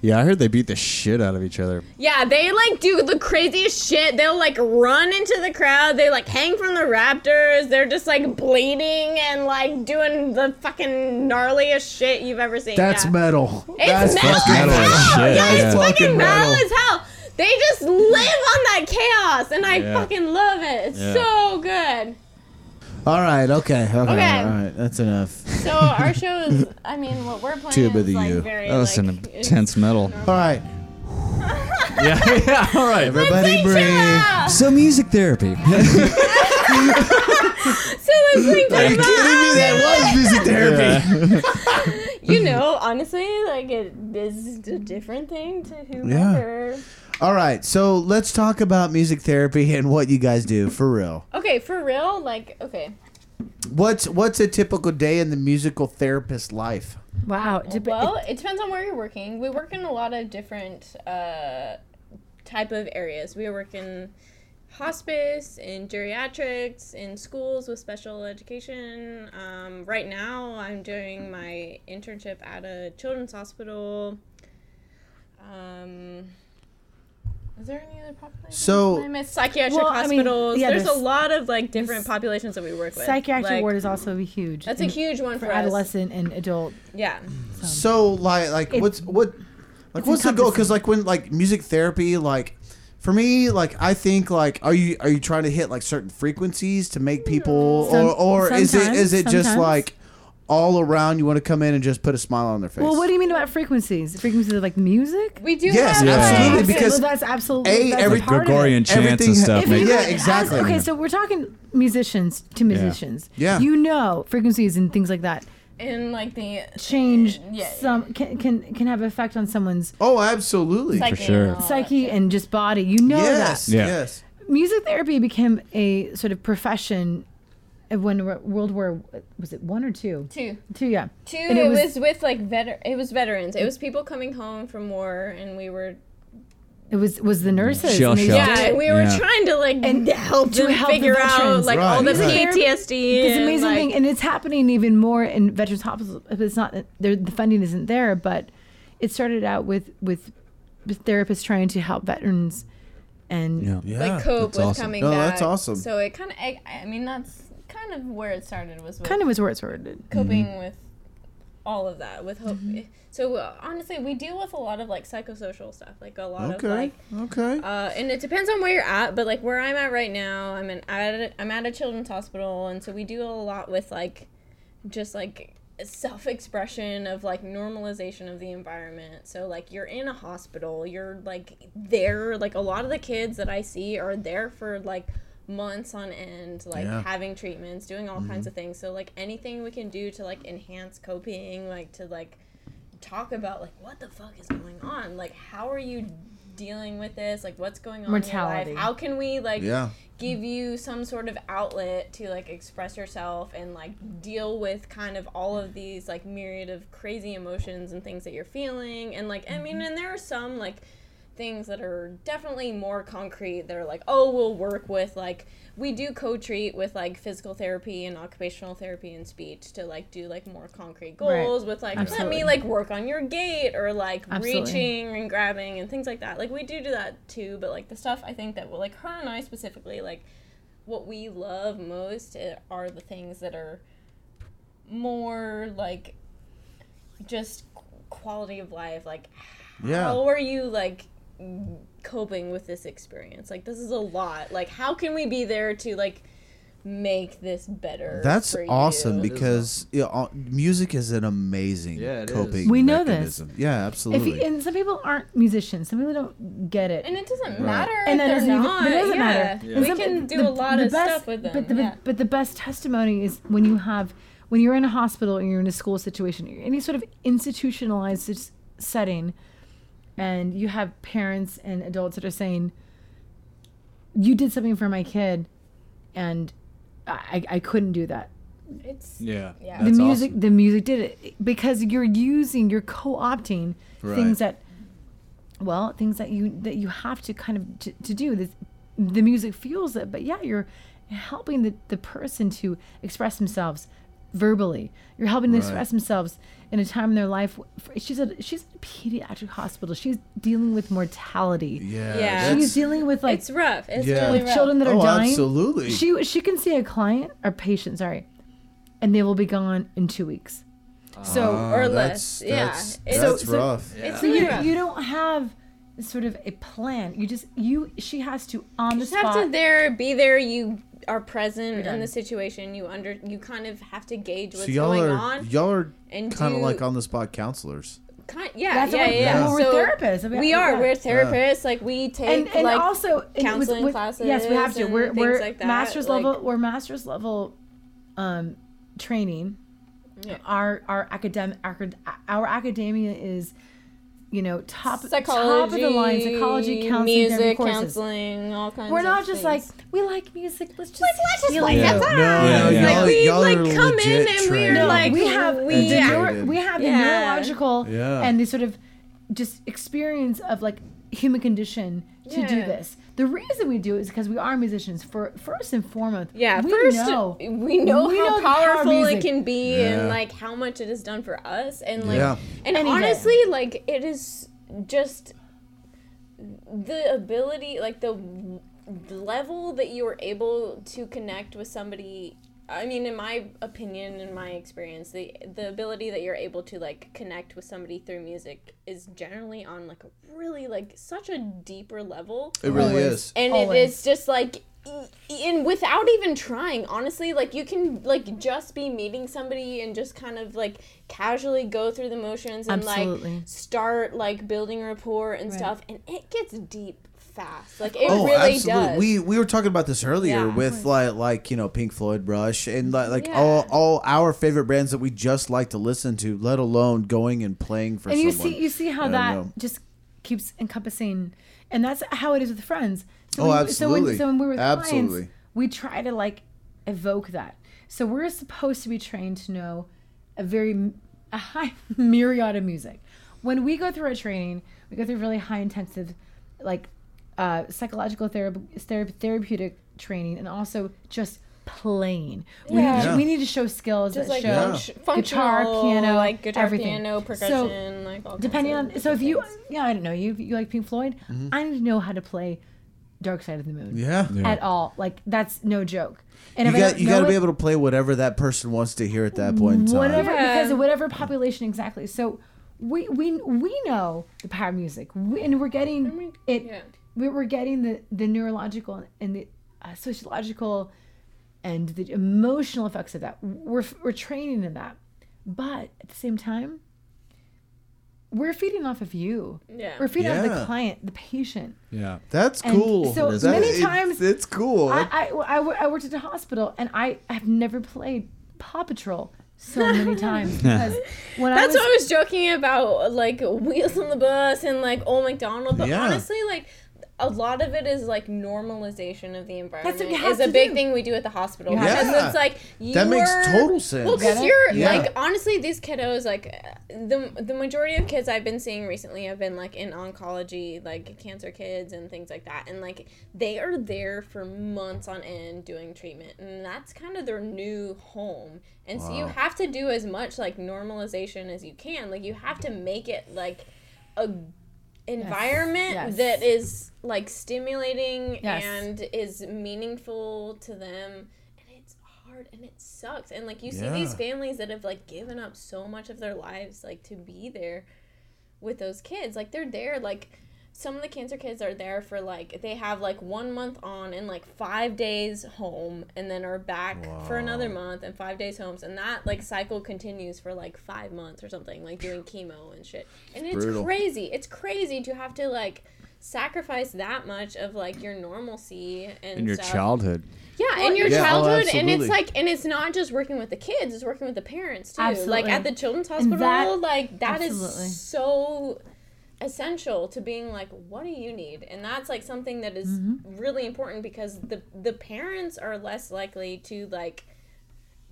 Yeah, I heard they beat the shit out of each other.
Yeah, they like do the craziest shit. They'll like run into the crowd. They like hang from the raptors. They're just like bleeding and like doing the fucking gnarliest shit you've ever seen.
That's
yeah.
metal.
It's metal,
fucking
as
metal as
hell.
shit,
Yeah,
yeah.
it's
Fucking
fucking metal
metal.
as hell. They just live on that chaos, and I
Yeah.
fucking love it. It's
Yeah.
so good.
All right, okay, okay,
Okay.
all right, that's enough.
So our show is, I mean, what we're playing
Tube of
is
the
like
U.
very
That was
like,
an intense metal.
All right,
Yeah, yeah, all right.
everybody
Chill
breathe.
out. *laughs*
So music therapy.
So listening to the
That was
*laughs*
music therapy.
You know, honestly, like it is a different thing to whoever.
All right, so let's talk about music therapy and what you guys do for real.
Okay, for real, like okay.
What's what's a typical day in the musical therapist life?
Wow. Dep-
Oh, Well, it depends on where you're working. We work in a lot of different uh, type of areas. We work in hospice, in geriatrics, in schools with special education. Um, right now, I'm doing my internship at a children's hospital. Um, is there any other populations?
So-
I miss psychiatric
Well, I mean,
hospitals.
yeah,
there's,
there's-
a lot of like different populations that we work with.
Psychiatric
Like,
ward is also huge.
That's a
in-
huge one for,
for
us.
adolescent and adult.
Yeah.
So like like
Um, It-
what's what like what's the goal?
encompassing.
Because like when like music therapy like. For me, like I think, like are you are you trying to hit like certain frequencies to make people,
Hmm. Some-
or or is it
sometimes,
is it just
sometimes.
like all around? You want to come in and just put a smile on their face.
Well, what do you mean about frequencies? Frequencies of like music?
We do
Yes,
have um,
Yeah.
like,
absolutely,
Okay,
because
well, that's absolutely
A,
that's a
every
part of it.
Gregorian chants
Everything-
and stuff.
if
make-
If you
Yeah,
ask-
exactly.
okay, so we're talking musicians to musicians.
Yeah.
You know frequencies and things like that
in like the
change
Yeah.
some can can can have effect on someone's
Oh, absolutely.
psyche
sure.
and all that
psyche
shit.
and just body. You know
yes,
Yeah.
yes.
that. Music therapy became a sort of profession of when Wo- World War was it 1 or 2?
Two,
2, yeah.
two.
And
it, was, with like veter. It was veterans. It was people coming home from war, and we were
it was was the nurses.
Shell
and they
shock.
used to-
yeah, we were
Yeah.
trying to like
And
help
to
them
help the
figure out
veterans.
like all the
Right, right.
PTSD.
It's an
and,
amazing
like,
thing, and it's happening even more in veterans hospitals. It's not there, the funding isn't there, but it started out with with therapists trying to help veterans, and
Yeah.
like cope
that's
with
awesome.
coming
No,
back.
that's awesome.
So it kind of, I, I mean, that's kind of where it started was with
kind of was where it started.
coping with all of that with hope. So uh, honestly, we deal with a lot of like psychosocial stuff, like a lot of
Okay.
like
Okay.
um,
Uh, and it depends on where you're at, but like where I'm at right now, I'm an at a, I'm at a children's hospital, and so we do a lot with like, just like self-expression of like normalization of the environment. So like you're in a hospital, you're like there, like a lot of the kids that I see are there for like months on end, like
Yeah.
having treatments, doing all kinds of things. So like anything we can do to like enhance coping, like to like talk about like what the fuck is going on like how are you dealing with this like what's going on in
Mortality.
your life how can we like
Yeah.
give you some sort of outlet to like express yourself and like deal with kind of all of these
Mm-hmm.
like myriad of crazy emotions and things that you're feeling and like i mean and there are some like things that are definitely more concrete that are like oh we'll work with like we do co-treat with like physical therapy and occupational therapy and speech to like do like more concrete
Right.
goals with like let
Absolutely.
me like work on your gait or like
Absolutely.
reaching and grabbing and things like that like we do do that too but like the stuff i think that will like her and i specifically like what we love most i- are the things that are more like just qu- quality of life like
Yeah.
how are you like coping with this experience like this is a lot like how can we be there to like make this better
That's
for you?
awesome
That is
because you know, uh, music is an amazing
Yeah, it is.
coping.
We know this.
mechanism. Yeah,
If you,
absolutely.
and some people aren't musicians. Some people don't get it.
and it doesn't matter
And that
if
doesn't
they're
even-
not
but it doesn't
yeah.
matter.
we
Some-
can do
the-
a lot
the
of
best-
stuff with them
But the,
yeah.
but the best testimony is when you have when you're in a hospital and you're in a school situation, you're in any sort of institutionalized s- setting, and you have parents and adults that are saying, "You did something for my kid, and I, I couldn't do that."
it's
Yeah.
Yeah.
That's
the music
awesome.
the music did it because you're using you're co-opting
Right.
things that well things that you that you have to kind of to, to do this the music fuels it but yeah you're helping the, the person to express themselves verbally you're helping them express themselves in a time in their life she's a she's in a pediatric hospital she's dealing with mortality
yeah.
Yeah.
that's-
she's dealing with like
it's rough it's
Yeah.
really
With
rough
children that are
oh,
dying
absolutely.
she she can see a client or patient, sorry, and they will be gone in two weeks. so
Ah,
or
that's-
less yeah
That's,
It's-
that's
so-
rough.
it's
so uh, you,
really rough.
you don't have sort of a plan. You just you she has to on the
You just have
spot.
to there be there you are present in the situation you under you kind of have to gauge what's
so y'all
going
are
on
y'all are
and
kind of
do-
like on the spot counselors.
kind, yeah
That's
yeah
what-
yeah
that's what we're
so
therapists. I mean,
we are
yeah.
we're therapists like we take
and, and
like
also it was-
counseling
with-
classes
Yes, we have to.
and
We're
things
we're
like that,
master's
like-
level. We're master's level, um, training.
Yeah.
Our our academic our, our academia is, you know, top top of
psychology
the line psychology counseling therapy
music
courses.
counseling all kinds
We're
of
not just
things.
like we like music. Let's just
let's just
feel
play
it
Yeah.
out."
Yeah.
No,
Yeah.
y'all,
like we
y'all are
like come in
legit
and we're
trained.
like
we have
we
the
yeah.
neuro- we have the
Yeah.
neurological
Yeah.
and the sort of just experience of like human condition to do
Yeah.
this. The reason we do it is because we are musicians. For first and foremost,
Yeah,
we
first
know.
we know
We know
how
the power of
powerful it
music.
can be and
Yeah.
like how much it has done for us and like
Yeah.
and
Any day.
honestly like it is just the ability like the w- level that you are able to connect with somebody I mean in my opinion in my experience the the ability that you're able to like connect with somebody through music is generally on like a really like such a deeper level
It really
Always.
is.
and it
Always.
is just like e- and without even trying honestly like you can like just be meeting somebody and just kind of like casually go through the motions and
Absolutely.
like start like building rapport and stuff and it gets deep fast like it
oh,
really
absolutely.
does
We we were talking about this earlier
Yeah.
with like like you know Pink Floyd, Rush, and like, like
Yeah.
all all our favorite brands that we just like to listen to. Let alone going and playing for
and you
someone.
see you see how
I
that
know.
just keeps encompassing and that's how it is with friends so
Oh,
when, so
absolutely.
when, so when we're with
Absolutely.
clients we try to like evoke that so we're supposed to be trained to know a very m- a high *laughs* myriad of music when we go through our training we go through really high intensive like uh, psychological therapy, therapeutic training and also just playing we, need to,
Yeah.
we need to show skills
just
that
like
show
Yeah.
func-
Guitar,
functional,
piano,
like guitar
everything.
piano
So,
percussion like all kinds
depending
of
on so if you
different things.
yeah i don't know you you like pink floyd
Mm-hmm.
i need to know how to play dark side of the moon
yeah.
at all like that's no joke and
You
if
got you got to be
to
able to play whatever that person wants to hear at that point in time.
whatever
Yeah.
because of whatever population exactly so we we we know the power of music we, and we're getting it
yeah.
we, we're getting the the neurological and the uh, sociological and the emotional effects of that we're we're training in that but at the same time we're feeding off of you
yeah
We're feeding off
Yeah.
the client, the patient.
Yeah.
That's
And
cool.
so
That's-
many
it-
times-
it's cool.
I, I, I, wo- I worked at a hospital and I have never played Paw Patrol so
*laughs*
many times because when
That's
I
what I
was
was joking about, like Wheels on the Bus and like Old McDonald. But
Yeah.
honestly, like a lot of it is like normalization of the environment.
what you
is
have
a
to
big
do.
thing we do at the hospital.
have
because
to-
it's like you
That makes
were-
total sense.
Well, because
Get it?
you're
Yeah.
like honestly, these kiddos like uh, the the majority of kids I've been seeing recently have been like in oncology, like cancer kids and things like that, and like they are there for months on end doing treatment, and that's kind of their new home. And so you have to do as much like normalization as you can. Like you have to make it like a environment
Yes.
that is like stimulating
Yes.
and is meaningful to them and it's hard and it sucks and like you see these
Yeah.
families that have like given up so much of their lives like to be there with those kids like they're there like some of the cancer kids are there for like they have like one month on and like five days home and then are back for another month and five days homes and that like cycle continues for like five months or something like doing chemo and shit and it's
Brutal.
crazy it's crazy to have to like sacrifice that much of like your normalcy and
in your
stuff.
childhood.
yeah in your
Yeah, oh,
childhood and
absolutely.
it's like and it's not just working with the kids it's working with the parents too like
Absolutely.
at the children's hospital
that-
like that is
absolutely.
so essential to being like what do you need and that's like something that is
Mm-hmm.
really important because the the parents are less likely to like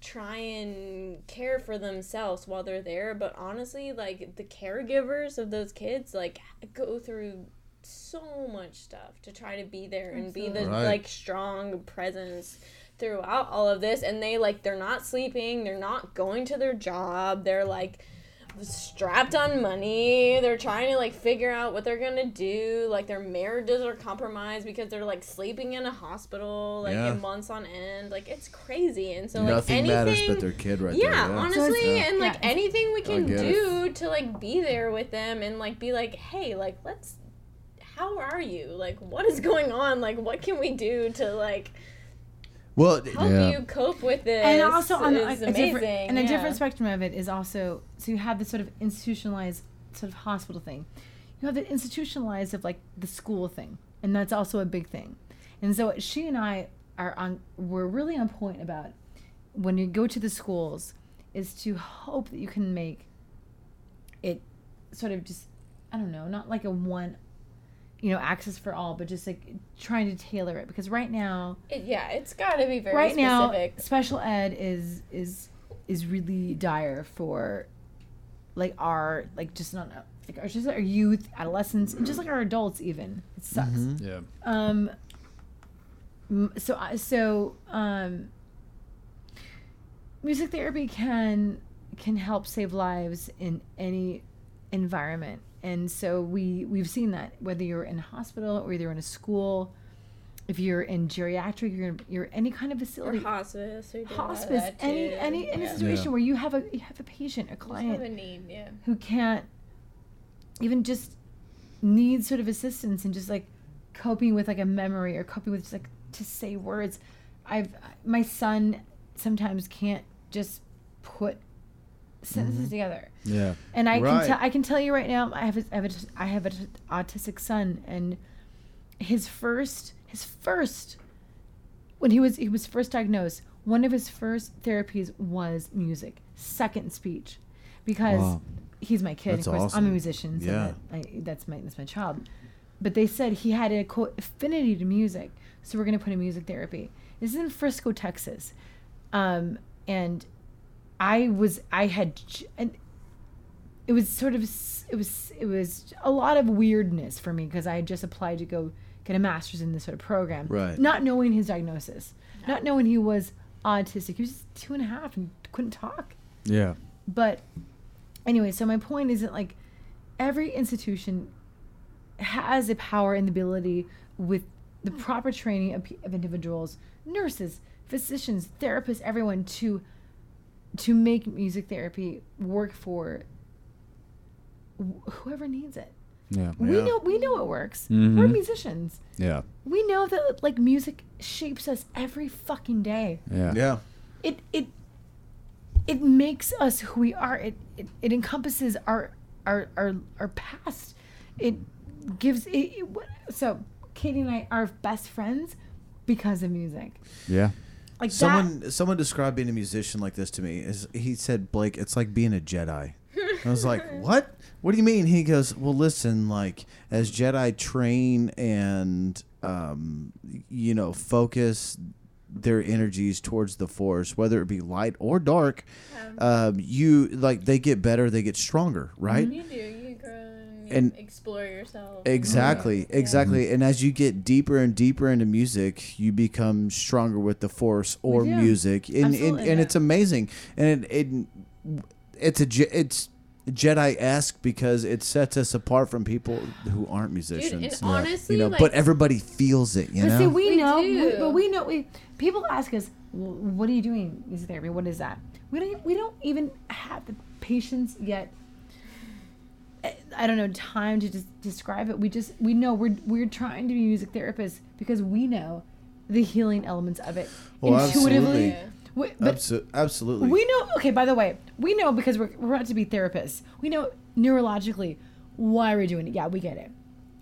try and care for themselves while they're there but honestly like the caregivers of those kids like go through so much stuff to try to be there and be the
Right.
like strong presence throughout all of this and they like they're not sleeping they're not going to their job they're like strapped on money. They're trying to like figure out what they're gonna do. Like their marriages are compromised because they're like sleeping in a hospital like
Yeah.
in months on end. Like it's crazy. And so like
Nothing
anything,
matters but their kid right
yeah,
there.
honestly, and like
yeah.
anything we can
get it.
do to like be there with them and like be like, hey, like let's. How are you? Like, what is going on? Like, what can we do to like
Well,
help
Yeah.
you cope with this?
and also on a,
is
a different
amazing,
and a
yeah.
different spectrum of it is also so you have this sort of institutionalized sort of hospital thing you have the institutionalized of like the school thing and that's also a big thing and so she and i are on we're really on point about when you go to the schools is to hope that you can make it sort of just i don't know not like a one you know access for all but just like trying to tailor it because right now
It- yeah, it's got to be very
right
specific.
now special ed is is is really dire for like our like just not like our, just our youth adolescents and just like our adults even it sucks
Yeah.
um m- so I so um music therapy can can help save lives in any environment and so we we've seen that whether you're in a hospital or you're in a school if you're in geriatric you're in, you're in any kind of
or
facility
hospice or do
hospice
that
any
too.
any any
yeah.
situation where you have a you have a patient a
Just have a
client
need yeah
who can't even just need sort of assistance and just like coping with like a memory or coping with just like to say words i've my son sometimes can't just put sentences together
Yeah.
and I
Right.
can tell I can tell you right now I have a, I have a, I have an autistic son and his first his first when he was he was first diagnosed one of his first therapies was music second speech because
Wow.
he's my kid
That's
of course
awesome.
I'm a musician so
Yeah.
that, I, that's my that's my child but they said he had a quote affinity to music so we're going to put in music therapy this is in Frisco Texas um, and I was I had j- and it was sort of s- it was it was a lot of weirdness for me because I had just applied to go get a master's in this sort of program,
Right.
Not knowing his diagnosis, not knowing he was autistic. He was just two and a half and couldn't talk.
Yeah.
But anyway, so my point is that like every institution has the power and the ability with the proper training of, pe- of individuals, nurses, physicians, therapists, everyone to to make music therapy work for wh- whoever needs it.
Yeah.
We
Yeah.
know we know it works. We're
Mhm.
musicians.
Yeah.
We know that like music shapes us every fucking day
Yeah.
yeah.
it it it makes us who we are. It it, it encompasses our our our our past. It gives it, it what- so Katie and I are best friends because of music.
Yeah.
Like
Someone someone described being a musician like this to me. Is he said Blake? It's like being a Jedi. I was
*laughs*
like, "What? What do you mean?" He goes, "Well, listen, like as Jedi train and um, you know, focus their energies towards the Force, whether it be light or dark, um, you like they get better, they get stronger, right?"
You do. You grow and, you
And-
explore yourself.
Exactly, exactly. And as you get deeper and deeper into music, you become stronger with the force or
do.
music, and and,
Absolutely.
and it's amazing. And it, it it's a Je- it's Jedi esque because it sets us apart from people who aren't musicians.
and honestly,
you know,
like-
but everybody feels it. You
But
know,
see, we,
We
know,
do.
we, but we know. We people ask us, "Well, "What are you doing? Is therapy? What is that?" We don't. e, We don't even have the patience yet. I- I don't know time to just describe it. We just we know we're we're trying to be music therapists because we know the healing elements of it
Well,
intuitively.
Oh, absolutely.
We, but
Abso- absolutely.
we know. Okay, by the way, we know because we're we're about to be therapists. We know neurologically why we're doing it. Yeah, we get it.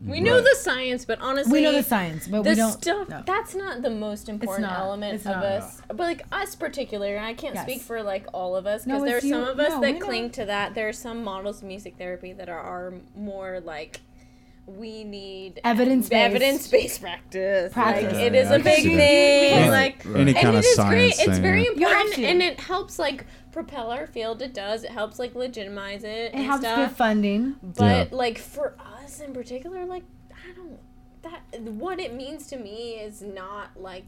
we know the science, but honestly,
We know the science, but
The
we don't.
stuff
no.
that's not the most important
not.
element
It's
of
not.
us, but like us particular. And I can't
Yes.
speak for like all of us
No,
because there are
it's
some
you-
of us
no, we
that
know.
cling to that. There are some models of music therapy that are, are more like we need
Evidence-based.
evidence based practice.
Practice.
Like it is
I
a
can
big
see that.
thing.
Any-
Like
any kind
and
of
it is great.
science
It's
thing,
very
yeah.
You have
important,
to.
and it helps like propel our field. It does. It helps like legitimize it.
It
and
helps
stuff.
get funding.
But like for us in particular, like I don't that what it means to me is not like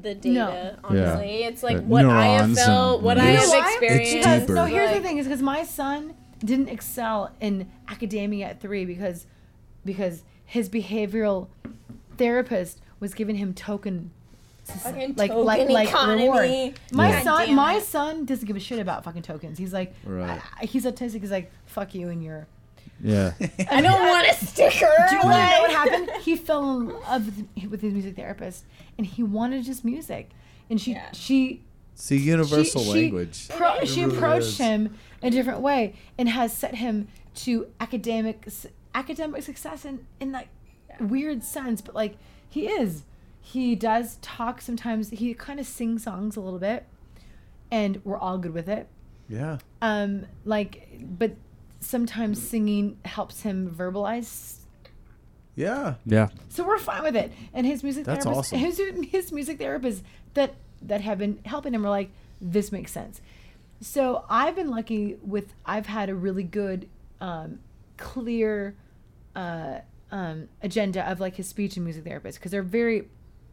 the data. Honestly, it's like
The
what I have
neurons and-
felt, what I
You know
have
why?
experienced.
It's
Because-
deeper.
No, here's the
like-
thing: is because my son didn't excel in academia at three because because his behavioral therapist was giving him token.
Fucking
Like,
token
like, like,
economy.
reward. My
God damn
son,
it.
my son doesn't give a shit about fucking tokens. He's like,
Right.
I- I- he's autistic. He's like, fuck you and
*laughs*
your.
Yeah.
I don't want a sticker. *laughs*
Do you want to know what happened? He fell in love with- with his music therapist, and he wanted just music, and she
Yeah.
she
it's the universal
she- she-
language.
pro- she
really
approached
is.
him a different way and has set him to academic s- academic success in in that weird sense but like he is he does talk sometimes he kind of sings songs a little bit and we're all good with it
yeah.
um like but sometimes singing helps him verbalize
Yeah.
Yeah.
so we're fine with it. And his music
That's
therapist,
awesome.
his, his music therapist that that have been helping him are like, this makes sense. So I've been lucky with I've had a really good, um, clear, uh, um, agenda of like his speech and music therapist because they're very,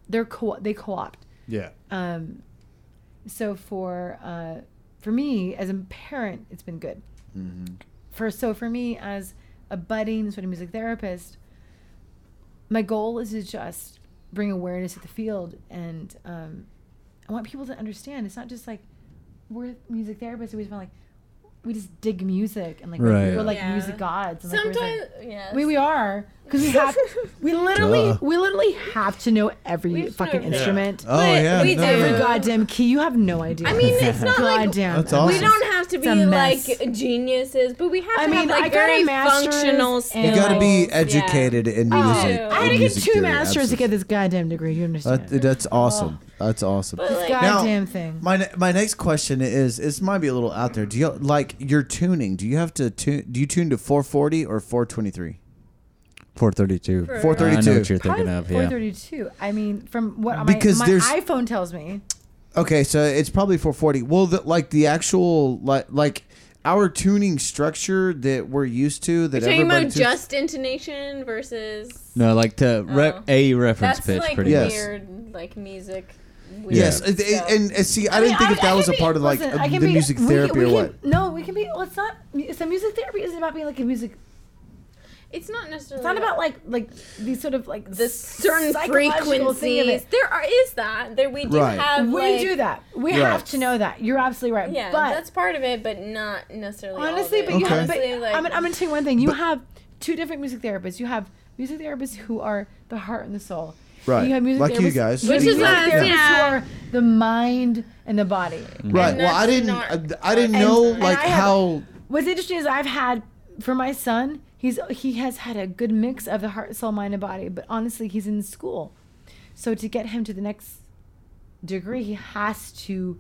they're co they co opt.
Yeah.
Um, so for uh, for me as a parent, it's been good. For so for me as a budding sort of music therapist, my goal is to just bring awareness to the field, and um, I want people to understand it's not just like we're music therapists. We just want like we just dig music and like we're-
Right.
we're like
Yeah.
music gods. And, like, we're just, like-
Sometimes, yes.
we we are because
*laughs*
we have we literally
Duh.
we literally have to know every
We have to
fucking
know-
instrument.
Oh
But
yeah.
we
no,
do.
Every
no.
goddamn key. You have no idea.
I mean,
*laughs*
it's not like
goddamn.
That's awesome.
we don't have to
a
be
mess.
like geniuses, but we have
I
to
mean,
have like
I got
very
a master's
functional
in-
skills.
You got to be
Yeah.
educated in
Oh,
music.
I had
in
to get
music
two
theory,
masters Oh. to
absolutely.
get this goddamn degree. Do you understand?
That, that's awesome. That's awesome.
But, like,
goddamn
Now,
thing.
My ne- my next question is this might be a little out there. Do you like your tuning? Do you have to tune? Do you tune to 440 or 423?
432.
For-
I know
432.
what you're thinking
Probably
of. Yeah.
432. I mean, from what
Because
my, my
there's-
iPhone tells me,
Okay, so it's probably 440. Well, the, like the actual like like our tuning structure that we're used to that
talking
everybody
about
tunes-
just intonation versus
No, like to
Oh.
rep a reference
That's
pitch,
like
pretty
Yes.
much.
weird, like music. Weird
Yes,
stuff.
and, and, and see, I,
mean,
didn't think if that
I
was a
can be-
part of like
listen,
uh,
I
the
can be-
music
we can-
therapy
we
or
can-
what.
No, we can be. Well, it's not. So music therapy isn't about being like a music.
it's not necessarily.
It's not about like like these sort of like
the certain
psychological thing of it.
frequencies. There are is that there we do
Right.
have.
We
like-
do that. We
Right.
have to know that. You're absolutely right.
Yeah,
but
that's part of it, but not necessarily.
honestly, but
all of it.
you have. But
Honestly, like,
I'm, gonna- I'm going to tell you one thing. You have two different music therapists. You have music therapists who are the heart and the soul.
Right.
You have music
Like you
therapists-
guys.
you have
Which is
music
us,
therapists
yeah.
who are the mind and the body.
Right.
And
Well, I
that's
didn't.
not-
I, I didn't
and-
know
and
like
I have-
how.
What's interesting is I've had for my son, he's he has had a good mix of the heart, soul, mind, and body. But honestly, he's in school, so to get him to the next degree, he has to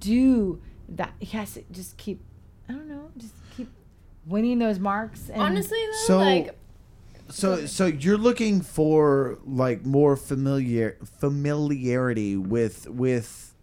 do that. He has to just keep. I don't know. Just keep winning those marks. And
Honestly, though,
So-
like
So so you're looking for like more familiar familiarity with with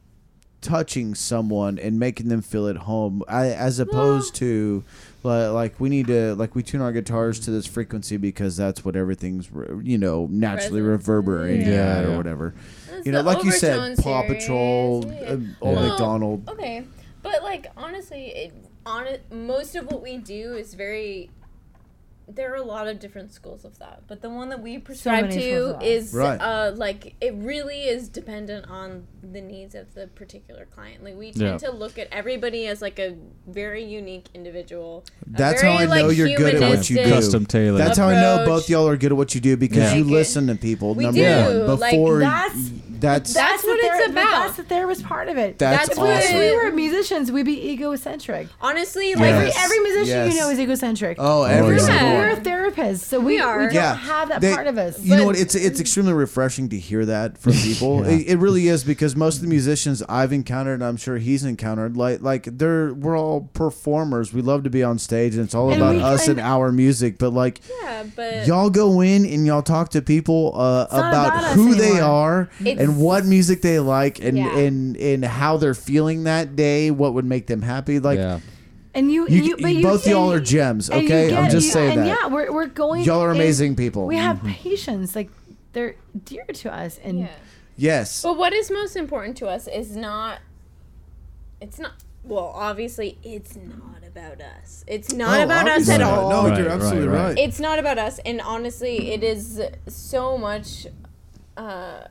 touching someone and making them feel at home I, as opposed to li- like we need to like we tune our guitars to this frequency because that's what everything's re- you know naturally
Resonance.
reverberating
Yeah.
at
Yeah.
or whatever
that's
you know
the
like you said
overtone
paw
series.
patrol
Yeah.
uh, old
Well,
mcdonald
Okay, but like honestly, it, on most of what we do is very. There are a lot of different schools of thought, but the one that we prescribe
many schools of
to
thought.
is
Right.
uh, like it really is dependent on the needs of the particular client. Like we tend
Yeah.
to look at everybody as like a very unique individual. a
That's how
very,
I know
like,
you're good at what you do.
humanistic-
Custom tailored.
That's how I know
approach.
both y'all are good at what you do because
Yeah.
you
Like,
listen to people.
we
number
do.
one,
Like,
before
that's-
y- that's that's,
That's what it's
thera- but
about.
That's the therapist part of it.
That's what
awesome.
if we
it-
were musicians, we'd be egocentric.
Honestly, like
Every,
Yes.
every musician you know
Yes.
is egocentric.
Oh, every
yeah.
single
Yeah.
one.
We're therapists, so we,
We are.
we don't
Yeah,
have that
They-
part of us.
You know
But-
what? It's it's extremely refreshing to hear that *laughs* from people.
Yeah.
it, it really is because most of the musicians I've encountered, and I'm sure he's encountered, like like they're we're all performers. We love to be on stage, and it's all
And
about
we-
us and,
and-
our music. But like.
yeah, but
Y'all go in and y'all talk to people uh,
not
about,
about us
who they
anymore.
are
It's-
and what music they like and,
Yeah.
and and how they're feeling that day, what would make them happy. Like
yeah.
and you,
you,
you, but
you-
you
both
and-
y'all are gems,
and you
okay? I'm
get-
just
you- and
saying that.
Yeah, we're, we're going.
Y'all are
in-
amazing people. Mm-hmm.
We have patients like they're dear to us, and
yeah.
Yes.
But what is most important to us is not. It's not. Well, obviously, it's not about us. It's not
Oh,
about us
obviously
at
not.
all.
No,
Right,
you're absolutely
right,
right.
right.
It's not about us, and honestly, it is so much uh,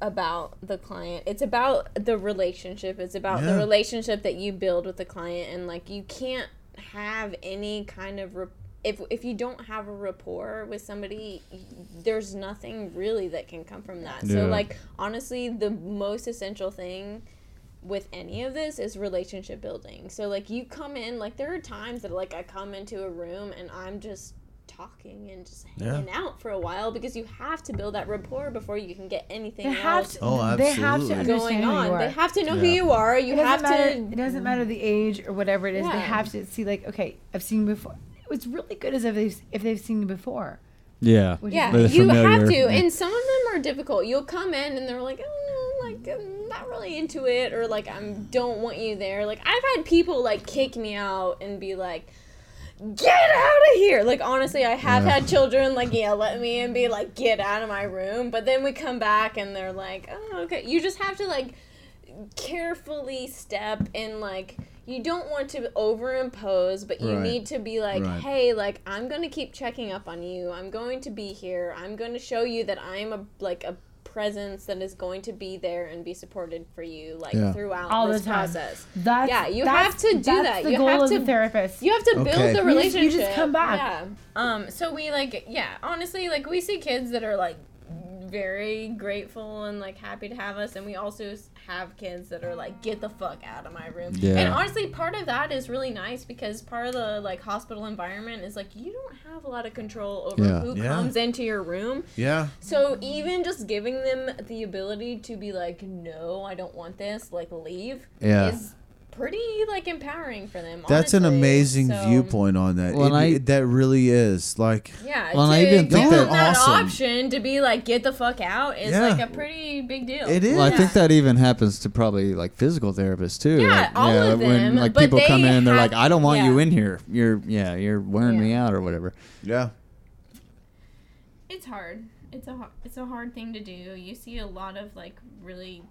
about the client. It's about the relationship. It's about the
Yeah.
relationship that you build with the client, and like you can't have any kind of. Rep- if, if you don't have a rapport with somebody, y- there's nothing really that can come from that. So,
Yeah.
like, honestly, the most essential thing with any of this is relationship building. So like you come in, like there are times that like I come into a room and I'm just talking and just hanging out for a while because you have to build that rapport before you can get anything
they have
else
to.
Oh,
they have to
absolutely.
understand
going
who you
on.
are.
They have to know who you are. You
it doesn't
have
matter, It
to
doesn't matter the age or whatever it is. They
Yeah.
have to see like, okay, I've seen you before. What's really good is if they've if they've seen you before.
Yeah.
Which is
Yeah,
But they're
you have
familiar.
to. And some of them are difficult. You'll come in and they're like, oh, like I'm not really into it, or like I don't want you there. Like I've had people like kick me out and be like, get out of here. Like honestly, I have had children like yell at me and be like, get out of my room. But then we come back and they're like, oh, okay. You just have to like carefully step and like you don't want to overimpose but you
Right.
need to be like
Right.
hey like i'm going to keep checking up on you i'm going to be here i'm going to show you that i'm a like a presence that is going to be there and be supported for you like
Yeah.
throughout
All
this
the time.
process
That's,
Yeah, you
that's-
have to do
that's
that.
The
You
goal
have
of
to-
the therapist.
you have to build
Okay.
the
You just-
relationship
you just come back.
yeah um so we like yeah honestly like we see kids that are like very grateful and like happy to have us and we also s- have kids that are like get the fuck out of my room
Yeah.
and honestly part of that is really nice because part of the like hospital environment is like you don't have a lot of control over
Yeah.
who
Yeah.
comes into your room
Yeah.
so even just giving them the ability to be like no i don't want this like leave
Yeah.
is pretty like empowering for them
That's an
honestly.
amazing
So-
viewpoint on that.
Well,
It-
and I-
it- that really is. Like,
yeah,
Well,
to
I even
give
think
them
that-
that
Awesome.
option to be like get the fuck out is
Yeah.
like a pretty big deal.
it is.
Well, I think that even happens to probably like physical therapists too.
Yeah,
like,
all of them,
When like
but
people come
they
in, they're
have-
like, "I don't want you
yeah.
in here. You're yeah, you're wearing me out or whatever."
yeah.
It's hard. It's a har- it's a hard thing to do. You see a lot of like really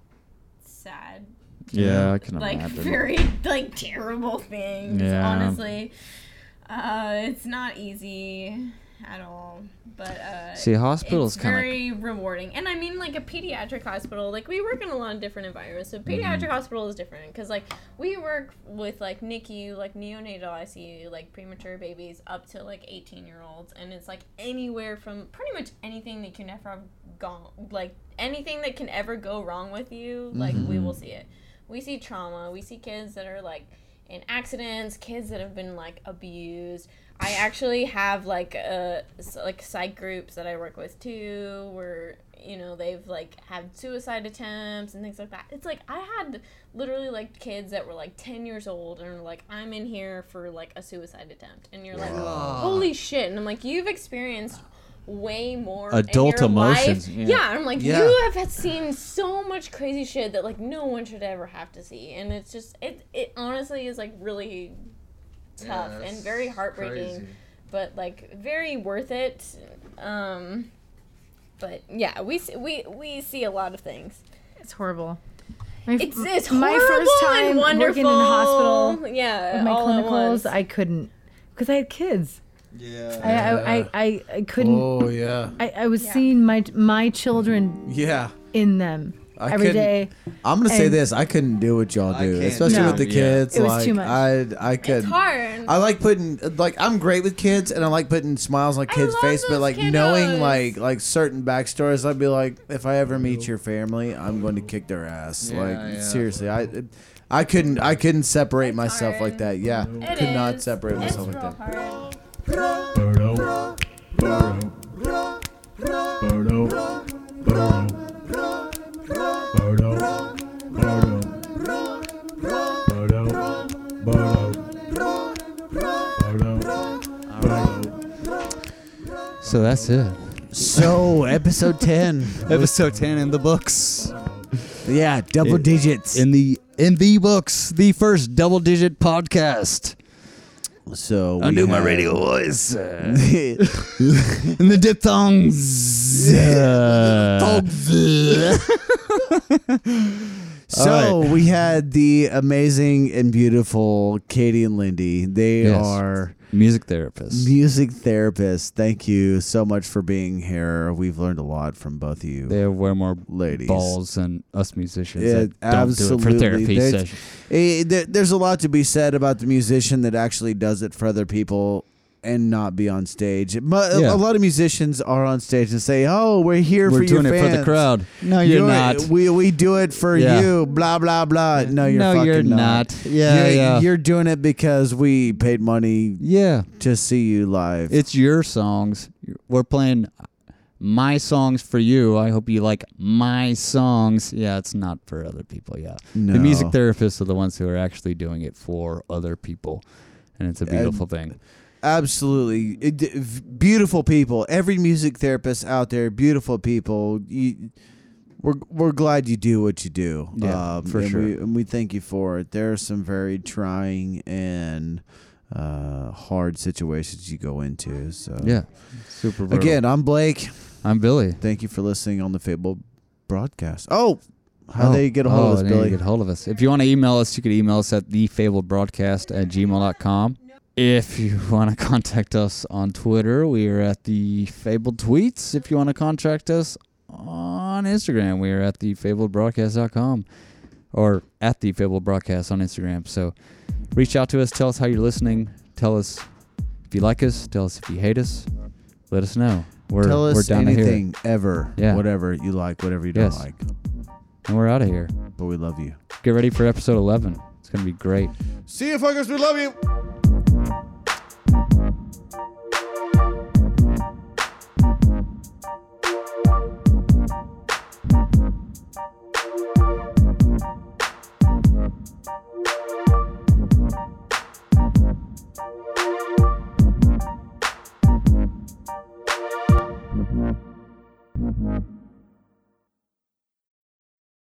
sad,
Yeah, I can
like
imagine.
very like terrible things.
Yeah.
Honestly, uh, it's not easy at all. But uh,
See, hospitals
it's
kind of
very rewarding and i mean like a pediatric hospital like we work in a lot of different environments
Mm-hmm.
so pediatric hospital is different because like we work with like nicu like neonatal icu like premature babies up to like 18 year olds and it's like anywhere from pretty much anything that can ever have gone like anything that can
Mm-hmm.
ever go wrong with you like we will see it we see trauma we see kids that are like in accidents, kids that have been like abused. I actually have like a s- like psych groups that I work with too, where you know they've like had suicide attempts and things like that. It's like I had literally like kids that were like ten years old and were like, I'm in here for like a suicide attempt, and you're like, holy shit! And I'm like, you've experienced way more in
Adult
your life."
emotions, yeah.
yeah and I'm like,
Yeah.
you have had seen so much crazy shit that like no one should ever have to see, and it's just it it honestly is like really tough and very heartbreaking, but like very worth it. Um, but yeah, we s- we we see a lot of things.
It's horrible. My,
It's it's horrible
my first time
and wonderful.
working in a hospital
yeah,
with my
all at
clinicals.
once.
I couldn't because I had kids.
Yeah.
I I, I, I, I couldn't.
Oh yeah,
I, I was seeing my my children
yeah.
in them
I
every
couldn't-
day.
I'm gonna say
And-
this: I couldn't do what y'all
I
do,
can't
especially
do
with the
it, yeah.
kids.
It was
like
too much.
I, I could.
it's hard.
I like putting like I'm great with kids and I like putting smiles on
I
kids'
love
face, but
those
like knowing
kiddos.
like like certain backstories, I'd be like, if I ever meet your family, I'm going to kick their ass.
Yeah,
like
yeah.
seriously, I I couldn't I couldn't separate myself like
hard.
that. Yeah,
It
could not
is.
separate
It's
myself
real
like that.
hard.
So that's it.
So episode ten,
Episode ten in the books.
*laughs* yeah, double
It-
digits.
In the in the books, the first double digit podcast.
so we
Undo my
have-
radio *laughs* voice. Uh, and the
*laughs*
diphthongs.
So we had the amazing and beautiful Katie and Lindy. They
Yes.
are
Music therapist.
music therapists. Thank you so much for being here. We've learned a lot from both of you.
They wear more
Ladies.
balls than us musicians.
Yeah,
that don't do
absolutely.
it for therapy
They-
session.
Eh, there- there's a lot to be said about the musician that actually does it for other people and not be on stage. Mu- a-
Yeah.
A lot of musicians are on stage and say, "Oh, we're here
We're
for
doing
your
it for the
fans."
crowd. No, you're
You're-
not.
We we do it for
Yeah.
you. Blah blah blah. No, you're
No,
fucking
you're not. Yeah,
you're,
yeah.
You're doing it because we paid money
yeah,
to see you live.
it's your songs. We're playing my songs for you. I hope you like my songs. Yeah, it's not for other people. Yeah, the music
No.
therapists are the ones who are actually doing it for other people, and it's a beautiful thing.
Absolutely. It- d- v- beautiful people. Every music therapist out there, beautiful people. You, we're, we're glad you do what you do. Um,
Yeah, for
and
sure.
We, and we thank you for it. There are some very trying and uh, hard situations you go into. So
Yeah, uh, super. Brutal.
Again, I'm Blake.
I'm Billy.
Thank you for listening on the Fable broadcast. Oh, how
Oh.
they get a hold
Oh,
of us,
they need to
Billy?
Get a hold of us. If you want to email us, you could email us at thefabledbroadcast at gmail.com. If you *laughs* want to contact us on Twitter, we are at the Fabled Tweets. If you want to contact us on Instagram, we are at thefabledbroadcast.com or at the Fabled Broadcast on Instagram. So reach out to us. Tell us how you're listening. Tell us if you like us. Tell us if you hate us. Let us know. We're,
Tell
we're
us
down to hear. it.
anything ever,
Yeah.
whatever you like, whatever you don't
Yes.
like.
And we're out of here.
But we love you.
Get ready for episode 11. It's going to be great.
See you, fuckers. We love you.